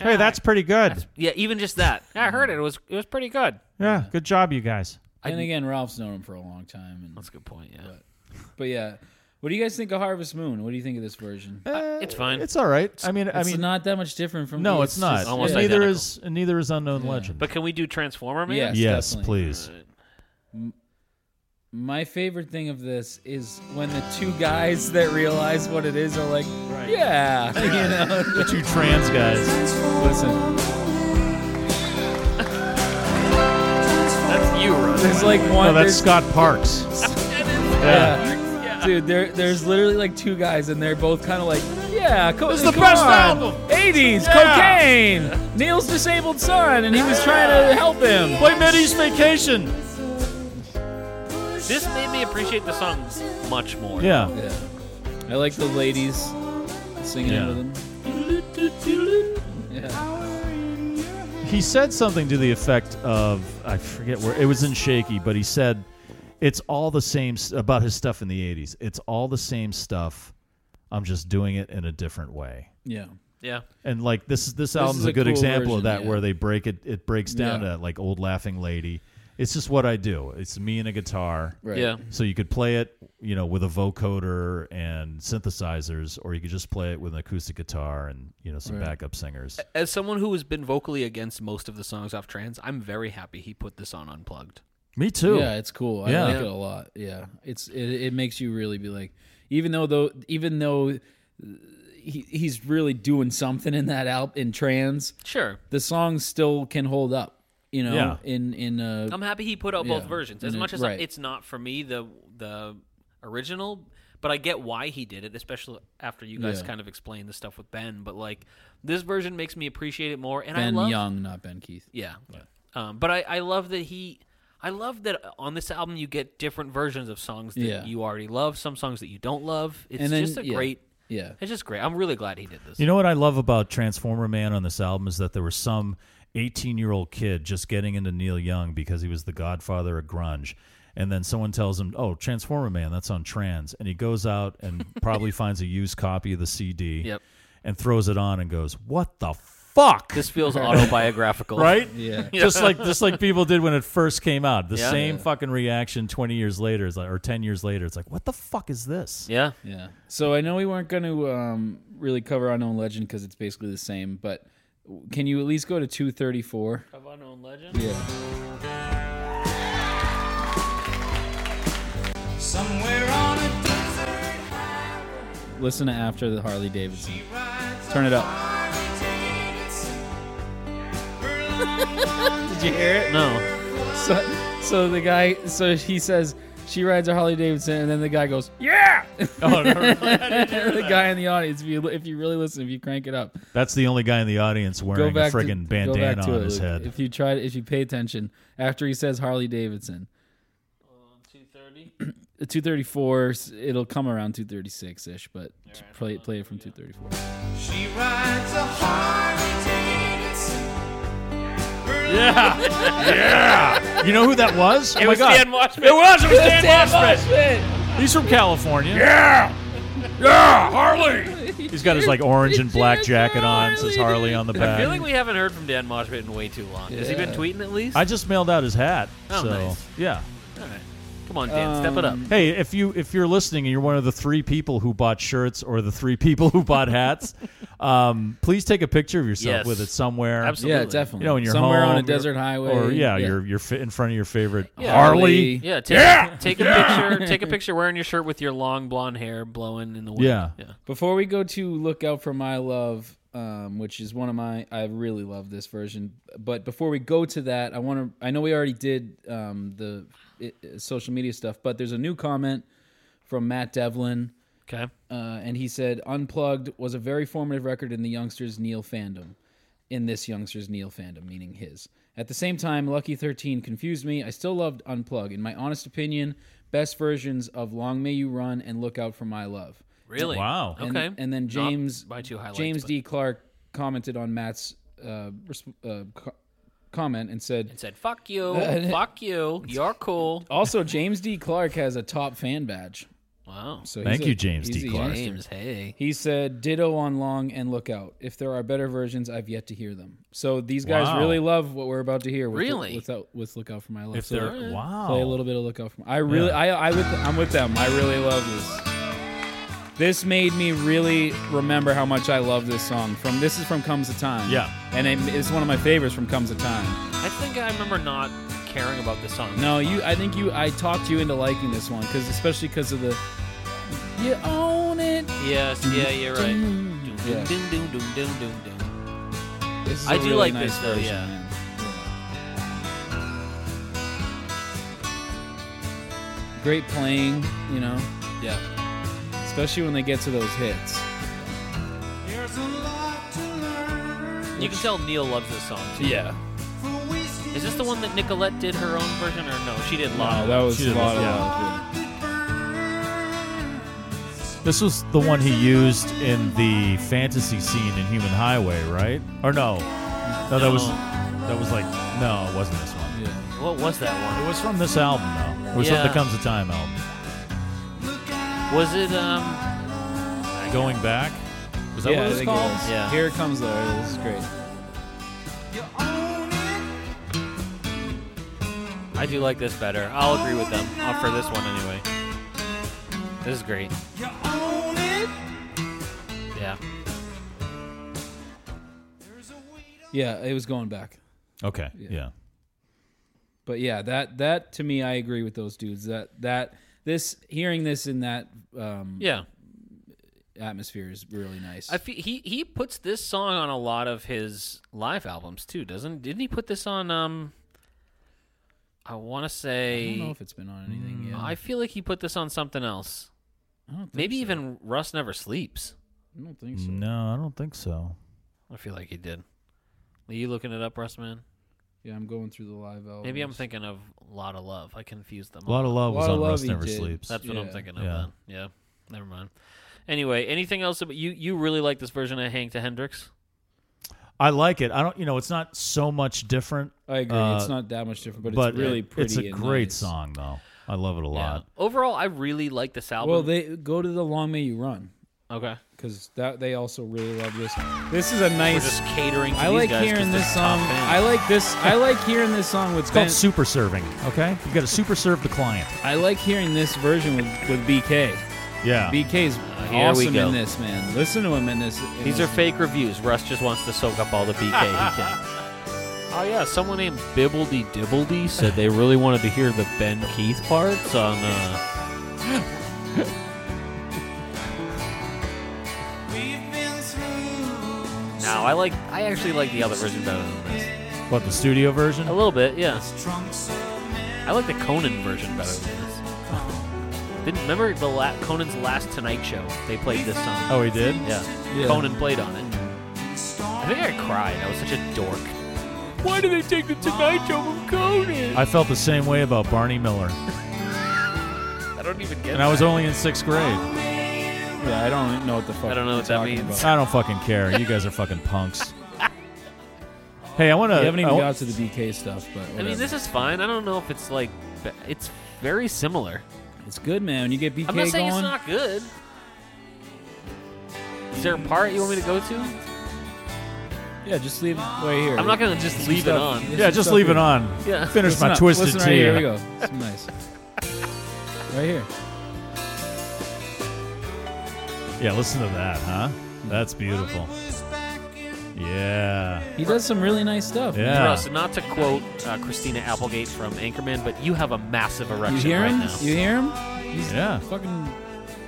Hey, that's pretty good. Yeah, even just that. I heard it. It was it was pretty good. yeah, good job, you guys. And again, Ralph's known him for a long time. And, that's a good point. Yeah. But, but yeah, what do you guys think of Harvest Moon? What do you think of this version? it's fine. It's all right. I mean, I It's mean, not that much different from. no, it's, not. just- Almost yeah. neither is and neither is Unknown Legend. But can we do Transformer Man? Yes, yes, definitely. please. My favorite thing of this is when the two guys that realize what it is are like, yeah, you know, the two trans guys. Listen, That's you, Russ. there's like one. No, that's there's- Scott Parks. Yeah. Dude, there, there's literally like two guys, and they're both kind of like, yeah, co- This is the come best on. album. 80s, cocaine, Neil's disabled son, and he was trying to help him. Play Minnie's Vacation. This made me appreciate the song much more. Yeah. Yeah. I like the ladies singing Yeah. with him. Yeah. He said something to the effect of I forget where it was in Shaky, but he said it's all the same s- about his stuff in the 80s. It's all the same stuff. I'm just doing it in a different way. Yeah. Yeah. And like this is this This album's is a, a good cool example of version, that yeah. where they break it it breaks down Yeah. to like old laughing lady. It's just what I do. It's me and a guitar. Right. Yeah. So you could play it, you know, with a vocoder and synthesizers, or you could just play it with an acoustic guitar and, you know, some Right. backup singers. Eh, As someone who has been vocally against most of the songs off Trans, I'm very happy he put this on unplugged. Me too. Yeah, it's cool. I Yeah. like it a lot. Yeah, it's it, it makes you really be like, even though though even though uh, he, he's really doing something in that album in trans. Sure. the song still can hold up. You know, Yeah. in in uh, I'm happy he put out both yeah, versions. As in a- much as right. it's not for me the the original, but I get why he did it, especially after you guys Yeah. kind of explained the stuff with Ben. But like this version makes me appreciate it more, and Ben I love Young, not Ben Keith. Yeah. Um, but I, I love that he. I love that on this album you get different versions of songs that Yeah. you already love, some songs that you don't love. It's And then- just a yeah. great. Yeah. It's just great. I'm really glad he did this. You know what I love about Transformer Man on this album is that there was some 18 year old kid just getting into Neil Young because he was the godfather of grunge. And then someone tells him, Oh, Transformer Man, that's on trans. And he goes out and probably finds a used copy of the CD Yep. and throws it on and goes, What the fuck? This feels autobiographical. right? Yeah. Just like just like people did when it first came out. The Yeah. same fucking reaction 20 years later is like, or 10 years later. It's like, What the fuck is this? Yeah. Yeah. So I know we weren't going to um, really cover Unknown Legend because it's basically the same, but can you at least go to 234? Of Unknown Legend? Yeah. Somewhere on a desert Listen to after the Harley Davidson. Turn it up. Did you hear it? No. So, so the guy, so he says, she rides a Harley Davidson, and then the guy goes, yeah! Oh, no, really? I didn't hear the that. guy in the audience, if you, if you really listen, if you crank it up, That's the only guy in the audience wearing a friggin' go back bandana to on it, his Luke. head. If you try, if you pay attention, after he says Harley Davidson, two thirty four, it'll come around two thirty six ish, but just play play it from two thirty four. She rides a Harley Davidson. Her Yeah. yeah. You know who that was? Oh It was Dan Washman. It was. It was Dan Dan Washman. He's from California. Yeah. Yeah, Harley. He's got his like orange and black jacket on. Says Harley on the Uh, I back. feel like we haven't heard from Dan Moshpit in way too long. Has he been Yeah. tweeting at least? I just mailed out his hat. Oh, so nice. yeah. All right. Come on, Dan, step it up. Um, Hey, if you if you're listening and you're one of the three people who bought shirts or the three people who bought hats, um, please take a picture of yourself Yes. with it somewhere. Absolutely. Yeah, definitely. You know, in your Somewhere home, on a your- desert highway. or yeah, Yeah. you're you're fit in front of your favorite Yeah. Harley. Yeah, take, yeah, take a Yeah! picture. Take a picture wearing your shirt with your long blonde hair blowing in the wind. Yeah. Before we go to look out for my love, um, which is one of my I really love this version. But before we go to that, I want to. I know we already did um, the it, uh, social media stuff, but there's a new comment from Matt Devlin. Okay. Uh, and he said, "Unplugged was a very formative record in the youngsters Neil fandom." in this youngster's Neil fandom, meaning his. At the same time, Lucky 13 confused me. I still loved Unplug. In my honest opinion, best versions of Long May You Run and Look Out for My Love. Really? Wow. And, Okay. And then Not James by two highlights, James but- D. Clark commented on Matt's uh, resp- uh, co- comment and said, Said fuck you, fuck you. You're cool. Also, James D. Clark has a top fan badge. Wow. So Thank he's a- you, James he's D. a Clark. youngster. James, hey. He said, "Ditto on Long and Lookout. If there are better versions, I've yet to hear them." So these guys Wow. really love what we're about to hear. With Really? with, with, with Lookout for My Love. If So they're- Alright. Wow. play a little bit of Lookout for My. I really, I, I with, I'm with them. I really love this. This made me really remember how much I love this song. From this is from Comes a Time. Yeah. and it, it's one of my favorites from Comes a Time. I think I remember not caring about this song. No, you. I think you. I talked you into liking this one because, especially because of the. You own it. Yes, yeah, you're right. Doom, Yeah. doom, doom, doom, doom, doom, doom, doom. This is I a do really like nice this though, version, yeah. man. Great playing, you know. Yeah. Especially when they get to those hits. There's a lot to learn. You can tell Neil loves this song. Too. Yeah. For wasted Is this the one that Nicolette did her own version, or no? She did Wow, live. that was She a did lot of this, yeah. love. yeah. This was the one he used in the fantasy scene in Human Highway, right? Or no? No, that was No. that was like no, it wasn't this one. What was that It was from this album though. It was Yeah. from the Comes a Time album. one? Was it um? Going back. Was that Yeah, I what it was think it called? was. Yeah. Here it comes Larry. This is great. I do like this better. I'll agree with them uh, for this one anyway. This is great. You own it. Yeah. Yeah, it was going back. Okay. Yeah. But yeah, that that to me I agree with those dudes. That that this hearing this in that um Yeah. atmosphere is really nice. I fe- he he puts this song on a lot of his live albums too, doesn't? Didn't he put this on um? I want to I say. don't know if it's been on anything yet. Mm, I feel like he put this on something else. I don't think Maybe so. even Russ Never Sleeps. I don't think so. No, I don't think so. I feel like he did. Are you looking it up, Russ, man? Yeah, I'm going through the live album. Maybe I'm thinking of Lot of Love. I confused them. A lot of love was Lot of on Love Rust he Never did. Sleeps. That's what I'm Yeah. thinking of. Yeah. Then. Yeah. Never mind. Anyway, anything else? About, you you really like this version of Hank to Hendrix? I like it. I don't you know, it's not so much different. I agree. uh, it's not that much different, but, but it's really it- pretty. It's a and great nice. song though. I love it a lot. Overall, I really like this album. Well, they go to the Long May You Run okay. because that they also really love this. This is a We're nice. just catering. To I these like guys 'cause hearing they're this top song. fans. I like this. I like hearing this song with It's called Ben- super serving, okay? You got to super serve the client. I like hearing this version with with BK. Yeah. BK's uh, here we awesome go. in this man. Listen to him in this. in These are this- fake reviews. Russ just wants to soak up all the BK he can. Oh yeah, someone named Bibbledy Dibbledy said they really wanted to hear the Ben Keith parts on. Uh, We've been through no, I like. I actually like the other version better than this. What the studio version? A little bit, yeah. trunks of men. I like the Conan version better than this. Didn't remember the la- Conan's last Tonight Show? They played this song. Oh, he did. Yeah. Yeah. Conan played on it. I think I cried. I was such a dork. Why did they take the Tonight Show from Conan? I felt the same way about Barney Miller, I don't even get and I was only in sixth grade. Yeah, I don't know what the fuck. I don't know you're what that talking means. about. I don't fucking care. You guys are fucking punks. Hey, Uh, I want to. We haven't even got to the BK stuff, but I mean, whatever. this is fine. I don't know if it's like be- it's very similar. It's good, man. When you get BK I'm not saying going, it's not good. Is there a part you want me to go to? yeah, just leave it right here. I'm not gonna just Some leave it stuff- on. there's Yeah, some just stuff leave it here. on. Yeah. Finish Listen my up. twisted Listen tea. Right here. here we go. It's nice. Right here. Yeah, listen to that, huh? That's beautiful. Yeah. He does some really nice stuff. man. Yeah. Russ, not to quote uh, Christina Applegate from Anchorman, but you have a massive You erection hear right him? now. You hear him? He's Yeah. Fucking.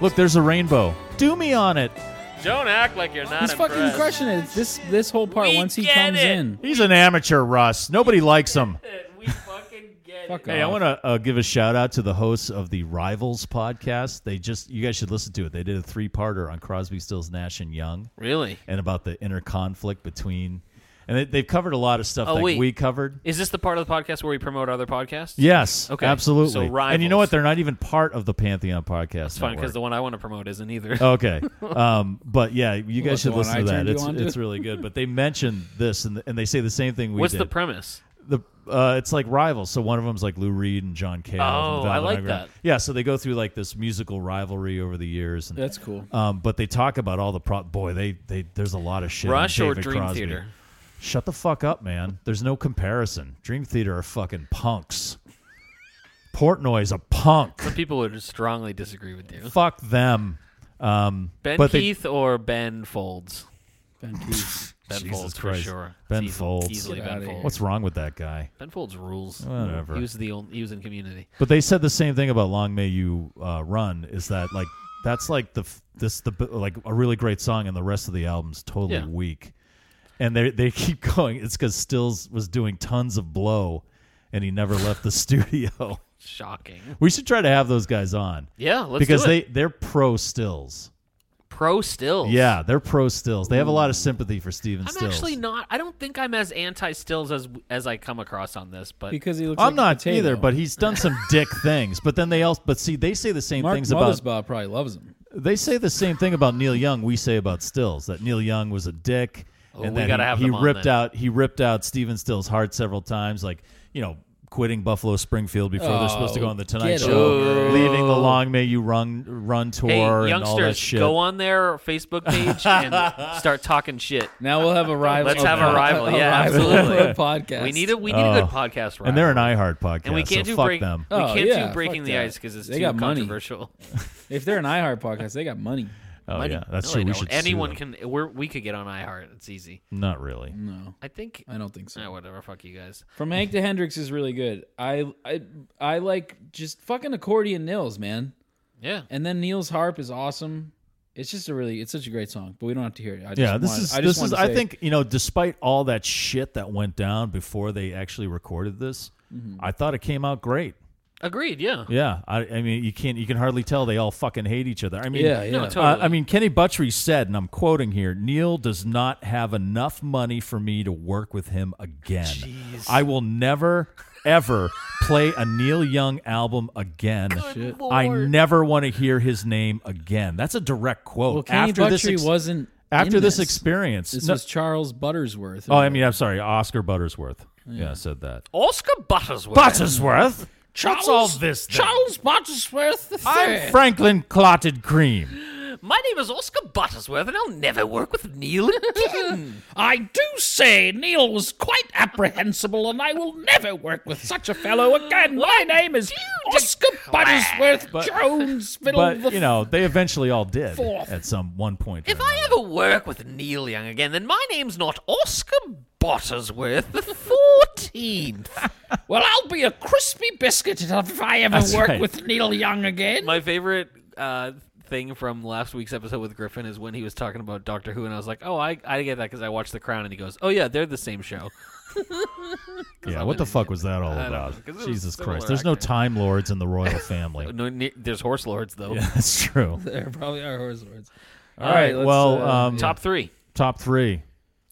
Look, there's a rainbow. Do me on it. Don't act like you're not He's fucking impressed. crushing it. It's This this whole part once he get comes it. in. He's an amateur, Russ. Nobody likes him. Fuck Hey, I off. want to uh, give a shout out to the hosts of the Rivals podcast. They just, you guys should listen to it. They did a three parter on Crosby, Stills, Nash, and Young. Really? And about the inner conflict between, and they, they've covered a lot of stuff Oh, like wait. we covered. Is this the part of the podcast where we promote other podcasts? Yes. Okay. Absolutely. So rivals. And you know what? They're not even part of the Pantheon podcast. It's fine because network. Oh, the one I want to promote isn't either. okay. Um, but yeah, you What, guys the should one listen I to that. turned you It's, on to? it's really good. But they mentioned this and, and they say the same thing we What's did. the premise? The uh, it's like rivals. So one of them's like Lou Reed and John Cale. Oh, from I Velvet like that. Underground. Yeah, so they go through like this musical rivalry over the years. And, That's cool. Um, but they talk about all the pro. Boy, they they there's a lot of shit. on Rush or David Dream Crosby. Theater? Shut the fuck up, man. There's no comparison. Dream Theater are fucking punks. Portnoy's a punk. Some people would strongly disagree with you. Fuck them. Um, Ben but they- Keith or Ben Folds? Ben Keith. ben Jesus Folds Christ. for sure. Ben It's easy- Folds. Easily Get Ben outta Folds. What's wrong with that guy? Ben Folds rules. Whatever. He was the only, he was in Community. But they said the same thing about "Long May You uh, Run." Is that like that's like the f- this the b- like a really great song, and the rest of the album's totally Yeah. weak. And they they keep going. It's because Stills was doing tons of blow, and he never left the studio. Shocking. We should try to have those guys on. Yeah, let's because do it. they they're pro Stills. Pro Stills. Yeah, they're pro Stills. They have a lot of sympathy for Steven I'm Stills. actually not. I don't think I'm as anti Stills as as I come across on this, but I'm not either, but he's done some dick things. But then they also, but see, they say the same Mark things about Mothersbaugh probably loves him. They say the same thing about Neil Young. We say about Stills that Neil Young was a dick, Oh, and we that gotta he, have he them on ripped then. out he ripped out Steven Stills' heart several times, like you know, quitting Buffalo Springfield before they're supposed to go on the Oh, Tonight get Show, over it. leaving the Long May You Run Run tour, hey, and all that youngsters, shit. go on their Facebook page and start talking shit. Now we'll have a rival. Let's have a rival. Yeah, absolutely. We need a we need a Oh. good podcast. Rival. And they're an iHeart podcast, And we can't so do fuck break, them. We Oh, can't yeah, do breaking fuck the that. ice because it's They too got money. controversial. if they're an iHeart podcast, they got money. Oh Money. yeah, that's No, true. they We don't. should sue Anyone them. can. We're, we could get on iHeart. It's easy. Not really. No, I think. I don't think so. Ah, whatever. Fuck you guys. From Hank to Hendrix is really good. I I I like just fucking accordion Nils, man. Yeah. And then Neil's harp is awesome. It's just a really, it's such a great song, but we don't have to hear it. I just yeah, this wanted- is I just this is. wanted to I say- think you know, despite all that shit that went down before they actually recorded this, Mm-hmm. Mhm. I thought it came out great. Agreed. Yeah. Yeah, I, I mean, you can't, you can hardly tell they all fucking hate each other. I mean, Yeah, No, yeah. uh, totally. I mean, Kenny Buttrey said, and I'm quoting here: Neil does not have enough money for me to work with him again. I will never, ever play a Neil Young album again. I never want to hear his name again. That's a direct quote. Well, Kenny after this Buttrey ex- wasn't after in this, this. experience. This No- was Charles Buttersworth. oh, I mean, I'm sorry, Oscar Buttersworth. Yeah. Oh, Yeah, said that. Oscar Buttersworth. Buttersworth. What's all this? then? Oh, Charles Buttersworth the I'm Franklin Clotted Cream. My name is Oscar Buttersworth, and I'll never work with Neil again. I do say Neil was quite apprehensible, and I will never work with such a fellow again. My name is Oscar Buttersworth Jones. Fiddle the But you know, they eventually all did Fourth. at some one point. if I ever work with Neil Young again, then my name's not Oscar Buttersworth the Fourteenth. Well, I'll be a crispy biscuit if I ever That's work right. with Neil Young again. My favorite uh, thing from last week's episode with Griffin is when he was talking about Doctor Who, and I was like, "Oh, I, I get that because I watched The Crown," and he goes, "Oh yeah, they're the same show." yeah, what the fuck was that all I don't about? know, 'cause it was Jesus similar Christ! There's no time lords in the royal family. No, ne- there's horse lords though. Yeah, that's true. there probably are horse words. All right, let's, well, uh, um, top three. Top three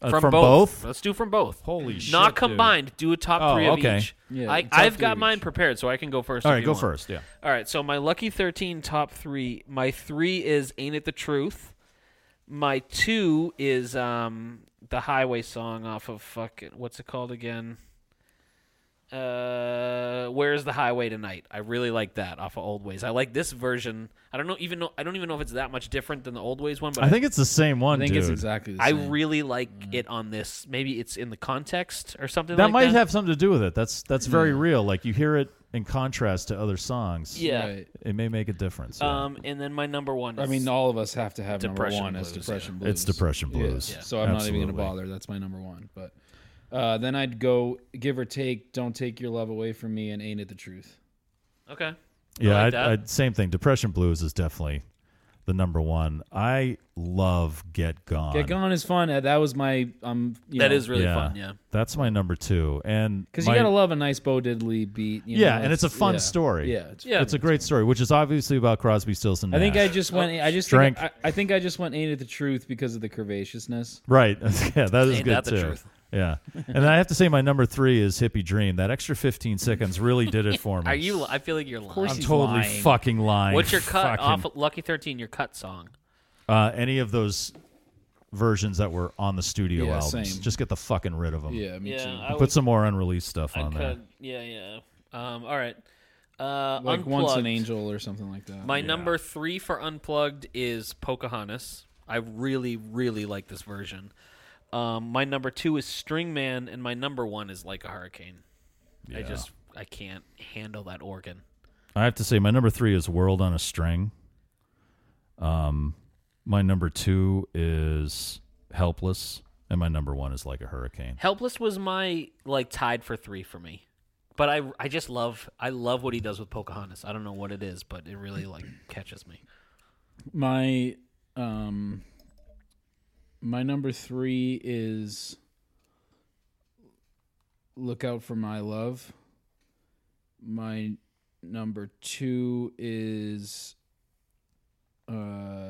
Uh, from, both. Let's do from both. Holy shit, Not dude. combined. Do a top Oh, three of okay. each. Yeah, I, top I've three got of mine prepared, so I can go first. All if right, you go want. first, yeah. All right. So my lucky thirteen top three. My three is "Ain't It the Truth." My two is um, the highway song off of fucking what's it called again? Uh, where's the highway tonight? I really like that off of Old Ways. I like this version. I don't know even know I don't even know if it's that much different than the Old Ways one, but I think it's the same one, I think it's dude. exactly. the I same. Mm-hmm. really like it on this. Maybe it's in the context or something. that like might that. have something to do with it. That's that's very real. Like you hear it in contrast to other songs. Yeah. Right. it may make a difference. Um, and then my number one. I is- mean, all of us have to have Depression number one as blues, depression yeah. blues. It's depression Yeah, blues. So I'm not even Absolutely. going to bother. That's my number one. But uh, then I'd go give or take. Don't take your love away from me, and ain't it the truth? okay. Yeah, I like I'd, that. I'd, same thing. Depression Blues is definitely the number one. I love Get Gone. Get gone is fun. Uh, That was my um. You That know, is really fun, yeah. that's my number two. And Because my- you gotta love a nice Bo Diddley beat. You yeah, know, and it's a fun yeah. story. Yeah, it's, a great story, which is obviously about Crosby, Stills, and I think I Nash. just went. I just Drink. think I, I think I just went ain't it the truth because of the curvaceousness. Right. yeah, that is Ain't good that the too. truth. Yeah. And then I have to say my number three is Hippie Dream. That extra fifteen seconds really did it for me. Are you? li- I feel like you're lying. Of course I'm he's totally lying. fucking lying. What's your cut off Fucking- Lucky Thirteen? Your cut song. uh, any of those versions that were on the studio Yeah, albums? same. Just get the fucking rid of them. Yeah, me Yeah, too. I Put would- some more unreleased stuff I on there. could. Yeah, yeah. Um, all right. Uh, like unplugged. once an angel or something like that. My number three for Unplugged is Pocahontas. I really, really like this version. Um, my number two is String Man, and my number one is Like a Hurricane. I Yeah. just I can't handle that organ. I have to say, my number three is World on a String. Um, my number two is Helpless, and my number one is Like a Hurricane. Helpless was my like tied for three for me, but I I just love I love what he does with Pocahontas. I don't know what it is, but it really like catches me. My um my number 3 is Look Out for My Love. My number 2 is uh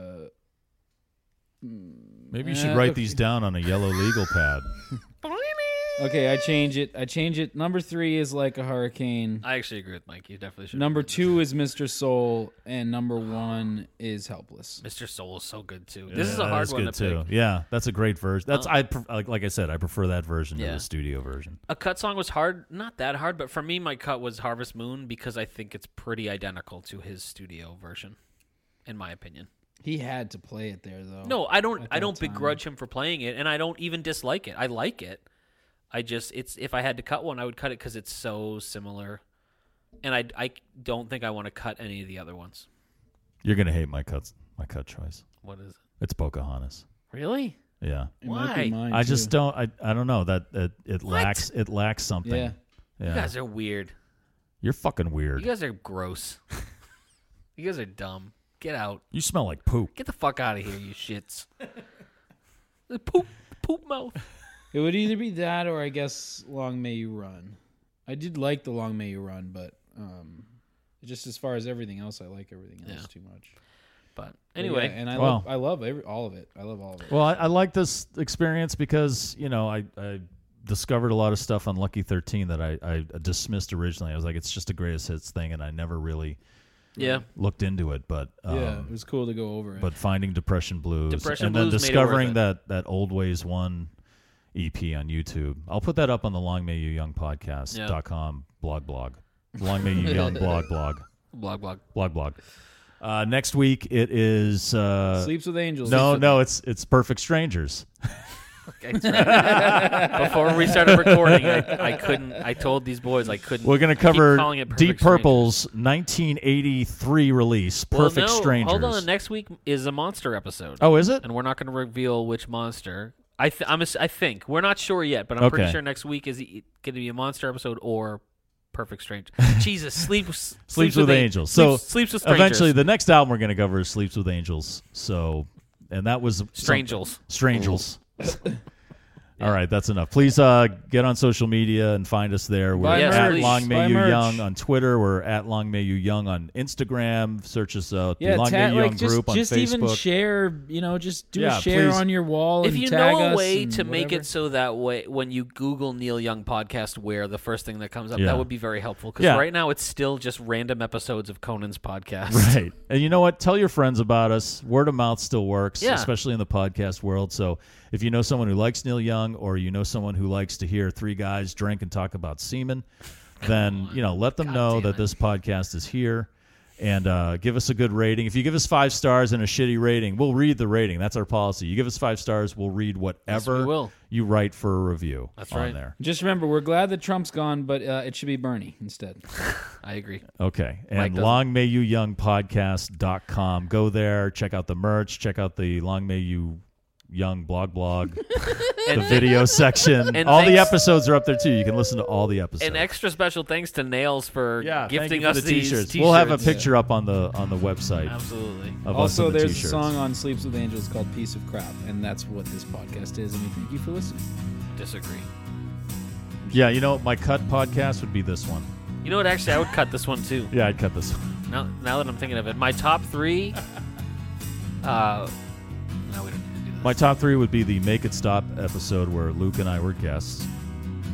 Maybe you should write these down on a yellow legal pad. Okay, I change it. I change it. Number 3 is like a hurricane. I actually agree with Mike. You definitely should. Number 2 is Mr. Soul and number 1 is Helpless. Mr. Soul is so good too. This Yeah, is a that hard one to good too. pick. Yeah, that's a great version. That's Uh, I pref- like, like I said, I prefer that version to Yeah. the studio version. A cut song was hard, not that hard, but for me, my cut was Harvest Moon because I think it's pretty identical to his studio version, in my opinion. He had to play it there though. No, I don't. at I that don't time. begrudge him for playing it, and I don't even dislike it. I like it. I just it's if I had to cut one, I would cut it because it's so similar, and I I don't think I want to cut any of the other ones. You're gonna hate my cuts. My cut choice. What is it? It's Pocahontas. Really? Yeah. It might be Why? mine, I just too. don't. I I don't know that it, it What? lacks it lacks something. Yeah. You Yeah. guys are weird. You're fucking weird. You guys are gross. you guys are dumb. Get out. You smell like poop. Get the fuck out of here, you shits. poop poop mouth. It would either be that or I guess Long May You Run. I did like the Long May You Run, but um, just as far as everything else, I like everything else Yeah. too much. But yeah, anyway. and I Well. love I love every, all of it. I love all of it. Well, I, I like this experience because you know I, I discovered a lot of stuff on Lucky Thirteen that I, I dismissed originally. I was like, it's just a greatest hits thing, and I never really Yeah. looked into it. But um, yeah, it was cool to go over it. but finding Depression Blues, Depression and Blues made it then worth discovering it. that that Old Ways One EP on YouTube. I'll put that up on the Long May You Young podcast Yeah. dot com blog blog. Long May You Young blog blog Blog blog. blog blog. Uh, next week it is uh, Sleeps with Angels. Sleeps No, with- no, it's it's Perfect Strangers. Before we started recording, I, I couldn't. I told these boys I couldn't. We're going I to keep cover calling it Deep Perfect Strangers. Purple's 1983 release, Well, Perfect no, Strangers. Hold on, next week is a monster episode. Oh, is it? And we're not going to reveal which monster. I th- I'm ass- I think we're not sure yet, but I'm pretty Okay. sure next week is going to be a monster episode or Perfect Stranger. Jesus, sleep sleeps, Sleeps with Angels. So sleeps, sleeps with strangers. eventually, the next album we're going to cover is Sleeps with Angels. So, and that was Strangels. Strangels. All right, that's enough. Please uh, get on social media and find us there. We're Buy at merch. Long May Buy You merch. Young on Twitter. We're at Long May You Young on Instagram. Search us out. the Long tag- May You Young like, just, group on just Facebook. even share, you know, just do Yeah, a share please. on your wall. If and you tag know a us way and to make whatever. it so that way, when you Google Neil Young podcast, where the first thing that comes up, Yeah. that would be very helpful. Because Yeah. right now it's still just random episodes of Conan's podcast. Right. And you know what? Tell your friends about us. Word of mouth still works, Yeah. especially in the podcast world. So if you know someone who likes Neil Young or you know someone who likes to hear three guys drink and talk about semen, then, you know, let them know that this podcast is here and uh, give us a good rating. If you give us five stars and a shitty rating, we'll read the rating. That's our policy. You give us five stars, we'll read whatever will. you write for a review on there. Just remember, we're glad that Trump's gone, but uh, it should be Bernie instead. I agree. Okay. Mike And doesn't- long may you young podcast.com. Go there, check out the merch, check out the long may you young blog blog, the And- video section. and all the thanks- episodes are up there too. You can listen to all the episodes. An extra special thanks to Nails for gifting Thank you for us the these t-shirts. We'll have a t-shirts. picture up on the on the website. Absolutely. Of also, us and the there's t-shirts. a song on Sleeps with Angels called "Piece of Crap," and that's what this podcast is. And we thank you for listening. Disagree. Yeah, you know, my cut podcast would be this one. You know what? Actually, I would cut this one too. Yeah, I'd cut this one. Now, now that I'm thinking of it, my top three. Uh, no, we don't. My top three would be the Make It Stop episode where Luke and I were guests.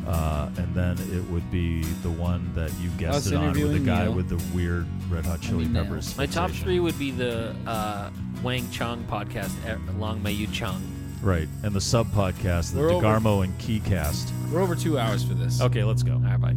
Uh, and then it would be the one that you Us guessed it on with the interviewing guy Neil. with the weird Red Hot Chili mean, Peppers. My top fixation. three would be the uh, Wang Chung podcast, e- Long May You Chung. Right. And the sub podcast, the We're over- DeGarmo and Keycast. We're over two hours for this. Okay, let's go. All right, bye.